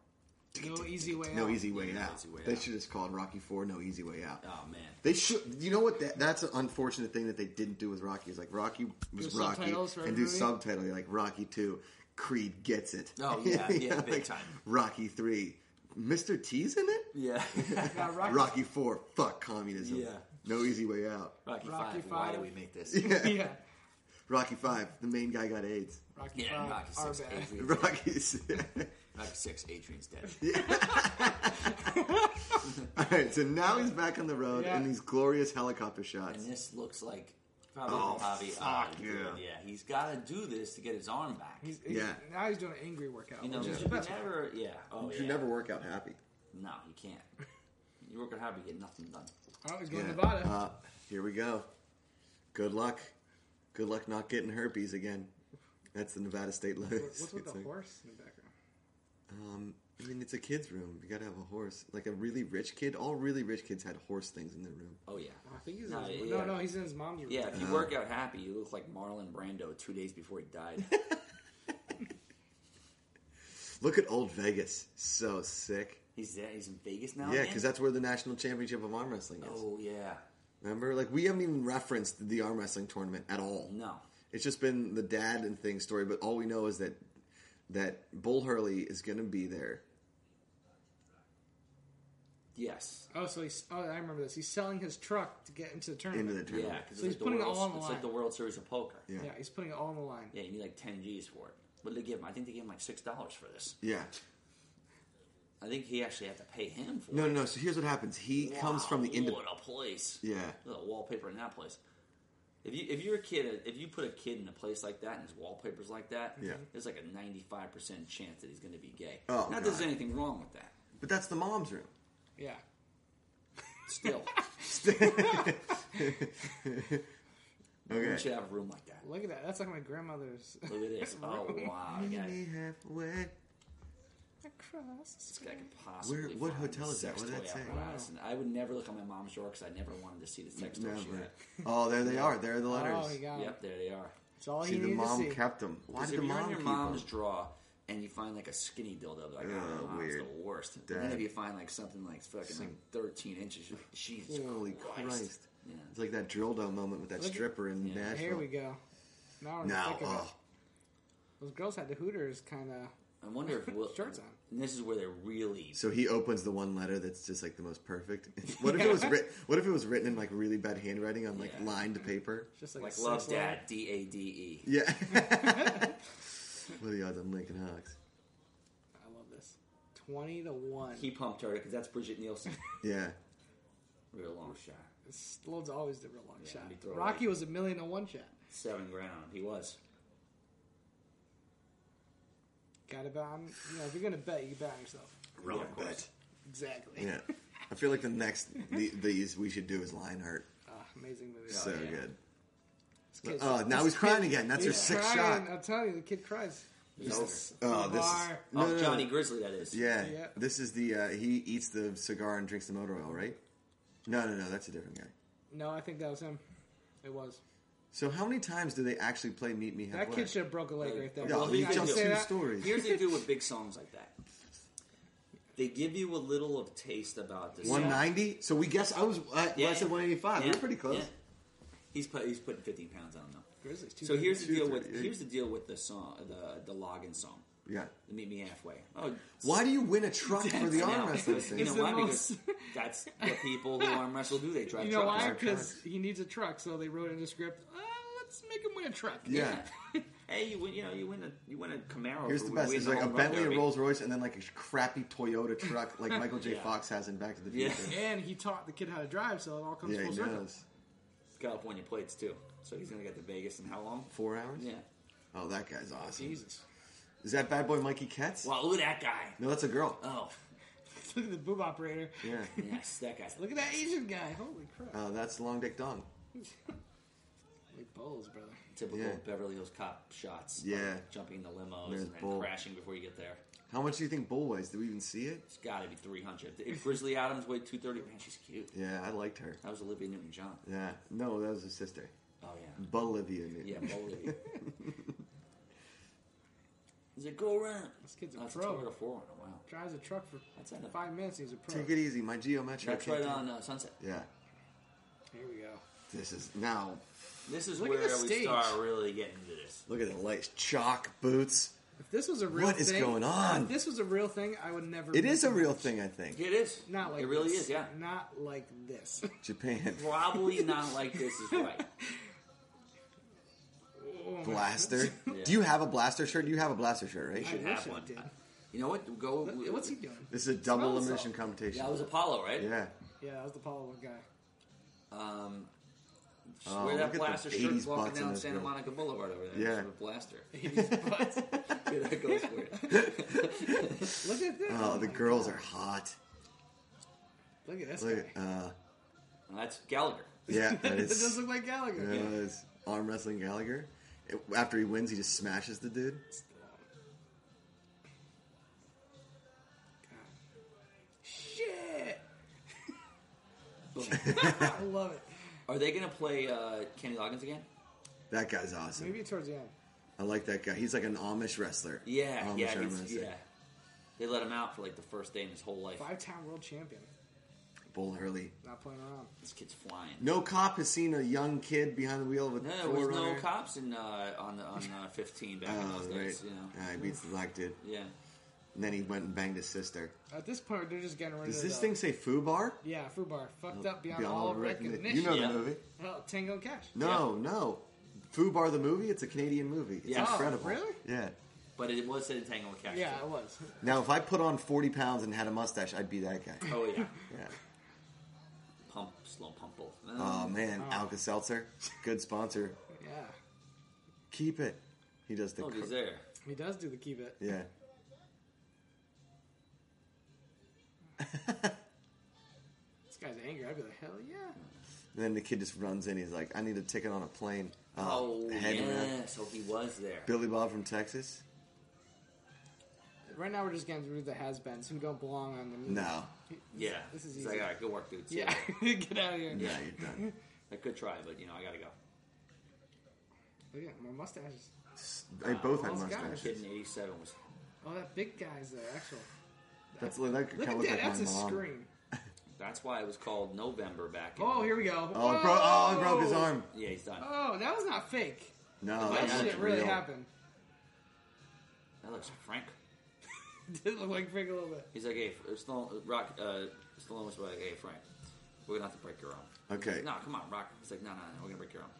[SPEAKER 3] No easy way.
[SPEAKER 1] No
[SPEAKER 3] out.
[SPEAKER 1] easy way
[SPEAKER 2] No
[SPEAKER 1] out.
[SPEAKER 2] Oh, Easy Way
[SPEAKER 1] they
[SPEAKER 2] Out.
[SPEAKER 1] should have just called Rocky Four No Easy Way Out.
[SPEAKER 2] Oh man,
[SPEAKER 1] They should. You know what? That, that's an unfortunate thing that they didn't do with Rocky. Is like Rocky was
[SPEAKER 3] Do
[SPEAKER 1] Rocky
[SPEAKER 3] subtitles for
[SPEAKER 1] and do
[SPEAKER 3] every movie?
[SPEAKER 1] subtitle. You're like Rocky Two, Creed gets it. <laughs>
[SPEAKER 2] Oh, yeah,
[SPEAKER 1] You
[SPEAKER 2] yeah,
[SPEAKER 1] know,
[SPEAKER 2] big
[SPEAKER 1] like,
[SPEAKER 2] time.
[SPEAKER 1] Rocky Three, Mr. T's in it.
[SPEAKER 2] yeah.
[SPEAKER 3] <laughs>
[SPEAKER 2] <laughs>
[SPEAKER 3] Yeah, Rocky,
[SPEAKER 1] Rocky Four, fuck communism.
[SPEAKER 2] Yeah.
[SPEAKER 1] No easy way out.
[SPEAKER 2] Rocky,
[SPEAKER 3] Rocky
[SPEAKER 2] five. Why
[SPEAKER 3] Five.
[SPEAKER 2] do we
[SPEAKER 3] <laughs>
[SPEAKER 2] make this?
[SPEAKER 3] Yeah.
[SPEAKER 1] Rocky Five, the main guy got AIDS. <laughs>
[SPEAKER 3] Rocky
[SPEAKER 2] Yeah,
[SPEAKER 3] Five.
[SPEAKER 2] Rocky
[SPEAKER 3] Uh, Our
[SPEAKER 2] six.
[SPEAKER 3] bad.
[SPEAKER 2] Adrian's dead.
[SPEAKER 1] Rocky <laughs> Six.
[SPEAKER 2] Rocky six. Adrian's dead.
[SPEAKER 1] All right, so now he's back on the road
[SPEAKER 3] Yeah.
[SPEAKER 1] in these glorious helicopter shots.
[SPEAKER 2] And this looks like probably
[SPEAKER 1] Oh,
[SPEAKER 2] Javi
[SPEAKER 1] fuck,
[SPEAKER 2] Ali.
[SPEAKER 1] yeah.
[SPEAKER 2] yeah. He's got to do this to get his arm back.
[SPEAKER 3] He's, he's,
[SPEAKER 1] Yeah.
[SPEAKER 3] Now he's doing an angry workout.
[SPEAKER 2] you know,
[SPEAKER 3] which
[SPEAKER 2] you
[SPEAKER 3] is
[SPEAKER 2] should
[SPEAKER 3] the best one.
[SPEAKER 2] never. Yeah. Oh
[SPEAKER 1] You
[SPEAKER 2] yeah.
[SPEAKER 1] should never work out happy.
[SPEAKER 2] No, you can't. You work hard, but you get nothing done.
[SPEAKER 3] Oh, he's going
[SPEAKER 1] Yeah.
[SPEAKER 3] to Nevada.
[SPEAKER 1] Uh, here we go. Good luck. Good luck not getting herpes again. That's the Nevada State Lotus.
[SPEAKER 3] What's with
[SPEAKER 1] It's
[SPEAKER 3] the
[SPEAKER 1] like-
[SPEAKER 3] horse in the background?
[SPEAKER 1] Um, I mean, it's a kid's room. You gotta have a horse. Like a really rich kid. All really rich kids had horse things in their room.
[SPEAKER 2] Oh yeah.
[SPEAKER 3] I think he's
[SPEAKER 2] No,
[SPEAKER 3] in his,
[SPEAKER 2] yeah.
[SPEAKER 3] no, no, he's in his mom's room.
[SPEAKER 2] Yeah, if you work out happy, you look like Marlon Brando two days before he died.
[SPEAKER 1] Look at old Vegas. So sick.
[SPEAKER 2] he's there. He's in Vegas now.
[SPEAKER 1] Yeah,
[SPEAKER 2] man?
[SPEAKER 1] because that's where the national championship of arm wrestling is.
[SPEAKER 2] Oh yeah.
[SPEAKER 1] Remember? Like, we haven't even referenced the arm wrestling tournament at all.
[SPEAKER 2] No.
[SPEAKER 1] It's just been the dad and thing story, but all we know is that that Bull Hurley is going to be there.
[SPEAKER 2] Yes.
[SPEAKER 3] Oh, so he's. Oh, I remember this. He's selling his truck to get into the tournament.
[SPEAKER 1] Into the
[SPEAKER 2] Yeah,
[SPEAKER 1] tournament.
[SPEAKER 2] because
[SPEAKER 3] So he's
[SPEAKER 2] it's, like the
[SPEAKER 3] putting it all on
[SPEAKER 2] World-
[SPEAKER 3] the
[SPEAKER 2] it's like
[SPEAKER 3] line.
[SPEAKER 2] the World Series of Poker. Yeah.
[SPEAKER 1] Yeah.
[SPEAKER 3] Yeah, he's putting it all on the line.
[SPEAKER 2] you need like 10 G's for it. What did they give him? I think they gave him like $6 for this.
[SPEAKER 1] Yeah.
[SPEAKER 2] I think he actually had to pay him for
[SPEAKER 1] No,
[SPEAKER 2] it.
[SPEAKER 1] no, no. So here's what happens. He
[SPEAKER 2] Wow,
[SPEAKER 1] comes from the
[SPEAKER 2] what
[SPEAKER 1] ind-
[SPEAKER 2] a place.
[SPEAKER 1] Yeah.
[SPEAKER 2] Look at the wallpaper in that place. If you if you're a kid, if you put a kid in a place like that and his wallpaper's like that,
[SPEAKER 1] Yeah.
[SPEAKER 2] there's like a 95 percent chance that he's going to be gay.
[SPEAKER 1] Oh,
[SPEAKER 2] Not that there's
[SPEAKER 1] God.
[SPEAKER 2] anything wrong with that.
[SPEAKER 1] But that's the mom's room. <laughs>
[SPEAKER 3] Yeah.
[SPEAKER 2] Still, we
[SPEAKER 1] Okay.
[SPEAKER 2] should have a room like that.
[SPEAKER 3] Look at that. That's like my grandmother's.
[SPEAKER 2] Look at this. Oh wow, I
[SPEAKER 1] Meet
[SPEAKER 2] got
[SPEAKER 1] me halfway.
[SPEAKER 3] Across.
[SPEAKER 2] This guy could possibly.
[SPEAKER 1] Where- what
[SPEAKER 2] find
[SPEAKER 1] hotel
[SPEAKER 2] the
[SPEAKER 1] is that?
[SPEAKER 2] sex
[SPEAKER 1] What did that
[SPEAKER 2] toy
[SPEAKER 1] say?
[SPEAKER 2] apparatus. And I would never look on my mom's drawer because I never wanted to see the sex toy she
[SPEAKER 1] Never.
[SPEAKER 2] had.
[SPEAKER 1] Oh, there they are. There are the letters.
[SPEAKER 3] Oh, he got it.
[SPEAKER 2] Yep, there they are.
[SPEAKER 3] It's all
[SPEAKER 1] see,
[SPEAKER 3] he
[SPEAKER 1] the
[SPEAKER 3] needed to
[SPEAKER 1] mom
[SPEAKER 3] see.
[SPEAKER 1] kept them. Why
[SPEAKER 2] 'Cause
[SPEAKER 1] did the
[SPEAKER 2] if you're
[SPEAKER 1] mom
[SPEAKER 2] in your
[SPEAKER 1] keep
[SPEAKER 2] mom's
[SPEAKER 1] them?
[SPEAKER 2] drawer and you find like a skinny dildo, like,
[SPEAKER 1] Oh,
[SPEAKER 2] oh, mom's
[SPEAKER 1] weird.
[SPEAKER 2] the worst.
[SPEAKER 1] Dad.
[SPEAKER 2] And then if you find like something like fucking like 13 inches, you're like, Jesus
[SPEAKER 1] Holy Christ.
[SPEAKER 2] Christ. Yeah.
[SPEAKER 1] It's like that drill down moment with that
[SPEAKER 3] Look at-
[SPEAKER 1] stripper in
[SPEAKER 2] Yeah.
[SPEAKER 1] Nashville.
[SPEAKER 3] Here we go. Now we're
[SPEAKER 1] Now,
[SPEAKER 3] thinking
[SPEAKER 1] oh,
[SPEAKER 3] about Those girls had the Hooters kind of.
[SPEAKER 2] I wonder
[SPEAKER 1] <laughs>
[SPEAKER 2] if Will.
[SPEAKER 3] Shirts on.
[SPEAKER 2] And this is where they're really.
[SPEAKER 1] So he opens the one letter that's just like the most perfect. <laughs> what if it
[SPEAKER 3] <laughs>
[SPEAKER 1] was writ- What if it was written in like really bad handwriting on like
[SPEAKER 2] Yeah.
[SPEAKER 1] lined paper?
[SPEAKER 3] Just like,
[SPEAKER 2] like,
[SPEAKER 3] a
[SPEAKER 2] love
[SPEAKER 3] sex letter.
[SPEAKER 2] dad, D A D E.
[SPEAKER 1] Yeah. what are the odds on Lincoln Hawks?
[SPEAKER 3] I love this. 20 to 1.
[SPEAKER 2] He pumped her because that's
[SPEAKER 1] <laughs>
[SPEAKER 2] Bridget Nielsen.
[SPEAKER 1] Yeah.
[SPEAKER 2] Real long shot.
[SPEAKER 3] Sloan's always the real long
[SPEAKER 2] Yeah,
[SPEAKER 3] shot.
[SPEAKER 2] and he throw
[SPEAKER 3] Rocky
[SPEAKER 2] away.
[SPEAKER 3] was a million to one shot.
[SPEAKER 2] Seven ground. He was.
[SPEAKER 3] Got to bet on. You know, if you're going to bet, you bet on yourself.
[SPEAKER 1] Wrong
[SPEAKER 2] Yeah, of course.
[SPEAKER 1] bet.
[SPEAKER 3] Exactly.
[SPEAKER 1] Yeah. I feel like the next the, these we should do is Lionheart.
[SPEAKER 3] Ah, amazing movie.
[SPEAKER 1] So
[SPEAKER 2] yeah.
[SPEAKER 1] good.
[SPEAKER 3] This kid's-
[SPEAKER 1] Oh, now he's crying again. That's her
[SPEAKER 3] he's
[SPEAKER 1] sixth
[SPEAKER 3] crying.
[SPEAKER 1] shot.
[SPEAKER 3] I'm telling you, the kid cries.
[SPEAKER 2] He's
[SPEAKER 3] Just
[SPEAKER 1] Oh, this is-
[SPEAKER 3] bar.
[SPEAKER 1] No,
[SPEAKER 2] oh,
[SPEAKER 1] no, no.
[SPEAKER 2] Johnny Grizzly, that is.
[SPEAKER 1] Yeah.
[SPEAKER 3] Yeah.
[SPEAKER 1] This is the uh, he eats the cigar and drinks the motor oil, right? No, no, no. That's a different guy.
[SPEAKER 3] No, I think that was him. It was.
[SPEAKER 1] So how many times do they actually play Meet Me Halfway?
[SPEAKER 3] That kid should have broke a leg right there.
[SPEAKER 1] Yeah,
[SPEAKER 2] Well,
[SPEAKER 1] he
[SPEAKER 2] you guys
[SPEAKER 1] jumps
[SPEAKER 2] say
[SPEAKER 1] two
[SPEAKER 3] that?
[SPEAKER 1] stories.
[SPEAKER 2] Here's what they do with big songs like that. They give you a little of taste about this.
[SPEAKER 1] One
[SPEAKER 2] song.
[SPEAKER 1] ninety. So we guess I was. I, well, I said one eighty five.
[SPEAKER 2] Yeah,
[SPEAKER 1] We're pretty close.
[SPEAKER 2] yeah. He's put, he's putting 15 pounds on him though.
[SPEAKER 3] Grizzlies, too
[SPEAKER 2] So
[SPEAKER 3] big.
[SPEAKER 2] here's the deal with
[SPEAKER 1] 238.
[SPEAKER 2] here's the deal with the song uh, the the login song.
[SPEAKER 1] Yeah.
[SPEAKER 2] The meet me halfway. Oh,
[SPEAKER 1] Why do you win a truck for the
[SPEAKER 2] now,
[SPEAKER 1] arm
[SPEAKER 2] <laughs>
[SPEAKER 1] wrestling thing?
[SPEAKER 2] You
[SPEAKER 3] It's
[SPEAKER 2] know
[SPEAKER 3] the
[SPEAKER 2] why?
[SPEAKER 3] most-
[SPEAKER 2] Because <laughs> that's what people who arm wrestle do. They drive
[SPEAKER 3] You know
[SPEAKER 2] trucks.
[SPEAKER 3] why?
[SPEAKER 1] Our
[SPEAKER 3] Because
[SPEAKER 1] trucks.
[SPEAKER 3] he needs a truck, so they wrote in the script, uh, let's make him win a truck.
[SPEAKER 1] Yeah.
[SPEAKER 2] hey, you win. You know, you win a you win a Camaro.
[SPEAKER 1] Here's
[SPEAKER 2] or
[SPEAKER 1] the
[SPEAKER 2] we
[SPEAKER 1] best.
[SPEAKER 2] win
[SPEAKER 1] It's like a
[SPEAKER 2] home run
[SPEAKER 1] Bentley, a
[SPEAKER 2] derby.
[SPEAKER 1] Rolls Royce, and then like a crappy
[SPEAKER 2] <laughs>
[SPEAKER 1] Toyota truck, like Michael J.
[SPEAKER 2] Yeah.
[SPEAKER 1] Fox has in Back to the
[SPEAKER 2] <laughs> Yeah.
[SPEAKER 1] Future.
[SPEAKER 3] And he taught the kid how to drive, so it all comes
[SPEAKER 1] Yeah,
[SPEAKER 3] full
[SPEAKER 1] he
[SPEAKER 3] circle.
[SPEAKER 1] knows.
[SPEAKER 2] California plates too. So he's gonna get to Vegas in how long?
[SPEAKER 1] Four hours.
[SPEAKER 2] Yeah.
[SPEAKER 1] Oh, that guy's awesome.
[SPEAKER 3] Jesus. <laughs>
[SPEAKER 1] Is that bad boy Mikey Ketz?
[SPEAKER 2] Wow, look at that guy.
[SPEAKER 1] No, that's a girl.
[SPEAKER 2] Oh,
[SPEAKER 3] Look at the boob operator.
[SPEAKER 1] Yeah.
[SPEAKER 2] yes, that guy's.
[SPEAKER 3] Look at that Asian guy. Holy crap.
[SPEAKER 1] Uh, that's Long Dick Dong.
[SPEAKER 3] Big balls, brother.
[SPEAKER 2] Typical
[SPEAKER 1] Yeah.
[SPEAKER 2] Beverly Hills Cop shots.
[SPEAKER 1] Yeah.
[SPEAKER 2] like jumping the limos
[SPEAKER 1] There's
[SPEAKER 2] and then
[SPEAKER 1] bull.
[SPEAKER 2] crashing before you get there.
[SPEAKER 1] How much do you think Bull weighs? Do we even see it?
[SPEAKER 2] It's got to be 300. If Grizzly Adams weighed 230, man, she's cute.
[SPEAKER 1] Yeah, I liked her.
[SPEAKER 2] That was Olivia Newton-John.
[SPEAKER 1] Yeah, no, that was her sister,
[SPEAKER 2] Oh yeah,
[SPEAKER 1] Bolivia. Newton.
[SPEAKER 2] yeah, <laughs> Bolivia. Is it go around?
[SPEAKER 3] This kid's a
[SPEAKER 2] That's
[SPEAKER 3] pro.
[SPEAKER 2] Toyota 4 Oh, wow.
[SPEAKER 3] Drives a truck for
[SPEAKER 2] That's in a-
[SPEAKER 3] five minutes. He's a pro.
[SPEAKER 1] Take it easy, my geometric.
[SPEAKER 2] That's right on uh, Sunset.
[SPEAKER 1] Yeah,
[SPEAKER 3] Here we go.
[SPEAKER 1] this is now.
[SPEAKER 2] This is
[SPEAKER 3] Look at
[SPEAKER 2] where we
[SPEAKER 3] the stage.
[SPEAKER 2] start really getting into this.
[SPEAKER 1] Look at the lights, chalk boots.
[SPEAKER 3] If this was a real
[SPEAKER 1] What
[SPEAKER 3] thing,
[SPEAKER 1] is going on?
[SPEAKER 3] If this was a real thing, I would never.
[SPEAKER 1] It is a
[SPEAKER 3] make
[SPEAKER 1] real
[SPEAKER 3] it.
[SPEAKER 1] thing, I think.
[SPEAKER 2] It is.
[SPEAKER 3] Not like
[SPEAKER 2] it really
[SPEAKER 3] this.
[SPEAKER 2] is. Yeah.
[SPEAKER 3] Not like this. <laughs>
[SPEAKER 2] <laughs>
[SPEAKER 1] Japan
[SPEAKER 2] Probably not like this is <laughs> right.
[SPEAKER 3] Oh, my
[SPEAKER 1] blaster.
[SPEAKER 2] <laughs> Yeah.
[SPEAKER 1] Do you have a blaster shirt? You have a blaster shirt, right?
[SPEAKER 3] I
[SPEAKER 2] should
[SPEAKER 3] wish
[SPEAKER 2] have
[SPEAKER 3] I
[SPEAKER 2] one.
[SPEAKER 3] did.
[SPEAKER 2] You know what? Go.
[SPEAKER 3] Look, What's he doing?
[SPEAKER 1] This is a double
[SPEAKER 3] Smells
[SPEAKER 1] elimination
[SPEAKER 3] up.
[SPEAKER 1] competition.
[SPEAKER 2] Yeah, it was Apollo, right? <laughs>
[SPEAKER 1] Yeah.
[SPEAKER 3] Yeah, that was the Paula one guy.
[SPEAKER 2] Um, just
[SPEAKER 1] Oh,
[SPEAKER 2] wear
[SPEAKER 1] look at
[SPEAKER 2] that
[SPEAKER 1] the
[SPEAKER 2] blaster
[SPEAKER 1] 80s
[SPEAKER 2] shirt walking
[SPEAKER 1] butts in
[SPEAKER 2] down
[SPEAKER 1] this
[SPEAKER 2] Santa
[SPEAKER 1] girl.
[SPEAKER 2] Monica Boulevard over
[SPEAKER 1] Yeah.
[SPEAKER 2] there. Just with a blaster. 80s butts. <laughs> yeah, that goes
[SPEAKER 1] <laughs>
[SPEAKER 2] for it.
[SPEAKER 3] Look at this.
[SPEAKER 1] Oh, the
[SPEAKER 3] my
[SPEAKER 1] girls
[SPEAKER 3] God.
[SPEAKER 1] are hot.
[SPEAKER 3] Look at this
[SPEAKER 1] Look,
[SPEAKER 3] guy.
[SPEAKER 1] at- uh,
[SPEAKER 2] And that's Gallagher. <laughs>
[SPEAKER 1] yeah,
[SPEAKER 3] it
[SPEAKER 1] that is.
[SPEAKER 3] does look like Gallagher.
[SPEAKER 1] that is arm wrestling Gallagher. It- after he wins, he just smashes the dude.
[SPEAKER 3] Shit.
[SPEAKER 2] Boom.
[SPEAKER 3] <laughs> I love it.
[SPEAKER 2] Are they going to play uh, Kenny Loggins again?
[SPEAKER 1] That guy's awesome.
[SPEAKER 3] Maybe towards the end.
[SPEAKER 1] I like that guy. He's like an Amish wrestler.
[SPEAKER 2] Yeah,
[SPEAKER 1] Amish
[SPEAKER 2] yeah,
[SPEAKER 1] arm
[SPEAKER 2] he's,
[SPEAKER 1] wrestling.
[SPEAKER 2] yeah. They let him out for like the first day in his whole life.
[SPEAKER 3] Five-time world champion.
[SPEAKER 1] Bull Hurley.
[SPEAKER 3] Not playing around.
[SPEAKER 2] This kid's flying.
[SPEAKER 1] No cop has seen a young kid behind the wheel of a
[SPEAKER 2] No, there was
[SPEAKER 1] four-runner.
[SPEAKER 2] no cops in uh, on the, on uh, 15 back in
[SPEAKER 1] <laughs> Oh,
[SPEAKER 2] those
[SPEAKER 1] right.
[SPEAKER 2] days. You know.
[SPEAKER 1] Yeah, he beats the black dude.
[SPEAKER 2] Yeah.
[SPEAKER 1] And then he went and banged his sister.
[SPEAKER 3] At this point, they're just getting rid
[SPEAKER 1] Does
[SPEAKER 3] of
[SPEAKER 1] this
[SPEAKER 3] the-
[SPEAKER 1] thing say Fubar?
[SPEAKER 3] Yeah, Fubar. Fucked up beyond,
[SPEAKER 1] Beyond
[SPEAKER 3] all
[SPEAKER 1] recogni-
[SPEAKER 3] recognition.
[SPEAKER 1] You know
[SPEAKER 2] Yeah.
[SPEAKER 1] the movie.
[SPEAKER 3] Oh, Tango and Cash.
[SPEAKER 1] No, no. Fubar the movie? It's a Canadian movie. It's
[SPEAKER 2] Yeah. Oh,
[SPEAKER 1] incredible.
[SPEAKER 3] really?
[SPEAKER 1] Yeah.
[SPEAKER 2] But it was said Tango with Cash.
[SPEAKER 3] Yeah, it was.
[SPEAKER 1] Now, if I put on 40 pounds and had a mustache, I'd be that guy.
[SPEAKER 2] Oh, yeah.
[SPEAKER 1] Yeah.
[SPEAKER 2] Pump, slow pumple.
[SPEAKER 1] Oh, man.
[SPEAKER 3] Oh.
[SPEAKER 1] Alka Seltzer. Good sponsor.
[SPEAKER 3] Yeah.
[SPEAKER 1] Keep it. He does the.
[SPEAKER 2] Look,
[SPEAKER 1] cr-
[SPEAKER 2] Oh, he's there.
[SPEAKER 3] He does do the key bit.
[SPEAKER 1] yeah.
[SPEAKER 3] This guy's angry. I'd be like, hell yeah.
[SPEAKER 1] And then the kid just runs in. He's like, I need a ticket on a plane. Uh,
[SPEAKER 2] Oh,
[SPEAKER 1] head
[SPEAKER 2] yeah.
[SPEAKER 1] wrap.
[SPEAKER 2] So he was there.
[SPEAKER 1] Billy Bob from Texas?
[SPEAKER 3] Right now, we're just getting rid of the has-beens who don't belong on the media.
[SPEAKER 1] No.
[SPEAKER 2] Yeah.
[SPEAKER 3] This is
[SPEAKER 2] He's
[SPEAKER 3] easy.
[SPEAKER 2] like, all right, good work, dude. See
[SPEAKER 3] Yeah, <laughs>
[SPEAKER 2] you
[SPEAKER 3] get out of here.
[SPEAKER 1] No, you're
[SPEAKER 3] <laughs>
[SPEAKER 1] done.
[SPEAKER 2] later." I could try, but, you know, I got to go.
[SPEAKER 3] Look at my mustaches.
[SPEAKER 1] They both had
[SPEAKER 3] those guys.
[SPEAKER 2] Kid
[SPEAKER 1] mustaches.
[SPEAKER 2] in 87 was.
[SPEAKER 3] Oh, that big guy's the actual.
[SPEAKER 1] That's, that kind of
[SPEAKER 3] Look at
[SPEAKER 1] looks
[SPEAKER 3] that.
[SPEAKER 1] like
[SPEAKER 3] That's
[SPEAKER 1] my
[SPEAKER 3] a
[SPEAKER 1] mom.
[SPEAKER 3] scream.
[SPEAKER 2] That's why it was called November back in.
[SPEAKER 3] Oh, here we go.
[SPEAKER 1] Oh, it bro- oh, it broke his arm.
[SPEAKER 2] Yeah, he's done.
[SPEAKER 3] Oh, that was not fake.
[SPEAKER 1] No,
[SPEAKER 3] that
[SPEAKER 1] that's
[SPEAKER 2] that's
[SPEAKER 3] shit really
[SPEAKER 1] real.
[SPEAKER 3] happened. <laughs>
[SPEAKER 2] That looks like Frank.
[SPEAKER 3] It did look like fake a little bit.
[SPEAKER 2] He's like, hey, Stallone, Rock, uh, Stallone was like, hey, Frank, we're going to have to break your arm.
[SPEAKER 1] Okay.
[SPEAKER 2] No, come on, Rock. He's like, no, no, no, we're going to break your arm.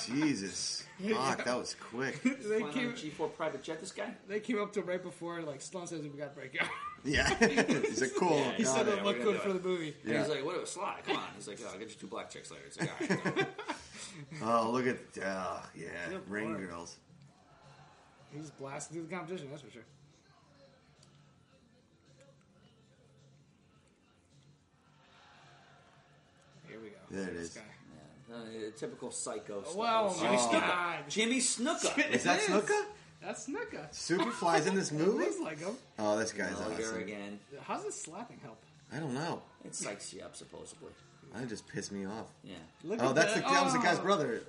[SPEAKER 2] <laughs>
[SPEAKER 1] Jesus. Fuck, that was quick.
[SPEAKER 3] they
[SPEAKER 2] Flying on
[SPEAKER 3] came.
[SPEAKER 2] a G4 private jet, this guy?
[SPEAKER 3] They came up to him right before, like Stallone says, "We got to break out." <laughs>
[SPEAKER 2] <laughs>
[SPEAKER 1] Yeah. He's a cool.
[SPEAKER 2] Yeah,
[SPEAKER 3] he
[SPEAKER 2] Oh,
[SPEAKER 3] said
[SPEAKER 2] yeah,
[SPEAKER 3] it
[SPEAKER 2] we're
[SPEAKER 3] looked
[SPEAKER 2] gonna
[SPEAKER 3] good
[SPEAKER 2] do
[SPEAKER 3] for
[SPEAKER 2] it.
[SPEAKER 3] the movie.
[SPEAKER 2] And
[SPEAKER 1] Yeah.
[SPEAKER 2] he's like, what a Sly? Come on. He's like, oh, I'll get you two black chicks later. It's like, all
[SPEAKER 3] <laughs>
[SPEAKER 2] right.
[SPEAKER 1] Oh, look at oh, yeah,
[SPEAKER 3] Good
[SPEAKER 1] Ring
[SPEAKER 3] lord.
[SPEAKER 1] Girls.
[SPEAKER 3] He just blasted through the competition. That's for sure. Here we go.
[SPEAKER 1] There it
[SPEAKER 3] This
[SPEAKER 1] is. Oh.
[SPEAKER 3] guy. Oh,
[SPEAKER 2] Uh, typical psycho stuff.
[SPEAKER 3] Wow,
[SPEAKER 2] Jimmy
[SPEAKER 3] my
[SPEAKER 2] Snuka.
[SPEAKER 3] God.
[SPEAKER 2] Jimmy Snuka.
[SPEAKER 1] Is that
[SPEAKER 3] It is.
[SPEAKER 1] Snooka?
[SPEAKER 3] That's Snuka.
[SPEAKER 1] Superfly's in
[SPEAKER 2] <laughs>
[SPEAKER 1] this
[SPEAKER 3] It
[SPEAKER 1] movie?
[SPEAKER 3] looks like him.
[SPEAKER 1] Oh, this guy's
[SPEAKER 2] Gallagher
[SPEAKER 1] awesome.
[SPEAKER 2] again.
[SPEAKER 3] How's this slapping help?
[SPEAKER 1] I don't know.
[SPEAKER 2] It psychs you up, supposedly.
[SPEAKER 1] That just pissed me off.
[SPEAKER 2] Yeah.
[SPEAKER 3] Look
[SPEAKER 1] Oh,
[SPEAKER 3] at
[SPEAKER 1] that's the,
[SPEAKER 3] that.
[SPEAKER 1] that was the
[SPEAKER 3] Oh.
[SPEAKER 1] guy's brother.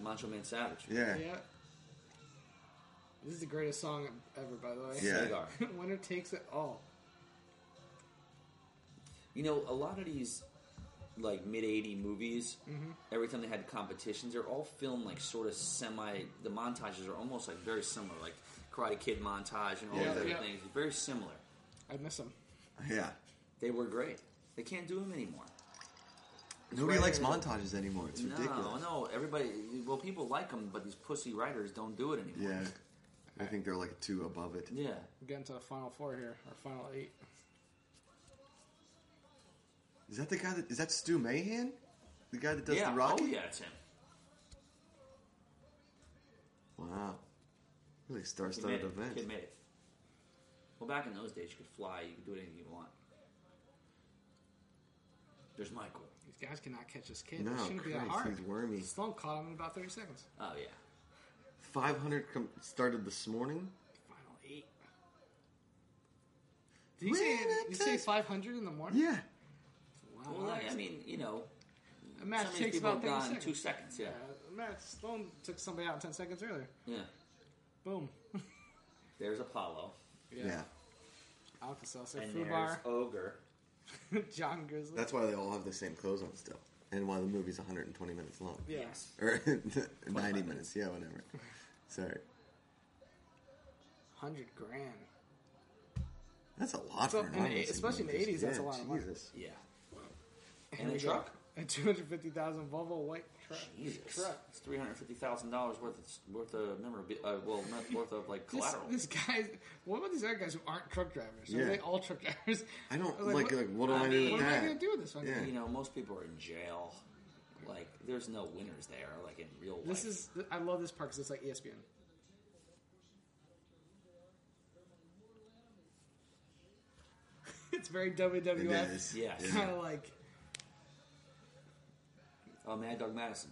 [SPEAKER 2] Macho Man Savage.
[SPEAKER 1] Yeah.
[SPEAKER 3] Yeah. This is the greatest song ever, by the way.
[SPEAKER 1] Yeah.
[SPEAKER 2] Cigar.
[SPEAKER 3] <laughs> Winner takes it all.
[SPEAKER 2] <laughs> You know, a lot of these like mid 80 movies,
[SPEAKER 1] Mm-hmm.
[SPEAKER 2] every time they had competitions, they're all filmed like sort of semi. The montages are almost like very similar, like Karate Kid montage and all
[SPEAKER 1] Yeah.
[SPEAKER 2] these other
[SPEAKER 3] Yeah.
[SPEAKER 2] things. Very similar.
[SPEAKER 3] I miss him.
[SPEAKER 1] Yeah.
[SPEAKER 2] They were great. They can't do them anymore.
[SPEAKER 1] Nobody
[SPEAKER 3] right
[SPEAKER 1] likes
[SPEAKER 3] here.
[SPEAKER 1] montages anymore. It's
[SPEAKER 2] No,
[SPEAKER 1] ridiculous.
[SPEAKER 2] no. Everybody, well, people like them, but these pussy writers don't do it anymore.
[SPEAKER 1] Yeah. I think they're like two above it.
[SPEAKER 2] Yeah.
[SPEAKER 3] We're getting to the final four here, or final eight.
[SPEAKER 1] Is that the guy that is that Stu Mahan? The guy that does
[SPEAKER 2] yeah.
[SPEAKER 1] the Rocky?
[SPEAKER 2] Oh, yeah, it's him.
[SPEAKER 1] Wow. Really star
[SPEAKER 2] He made,
[SPEAKER 1] studded
[SPEAKER 2] it.
[SPEAKER 1] event.
[SPEAKER 2] Kid made it. Well, back in those days, you could fly, you could do anything you want. There's Michael.
[SPEAKER 3] He's guys cannot catch this kid.
[SPEAKER 1] No,
[SPEAKER 3] it shouldn't be that
[SPEAKER 1] Christ,
[SPEAKER 3] hard.
[SPEAKER 1] he's wormy.
[SPEAKER 3] Sloan caught him in about 30 seconds.
[SPEAKER 2] Oh yeah.
[SPEAKER 1] 500 com- started this morning.
[SPEAKER 3] Final eight. Did you say,
[SPEAKER 1] Man, that
[SPEAKER 3] you say
[SPEAKER 1] takes-
[SPEAKER 3] 500 in the morning?
[SPEAKER 1] Yeah.
[SPEAKER 3] Wow.
[SPEAKER 2] Well, I, I mean, you know,
[SPEAKER 3] a match
[SPEAKER 2] some of these
[SPEAKER 3] Oh, takes
[SPEAKER 2] people
[SPEAKER 3] about
[SPEAKER 2] have
[SPEAKER 3] 30
[SPEAKER 2] gone
[SPEAKER 3] seconds.
[SPEAKER 2] two seconds. Yeah.
[SPEAKER 3] Uh, Matt Sloan took somebody out 10 seconds earlier.
[SPEAKER 2] Yeah.
[SPEAKER 3] Boom.
[SPEAKER 2] There's Apollo.
[SPEAKER 1] Yeah.
[SPEAKER 3] Alka Seltzer,
[SPEAKER 2] and there's <laughs>
[SPEAKER 3] Fubar,
[SPEAKER 2] Ogre.
[SPEAKER 3] John Grizzly.
[SPEAKER 1] That's why they all have the same clothes on still. And why the movie's 120 minutes long.
[SPEAKER 3] yeah.
[SPEAKER 2] Yes.
[SPEAKER 1] <laughs> Or 90
[SPEAKER 2] minutes.
[SPEAKER 1] minutes. Yeah, whatever. Sorry.
[SPEAKER 3] 100 grand.
[SPEAKER 1] That's a lot
[SPEAKER 3] So,
[SPEAKER 1] for an
[SPEAKER 3] in the
[SPEAKER 1] audience
[SPEAKER 3] eight- especially in the
[SPEAKER 1] movie.
[SPEAKER 3] 80s, that's
[SPEAKER 1] Yeah,
[SPEAKER 3] a lot of money.
[SPEAKER 1] Jesus.
[SPEAKER 2] Yeah.
[SPEAKER 3] Here
[SPEAKER 2] And the
[SPEAKER 3] we go.
[SPEAKER 2] truck.
[SPEAKER 3] A 250,000 Volvo white truck.
[SPEAKER 2] Jesus.
[SPEAKER 3] Truck.
[SPEAKER 2] It's three hundred fifty thousand dollars worth of worth of memorabilia. Uh, well, not worth of like
[SPEAKER 3] This,
[SPEAKER 2] collateral.
[SPEAKER 3] this guy, what about these other guys who aren't truck drivers? Are
[SPEAKER 1] Yeah.
[SPEAKER 3] they all truck drivers?
[SPEAKER 1] I
[SPEAKER 3] <laughs>
[SPEAKER 1] don't
[SPEAKER 3] was
[SPEAKER 1] like, like, what do I,
[SPEAKER 2] I
[SPEAKER 1] do
[SPEAKER 2] mean-
[SPEAKER 1] with
[SPEAKER 3] What am I
[SPEAKER 1] that?
[SPEAKER 3] going to do with this one?
[SPEAKER 1] Yeah.
[SPEAKER 2] you know, most people are in jail. Like, there's no winners there. Like in real life.
[SPEAKER 3] This is, I love this part because it's like E ESPN. <laughs> it's very
[SPEAKER 1] It
[SPEAKER 3] WWF.
[SPEAKER 1] is.
[SPEAKER 2] Yes.
[SPEAKER 1] Yeah. <laughs>
[SPEAKER 3] <laughs> Kind of like,
[SPEAKER 2] oh, Mad Dog Madison.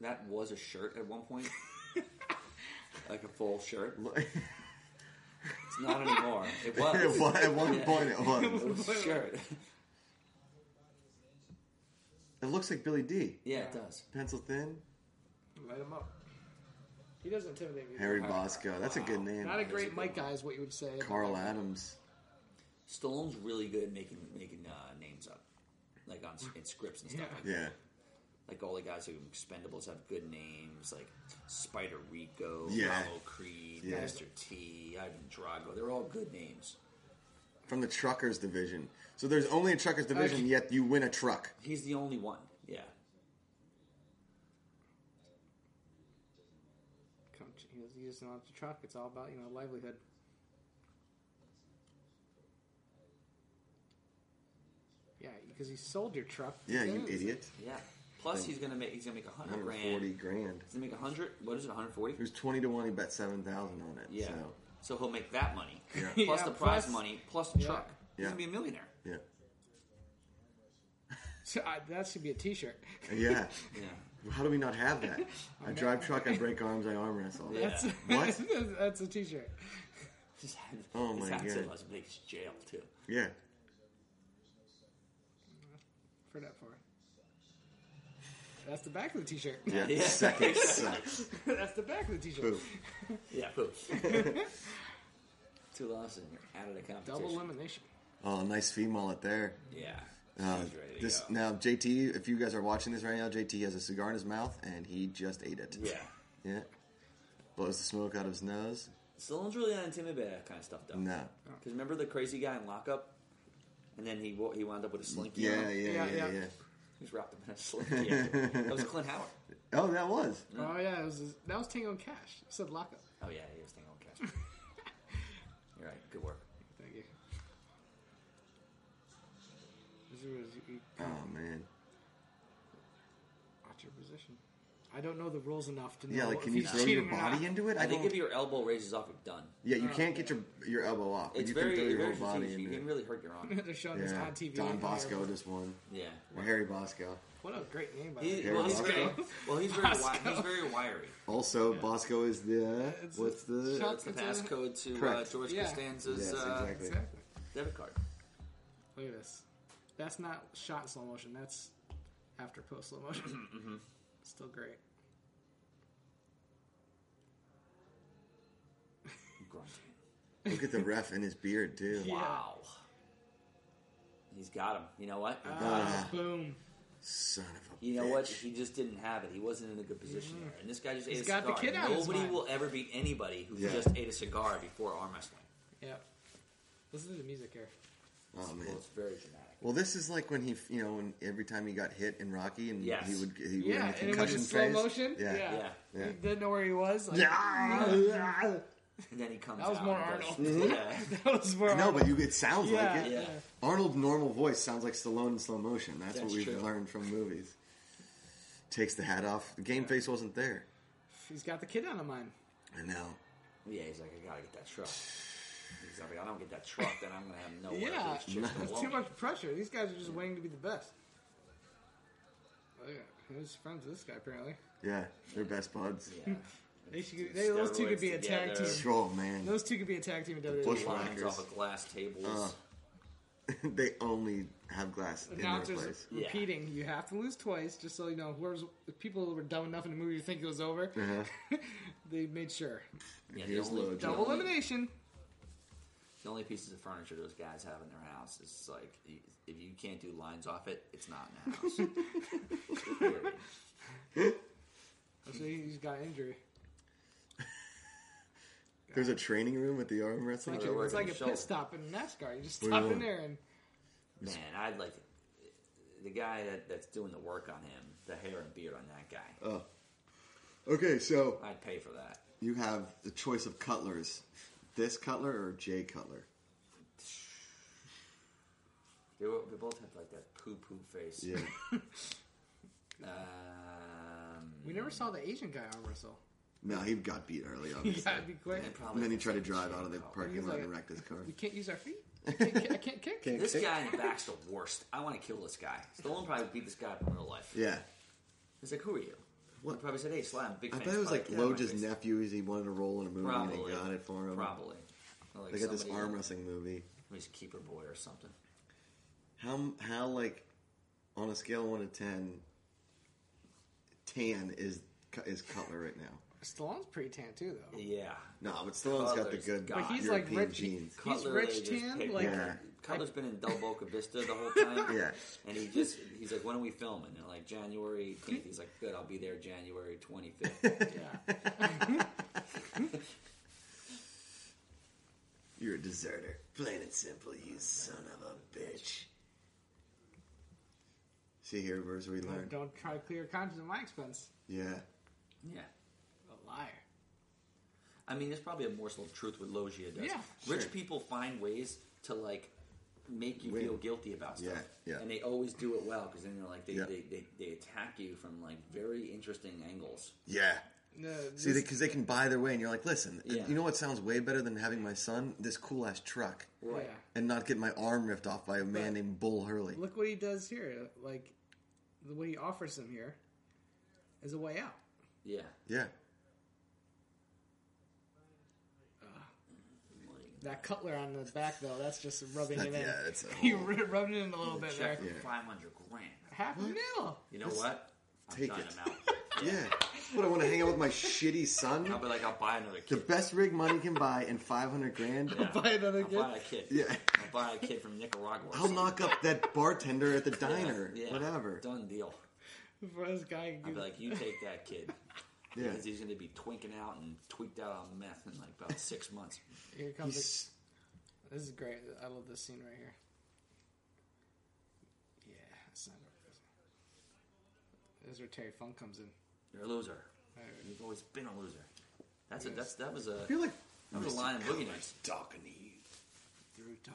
[SPEAKER 2] That was a shirt at one point, like a full shirt. It's not anymore. It was.
[SPEAKER 1] It wa- At one point, it
[SPEAKER 3] <laughs>
[SPEAKER 1] was.
[SPEAKER 2] It was a shirt.
[SPEAKER 1] It looks like Billy D.
[SPEAKER 2] Yeah, it does.
[SPEAKER 1] Pencil thin.
[SPEAKER 3] light him up. He doesn't intimidate me.
[SPEAKER 1] Harry Bosco. That's a good name.
[SPEAKER 3] Not a great mic guy is what you would say.
[SPEAKER 1] Carl Adams.
[SPEAKER 2] Stallone's really good at making making uh, names up, like on s- in scripts and stuff.
[SPEAKER 3] Yeah.
[SPEAKER 2] Like,
[SPEAKER 1] Yeah.
[SPEAKER 2] like all the guys who in Expendables have good names, like Spider Rico,
[SPEAKER 1] Yeah.
[SPEAKER 2] Apollo Creed,
[SPEAKER 1] Yeah.
[SPEAKER 2] Master T, Ivan Drago. They're all good names.
[SPEAKER 1] From the truckers division. So there's only a truckers division,
[SPEAKER 3] Okay.
[SPEAKER 1] yet you win a truck.
[SPEAKER 2] He's the only one. Yeah,
[SPEAKER 3] Come, he doesn't- he doesn't want the truck. It's all about you know livelihood. Yeah, because he sold your truck.
[SPEAKER 1] Yeah, you
[SPEAKER 3] It's-
[SPEAKER 1] idiot.
[SPEAKER 2] yeah. Plus, he's gonna make he's gonna make a hundred grand.
[SPEAKER 1] 140
[SPEAKER 2] He's
[SPEAKER 1] grand.
[SPEAKER 2] gonna make a hundred. What is it? One hundred forty.
[SPEAKER 1] It was 20 to 1, he bet 7,000 on it.
[SPEAKER 2] Yeah.
[SPEAKER 1] So,
[SPEAKER 2] So. he'll make that money
[SPEAKER 1] Yeah.
[SPEAKER 2] <laughs> plus
[SPEAKER 3] Yeah,
[SPEAKER 2] the prize
[SPEAKER 3] plus-
[SPEAKER 2] money plus the
[SPEAKER 3] Yeah.
[SPEAKER 2] truck. He's
[SPEAKER 1] Yeah.
[SPEAKER 2] gonna be a millionaire.
[SPEAKER 1] yeah.
[SPEAKER 3] So, I- that should be a T-shirt.
[SPEAKER 1] Yeah.
[SPEAKER 2] Yeah.
[SPEAKER 1] How do we not have that? <laughs> I drive truck, I break arms, I arm wrestle.
[SPEAKER 2] Yeah.
[SPEAKER 3] That's
[SPEAKER 1] What?
[SPEAKER 3] <laughs> that's a T-shirt.
[SPEAKER 2] <laughs> Just had,
[SPEAKER 1] Oh
[SPEAKER 2] just
[SPEAKER 1] my
[SPEAKER 2] had to
[SPEAKER 1] God.
[SPEAKER 2] Las Vegas jail too.
[SPEAKER 1] Yeah.
[SPEAKER 3] For that part. That's the back of the T-shirt. <laughs>
[SPEAKER 1] Yeah. <laughs>
[SPEAKER 2] Yeah.
[SPEAKER 1] Second sucks.
[SPEAKER 3] that's the back of the T-shirt.
[SPEAKER 1] Boo.
[SPEAKER 2] Yeah,
[SPEAKER 3] <laughs>
[SPEAKER 2] boom. <laughs> Two losses and you're out of the competition.
[SPEAKER 3] Double elimination.
[SPEAKER 1] Oh, nice fee mullet there.
[SPEAKER 2] Yeah.
[SPEAKER 1] Uh,
[SPEAKER 2] She's ready to
[SPEAKER 1] this
[SPEAKER 2] go.
[SPEAKER 1] now, JT. If you guys are watching this right now, JT has a cigar in his mouth and he just ate it.
[SPEAKER 2] Yeah.
[SPEAKER 1] Yeah. Blows the smoke out of his nose.
[SPEAKER 2] Stallone's really not intimidated by that kind of stuff, though.
[SPEAKER 1] No.
[SPEAKER 2] Because remember the crazy guy in lockup? And then he wo- he wound up with a slinky. on
[SPEAKER 1] Yeah,
[SPEAKER 2] him?
[SPEAKER 1] yeah, yeah,
[SPEAKER 3] Yeah,
[SPEAKER 1] yeah.
[SPEAKER 3] yeah.
[SPEAKER 2] He was wrapped up in a slinky. that was Clint Howard.
[SPEAKER 1] Oh, that was.
[SPEAKER 3] Oh yeah, it was, that was Tango and Cash. You said lockup.
[SPEAKER 2] Oh, yeah, he was thinking on cash. You're right. Good work.
[SPEAKER 3] Thank you. This is where you- you-
[SPEAKER 1] Oh man.
[SPEAKER 3] Watch your position. I don't know the rules enough to know.
[SPEAKER 1] Yeah, like
[SPEAKER 3] if
[SPEAKER 1] can you
[SPEAKER 3] he's
[SPEAKER 1] throw your
[SPEAKER 3] cheating or
[SPEAKER 1] body
[SPEAKER 3] not. <laughs>
[SPEAKER 1] into it?
[SPEAKER 2] I,
[SPEAKER 1] I
[SPEAKER 2] think
[SPEAKER 1] don't.
[SPEAKER 2] if your elbow raises off, you're done.
[SPEAKER 1] Yeah, you
[SPEAKER 3] Um,
[SPEAKER 1] can't get your your elbow off. but
[SPEAKER 2] It's
[SPEAKER 1] you
[SPEAKER 2] very,
[SPEAKER 1] can throw your
[SPEAKER 2] very
[SPEAKER 1] whole body
[SPEAKER 2] strategic. You
[SPEAKER 1] into
[SPEAKER 2] can
[SPEAKER 1] it.
[SPEAKER 2] really hurt your
[SPEAKER 3] <laughs>
[SPEAKER 2] arm.
[SPEAKER 3] They're showing this
[SPEAKER 1] Yeah.
[SPEAKER 3] on TV.
[SPEAKER 1] Don Bosco just won.
[SPEAKER 2] Yeah.
[SPEAKER 1] Or Harry Bosco.
[SPEAKER 3] What a great name, by the
[SPEAKER 2] He,
[SPEAKER 3] way.
[SPEAKER 1] Harry
[SPEAKER 2] well, he's
[SPEAKER 1] Bosco.
[SPEAKER 2] very, well, he's very, wi-
[SPEAKER 3] Bosco.
[SPEAKER 2] he's very wiry.
[SPEAKER 1] Also, Bosco is the
[SPEAKER 3] It's-
[SPEAKER 1] what's the
[SPEAKER 3] Shut-
[SPEAKER 2] That's the
[SPEAKER 3] It's a-
[SPEAKER 2] passcode to uh,
[SPEAKER 1] Correct.
[SPEAKER 2] George
[SPEAKER 3] Yeah.
[SPEAKER 2] Costanza's
[SPEAKER 1] Yes,
[SPEAKER 2] uh,
[SPEAKER 1] exactly.
[SPEAKER 3] Exactly.
[SPEAKER 2] debit card.
[SPEAKER 3] Look at this. That's not shot in slow motion. That's after post slow motion. <laughs> Still great.
[SPEAKER 2] Grunting.
[SPEAKER 1] look
[SPEAKER 3] <laughs>
[SPEAKER 1] at the ref in his beard too.
[SPEAKER 3] Yeah.
[SPEAKER 2] Wow. He's got him. You know what?
[SPEAKER 3] Ah, boom.
[SPEAKER 1] Son of a.
[SPEAKER 2] you know
[SPEAKER 1] bitch.
[SPEAKER 2] what? He just didn't have it. He wasn't in a good position there. And this guy just ate a
[SPEAKER 3] Mm-hmm. got the
[SPEAKER 2] cigar.
[SPEAKER 3] kid out of his
[SPEAKER 2] Nobody
[SPEAKER 3] mind.
[SPEAKER 2] will ever beat anybody who
[SPEAKER 1] Yeah.
[SPEAKER 2] just ate a cigar before arm wrestling.
[SPEAKER 3] Yep. Listen to the music here.
[SPEAKER 1] Oh man.
[SPEAKER 2] Well, it's very dramatic.
[SPEAKER 1] Well, this is like when he, you know, when every time he got hit in Rocky, and
[SPEAKER 2] Yes.
[SPEAKER 1] he would, he would
[SPEAKER 3] Yeah,
[SPEAKER 1] in
[SPEAKER 3] and it was
[SPEAKER 1] concussion
[SPEAKER 3] in slow
[SPEAKER 1] phase.
[SPEAKER 3] motion.
[SPEAKER 1] Yeah.
[SPEAKER 3] yeah.
[SPEAKER 2] Yeah. <laughs>
[SPEAKER 1] Yeah.
[SPEAKER 3] He didn't know where he was. Like,
[SPEAKER 1] Yeah.
[SPEAKER 2] And then he comes
[SPEAKER 3] That was
[SPEAKER 2] out
[SPEAKER 3] more
[SPEAKER 2] and
[SPEAKER 3] Arnold.
[SPEAKER 2] goes- yeah.
[SPEAKER 3] <laughs> That was where
[SPEAKER 1] No,
[SPEAKER 3] I
[SPEAKER 1] but you, it sounds
[SPEAKER 3] Yeah,
[SPEAKER 1] like it.
[SPEAKER 2] yeah.
[SPEAKER 1] Arnold's normal voice sounds like Stallone in slow motion. That's, what
[SPEAKER 2] That's
[SPEAKER 1] we've
[SPEAKER 2] true.
[SPEAKER 1] learned from movies. Takes the hat off. The game face wasn't there.
[SPEAKER 3] He's got the kid on the mind.
[SPEAKER 1] I know.
[SPEAKER 2] Yeah, he's like, I gotta get that truck. He's like, I don't get that truck, then I'm gonna have no work.
[SPEAKER 3] Yeah,
[SPEAKER 1] <laughs>
[SPEAKER 2] These chicks gonna
[SPEAKER 3] that's
[SPEAKER 2] love
[SPEAKER 3] too
[SPEAKER 2] me.
[SPEAKER 3] much pressure. These guys are just waiting to be the best. Oh, yeah. Who's friends with this guy? Apparently,
[SPEAKER 1] Yeah, they're best buds.
[SPEAKER 2] Yeah.
[SPEAKER 3] they should, they, those two could be a tag
[SPEAKER 2] Steroids
[SPEAKER 3] team.
[SPEAKER 2] together.
[SPEAKER 1] Troll man.
[SPEAKER 3] Those two could be a tag team in E. WWE.
[SPEAKER 1] Bush-
[SPEAKER 2] Lines
[SPEAKER 1] Whackers.
[SPEAKER 2] off of glass tables.
[SPEAKER 1] <laughs> Uh, they only have glass in their
[SPEAKER 3] Announcers
[SPEAKER 1] place.
[SPEAKER 2] Yeah.
[SPEAKER 3] repeating, "You have to lose twice," just so you know. Whoever's the people who were dumb enough in the movie to think it was over,
[SPEAKER 1] <laughs> Uh-huh.
[SPEAKER 3] they made sure
[SPEAKER 2] yeah,
[SPEAKER 1] Here's
[SPEAKER 2] the only,
[SPEAKER 1] Lodge.
[SPEAKER 2] the
[SPEAKER 3] double
[SPEAKER 2] only-
[SPEAKER 3] elimination.
[SPEAKER 2] The only pieces of furniture those guys have in their house is like, y- if you can't do lines off it, it's not in the house.
[SPEAKER 3] <laughs>
[SPEAKER 2] Period.
[SPEAKER 3] So he's got an injury.
[SPEAKER 1] There's a training room at the arm wrestling.
[SPEAKER 2] Like
[SPEAKER 1] show?
[SPEAKER 2] it.
[SPEAKER 3] It's like a
[SPEAKER 2] Shoulder.
[SPEAKER 3] pit stop in NASCAR. You just
[SPEAKER 1] We
[SPEAKER 3] stop
[SPEAKER 1] will.
[SPEAKER 3] in there and
[SPEAKER 2] Man, I'd like the guy that, that's doing the work on him, the hair and beard on that
[SPEAKER 1] Oh.
[SPEAKER 2] guy.
[SPEAKER 1] Okay, so
[SPEAKER 2] I'd pay for that.
[SPEAKER 1] you have the choice of cutlers. This cutler or Jay Cutler?
[SPEAKER 2] They, were, they both have like that poo poo face.
[SPEAKER 1] Yeah.
[SPEAKER 2] Um,
[SPEAKER 3] we never saw the Asian guy arm
[SPEAKER 1] <laughs>
[SPEAKER 3] wrestle.
[SPEAKER 1] <laughs> no, he got beat early, obviously.
[SPEAKER 3] Yeah, it'd be quick.
[SPEAKER 2] and probably
[SPEAKER 1] And then he tried to drive out of the
[SPEAKER 2] Oh,
[SPEAKER 1] parking
[SPEAKER 3] he's
[SPEAKER 1] lot
[SPEAKER 3] like-
[SPEAKER 1] and wreck his car.
[SPEAKER 3] We can't use our feet. I can't, I can't
[SPEAKER 1] <laughs>
[SPEAKER 3] kick.
[SPEAKER 1] Can't
[SPEAKER 2] This
[SPEAKER 1] kick.
[SPEAKER 2] guy in the back's the worst. I want to kill this guy. Stallone probably beat this guy up in real life.
[SPEAKER 1] Yeah.
[SPEAKER 2] He's like, who are you?
[SPEAKER 1] What?
[SPEAKER 2] He probably said, hey, Slam, big
[SPEAKER 1] I
[SPEAKER 2] fan.
[SPEAKER 1] bet it was
[SPEAKER 2] Probably
[SPEAKER 1] like
[SPEAKER 2] "Yeah, my
[SPEAKER 1] Loge's
[SPEAKER 2] face."
[SPEAKER 1] nephew as he wanted to roll in a movie and
[SPEAKER 2] Probably.
[SPEAKER 1] they got it for him.
[SPEAKER 2] Probably. Or, Like
[SPEAKER 1] They got this
[SPEAKER 2] somebody-
[SPEAKER 1] arm wrestling movie.
[SPEAKER 2] His keeper boy or something.
[SPEAKER 1] How how like on a scale of one to ten, tan is is Cutler right now?
[SPEAKER 3] Stallone's pretty tan too,
[SPEAKER 1] Oh.
[SPEAKER 3] though.
[SPEAKER 2] Yeah.
[SPEAKER 1] No, but Stallone's got the
[SPEAKER 2] Cutler's
[SPEAKER 1] good
[SPEAKER 2] got- But
[SPEAKER 3] he's, like,
[SPEAKER 1] European
[SPEAKER 3] rich-
[SPEAKER 1] genes.
[SPEAKER 3] He's rich
[SPEAKER 2] just
[SPEAKER 3] tan,
[SPEAKER 2] picked-
[SPEAKER 3] like-
[SPEAKER 1] Yeah.
[SPEAKER 2] Cutler's been in Del Boca Vista the whole time.
[SPEAKER 1] <laughs> Yeah.
[SPEAKER 2] And he just, he's like, when are we filming? And they're like, January 18th. He's like, good, I'll be there January
[SPEAKER 3] <laughs>
[SPEAKER 2] 25th.
[SPEAKER 3] <laughs> Yeah.
[SPEAKER 1] You're a deserter. Plain and simple, you son of a bitch. See here, where's we learn.
[SPEAKER 3] Don't try to clear your conscience at my expense.
[SPEAKER 1] Yeah.
[SPEAKER 2] yeah.
[SPEAKER 3] A liar.
[SPEAKER 2] I mean, there's probably a morsel of truth what Logia does.
[SPEAKER 3] Yeah.
[SPEAKER 2] Rich
[SPEAKER 1] Sure.
[SPEAKER 2] people find ways to, like, make you
[SPEAKER 1] Win.
[SPEAKER 2] feel guilty about stuff.
[SPEAKER 1] Yeah, yeah.
[SPEAKER 2] And they always do it well because then they're like, they,
[SPEAKER 1] Yeah.
[SPEAKER 2] they, they, they attack you from, like, very interesting angles.
[SPEAKER 1] Yeah.
[SPEAKER 3] No,
[SPEAKER 1] See,
[SPEAKER 3] this-
[SPEAKER 1] because they, can buy their way, and you're like, listen, uh,
[SPEAKER 2] Yeah.
[SPEAKER 1] you know what sounds way better than having my son? This cool ass truck.
[SPEAKER 2] Right.
[SPEAKER 3] yeah.
[SPEAKER 1] And not get my arm ripped off by a man
[SPEAKER 3] But-
[SPEAKER 1] named Bull Hurley.
[SPEAKER 3] Look what he does here. Like, the way he offers them here is a way out.
[SPEAKER 2] Yeah.
[SPEAKER 1] Yeah.
[SPEAKER 3] That cutler on the back, though, that's just rubbing it
[SPEAKER 1] <laughs>
[SPEAKER 3] in.
[SPEAKER 1] Yeah, it's a
[SPEAKER 3] <laughs> He
[SPEAKER 1] whole-
[SPEAKER 3] ru- rubbed it in a little bit there.
[SPEAKER 2] Check
[SPEAKER 1] Yeah.
[SPEAKER 2] 500 grand.
[SPEAKER 3] Half a mil. <laughs>
[SPEAKER 2] You know what? I'm
[SPEAKER 1] take
[SPEAKER 2] shutting
[SPEAKER 1] it.
[SPEAKER 2] him out.
[SPEAKER 1] Yeah. What, I want to hang out with my shitty son?
[SPEAKER 2] I'll be like, I'll buy another
[SPEAKER 1] The
[SPEAKER 2] kid.
[SPEAKER 1] best rig money can buy and 500 grand?
[SPEAKER 2] Yeah.
[SPEAKER 3] Buy another
[SPEAKER 2] I'll
[SPEAKER 3] kid?
[SPEAKER 2] buy a kid.
[SPEAKER 1] Yeah.
[SPEAKER 2] I'll buy a kid from Nicaragua. or
[SPEAKER 1] I'll
[SPEAKER 2] something.
[SPEAKER 1] knock up that bartender at the diner.
[SPEAKER 2] Yeah.
[SPEAKER 1] Whatever.
[SPEAKER 2] Done deal.
[SPEAKER 3] For this guy.
[SPEAKER 2] I'll be like, you take that kid.
[SPEAKER 1] <laughs> Yeah.
[SPEAKER 2] Because he's going to be twinking out and tweaked out on meth in like about six months.
[SPEAKER 3] here comes. the-
[SPEAKER 1] He's-
[SPEAKER 3] This is great. I love this scene right here. Yeah, it's not This is where Terry Funk comes in.
[SPEAKER 2] You're a loser.
[SPEAKER 3] Alright.
[SPEAKER 2] You've always been a loser. That's a, that's that was a
[SPEAKER 1] I feel like
[SPEAKER 2] that was a line in Boogie Nights.
[SPEAKER 1] talking to you.
[SPEAKER 3] Through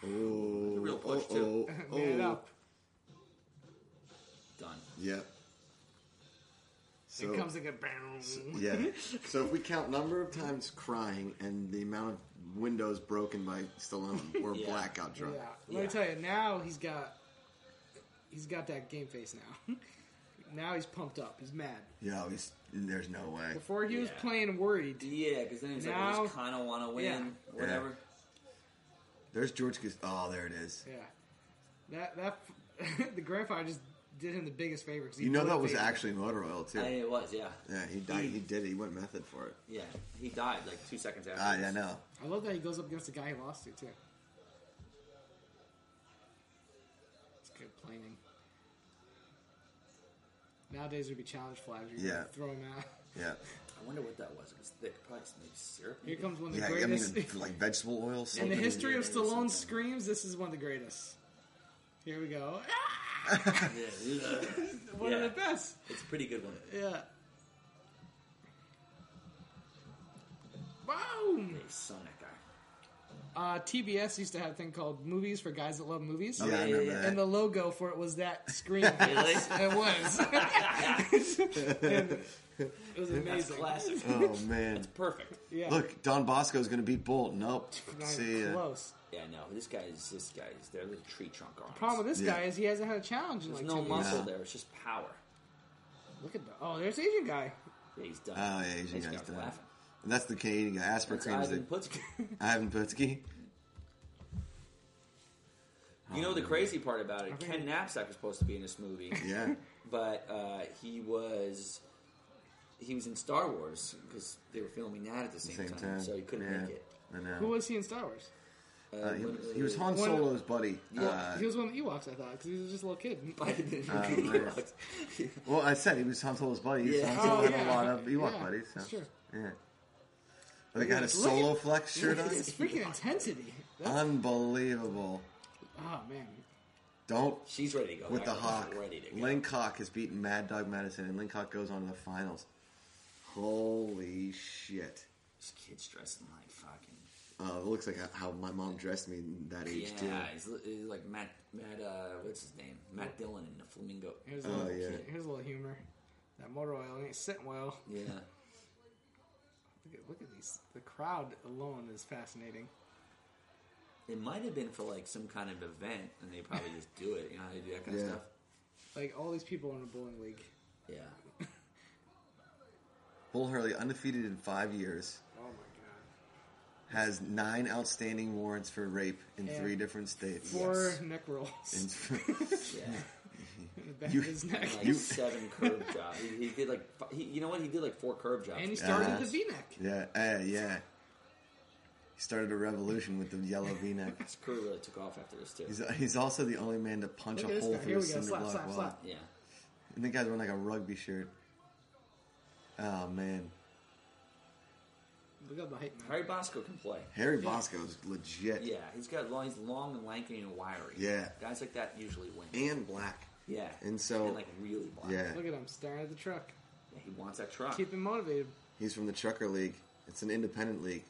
[SPEAKER 3] talking. <laughs>
[SPEAKER 1] Oh,
[SPEAKER 2] a real push,
[SPEAKER 1] oh,
[SPEAKER 2] too.
[SPEAKER 1] Oh,
[SPEAKER 3] Man
[SPEAKER 1] oh.
[SPEAKER 3] up.
[SPEAKER 2] Done.
[SPEAKER 1] Yep.
[SPEAKER 3] It
[SPEAKER 1] So,
[SPEAKER 3] comes like a
[SPEAKER 1] yeah.
[SPEAKER 3] <laughs>
[SPEAKER 1] So if we count number of times crying and the amount of windows broken by Stallone or
[SPEAKER 2] <laughs> Yeah.
[SPEAKER 1] blackout
[SPEAKER 3] Yeah.
[SPEAKER 1] drunk,
[SPEAKER 3] Let
[SPEAKER 2] Yeah.
[SPEAKER 3] me tell you, now he's got he's got that game face now. <laughs> now he's pumped up. He's mad.
[SPEAKER 1] yeah, he's, there's no way.
[SPEAKER 3] Before he was
[SPEAKER 2] Yeah.
[SPEAKER 3] playing worried.
[SPEAKER 2] Yeah, because then he's like, I
[SPEAKER 3] Now-
[SPEAKER 2] just kind of want to win.
[SPEAKER 1] Yeah.
[SPEAKER 2] Whatever.
[SPEAKER 1] There's George Cus- Oh, there it is.
[SPEAKER 3] Yeah. That <laughs> that the grandfather just did him the biggest favor. 'cause he
[SPEAKER 1] You know that was
[SPEAKER 3] motivated him.
[SPEAKER 1] actually motor oil too.
[SPEAKER 2] I, it was, yeah.
[SPEAKER 1] yeah, he died. He did it. He went method for it. Ah,
[SPEAKER 2] Yeah. He died like two seconds after.
[SPEAKER 1] I, I know.
[SPEAKER 3] I love that he goes up against the guy he lost to too. It's good planning. Nowadays would be challenge flags. You're
[SPEAKER 1] Yeah.
[SPEAKER 3] yeah. Throw him out. <laughs>
[SPEAKER 1] Yeah.
[SPEAKER 2] I wonder what that was. It was thick. Probably some maybe syrup.
[SPEAKER 3] Here comes one of the
[SPEAKER 1] Yeah, I mean, <laughs>
[SPEAKER 3] greatest.
[SPEAKER 1] like vegetable oil.
[SPEAKER 3] In
[SPEAKER 1] Something.
[SPEAKER 3] the history of
[SPEAKER 2] Yeah, there's
[SPEAKER 3] Stallone's
[SPEAKER 2] something.
[SPEAKER 3] screams, this is one of the greatest. Here we go. Ah,
[SPEAKER 2] Yeah, yeah.
[SPEAKER 3] <laughs> one of
[SPEAKER 2] Yeah.
[SPEAKER 3] the best.
[SPEAKER 2] It's a pretty good one.
[SPEAKER 3] Yeah. Boom.
[SPEAKER 2] They son that guy.
[SPEAKER 3] Uh, TBS used to have a thing called Movies for Guys That Love Movies.
[SPEAKER 1] yeah, I
[SPEAKER 2] Yeah, yeah,
[SPEAKER 1] remember
[SPEAKER 2] yeah.
[SPEAKER 1] that.
[SPEAKER 3] And the <laughs> logo for it was that scream.
[SPEAKER 2] Really?
[SPEAKER 3] It was. and It was
[SPEAKER 2] That's
[SPEAKER 3] amazing.
[SPEAKER 2] classic.
[SPEAKER 1] Oh
[SPEAKER 3] <laughs>
[SPEAKER 1] man!
[SPEAKER 2] Perfect.
[SPEAKER 3] Yeah,
[SPEAKER 1] Look, Don Bosco's going to beat Bolt. Nope.
[SPEAKER 3] Not
[SPEAKER 1] See uh, ya.
[SPEAKER 3] close.
[SPEAKER 2] Yeah, no, this guy is this guy is they're little tree trunk arms.
[SPEAKER 3] Problem with this
[SPEAKER 1] Yeah.
[SPEAKER 3] guy is he hasn't had a challenge in
[SPEAKER 2] There's
[SPEAKER 3] like
[SPEAKER 2] no
[SPEAKER 3] two
[SPEAKER 2] muscle
[SPEAKER 1] Yeah.
[SPEAKER 2] there. It's just power.
[SPEAKER 3] years. Look at the oh, there's the Asian guy.
[SPEAKER 2] Yeah, he's done.
[SPEAKER 1] Oh yeah,
[SPEAKER 2] Asian
[SPEAKER 1] Asian guy's
[SPEAKER 2] guy's
[SPEAKER 1] done.
[SPEAKER 2] laughing.
[SPEAKER 1] And that's the Canadian guy. Asper
[SPEAKER 2] That's
[SPEAKER 1] cream is
[SPEAKER 2] Ivan
[SPEAKER 1] the
[SPEAKER 2] Putz- <laughs>
[SPEAKER 1] Ivan Putski. Oh,
[SPEAKER 2] you know the crazy part about it.
[SPEAKER 3] think-
[SPEAKER 2] Ken Knapsack was supposed to be in this movie,
[SPEAKER 3] <laughs>
[SPEAKER 1] Yeah.
[SPEAKER 2] but uh, he was he was in Star Wars because they were filming that at the same,
[SPEAKER 1] Same
[SPEAKER 2] time,
[SPEAKER 1] time.
[SPEAKER 2] so he couldn't
[SPEAKER 1] yeah.
[SPEAKER 2] make it.
[SPEAKER 1] I know.
[SPEAKER 3] Who was he in Star Wars?
[SPEAKER 2] Uh,
[SPEAKER 1] Uh, he,
[SPEAKER 2] when-
[SPEAKER 1] he was
[SPEAKER 2] <laughs>
[SPEAKER 1] Han
[SPEAKER 3] One-
[SPEAKER 1] Solo's buddy.
[SPEAKER 3] Well,
[SPEAKER 1] Uh,
[SPEAKER 3] he was one of the Ewoks, I thought, because he was just a little kid.
[SPEAKER 2] I didn't-
[SPEAKER 1] Oh, nice. well, I said he was Han Solo's buddy. He was
[SPEAKER 2] Yeah.
[SPEAKER 1] Han Solo
[SPEAKER 3] Oh,
[SPEAKER 1] had a
[SPEAKER 3] yeah.
[SPEAKER 1] lot of Ewok
[SPEAKER 3] Yeah,
[SPEAKER 1] buddies. So.
[SPEAKER 3] that's true.
[SPEAKER 1] Yeah. Oh, They got a
[SPEAKER 3] at-
[SPEAKER 1] solo
[SPEAKER 3] <laughs>
[SPEAKER 1] flex shirt on.
[SPEAKER 3] Look at this freaking intensity. That's,
[SPEAKER 1] Unbelievable.
[SPEAKER 3] oh man,
[SPEAKER 1] Don't
[SPEAKER 2] <laughs> She's ready to go.
[SPEAKER 1] with the
[SPEAKER 2] Ireland's
[SPEAKER 1] Hawk.
[SPEAKER 2] ready to go.
[SPEAKER 1] Lincock has beaten Mad Dog Madison, and Lincock goes on to the finals. Holy shit.
[SPEAKER 2] This kid's dressing like fucking.
[SPEAKER 1] Uh, it looks like how my mom dressed me that age, too.
[SPEAKER 2] Yeah, he's, li- he's like Matt. Matt, uh, what's his name? Matt Dillon in the Flamingo.
[SPEAKER 3] here's a
[SPEAKER 1] Oh,
[SPEAKER 3] little,
[SPEAKER 1] yeah.
[SPEAKER 3] here's a little humor. That motor oil ain't sitting well.
[SPEAKER 2] Yeah,
[SPEAKER 3] Look at, look at these. The crowd alone is fascinating.
[SPEAKER 2] it might have been for like some kind of event, and they probably just do it. You know how they do that kind
[SPEAKER 1] Yeah.
[SPEAKER 2] of stuff.
[SPEAKER 3] Like all these people in a bowling league.
[SPEAKER 2] Yeah,
[SPEAKER 1] Bull Hurley, undefeated in five years,
[SPEAKER 3] Oh my god.
[SPEAKER 1] has nine outstanding warrants for rape in
[SPEAKER 3] And
[SPEAKER 1] three different states. <laughs>
[SPEAKER 3] Four
[SPEAKER 2] Yes.
[SPEAKER 3] neck rolls
[SPEAKER 1] And-
[SPEAKER 2] yeah.
[SPEAKER 3] <laughs>
[SPEAKER 1] <laughs>
[SPEAKER 3] in the back
[SPEAKER 1] You-
[SPEAKER 3] of his neck,
[SPEAKER 2] Like seven curb jobs. He, he did like f- he, you know what? He did like four curb jobs.
[SPEAKER 3] and he started
[SPEAKER 1] Uh-huh.
[SPEAKER 3] the V-neck.
[SPEAKER 1] yeah, eh, yeah. He started a revolution with the yellow V-neck.
[SPEAKER 2] His career really took off after this too.
[SPEAKER 1] He's, he's also the only man to punch
[SPEAKER 3] Look
[SPEAKER 1] a
[SPEAKER 3] at this
[SPEAKER 1] hole
[SPEAKER 3] guy.
[SPEAKER 1] through
[SPEAKER 3] Here
[SPEAKER 1] a
[SPEAKER 3] we go.
[SPEAKER 1] cinder
[SPEAKER 3] Slap,
[SPEAKER 1] block
[SPEAKER 3] slap,
[SPEAKER 1] wall.
[SPEAKER 3] slap.
[SPEAKER 2] Yeah,
[SPEAKER 1] And the guy's wearing like a rugby shirt. Oh man,
[SPEAKER 3] Look at the height. man.
[SPEAKER 2] Harry Bosco can play.
[SPEAKER 1] Harry Bosco's legit.
[SPEAKER 2] Yeah, he's got long. He's long and lanky and wiry.
[SPEAKER 1] Yeah.
[SPEAKER 2] guys like that usually win.
[SPEAKER 1] and black.
[SPEAKER 2] yeah,
[SPEAKER 1] and so-
[SPEAKER 2] and like really black.
[SPEAKER 1] Yeah,
[SPEAKER 3] Look at him staring at the truck.
[SPEAKER 2] Yeah, he wants that truck.
[SPEAKER 3] Keep him motivated. <laughs>
[SPEAKER 1] he's from the Trucker League. It's an independent league.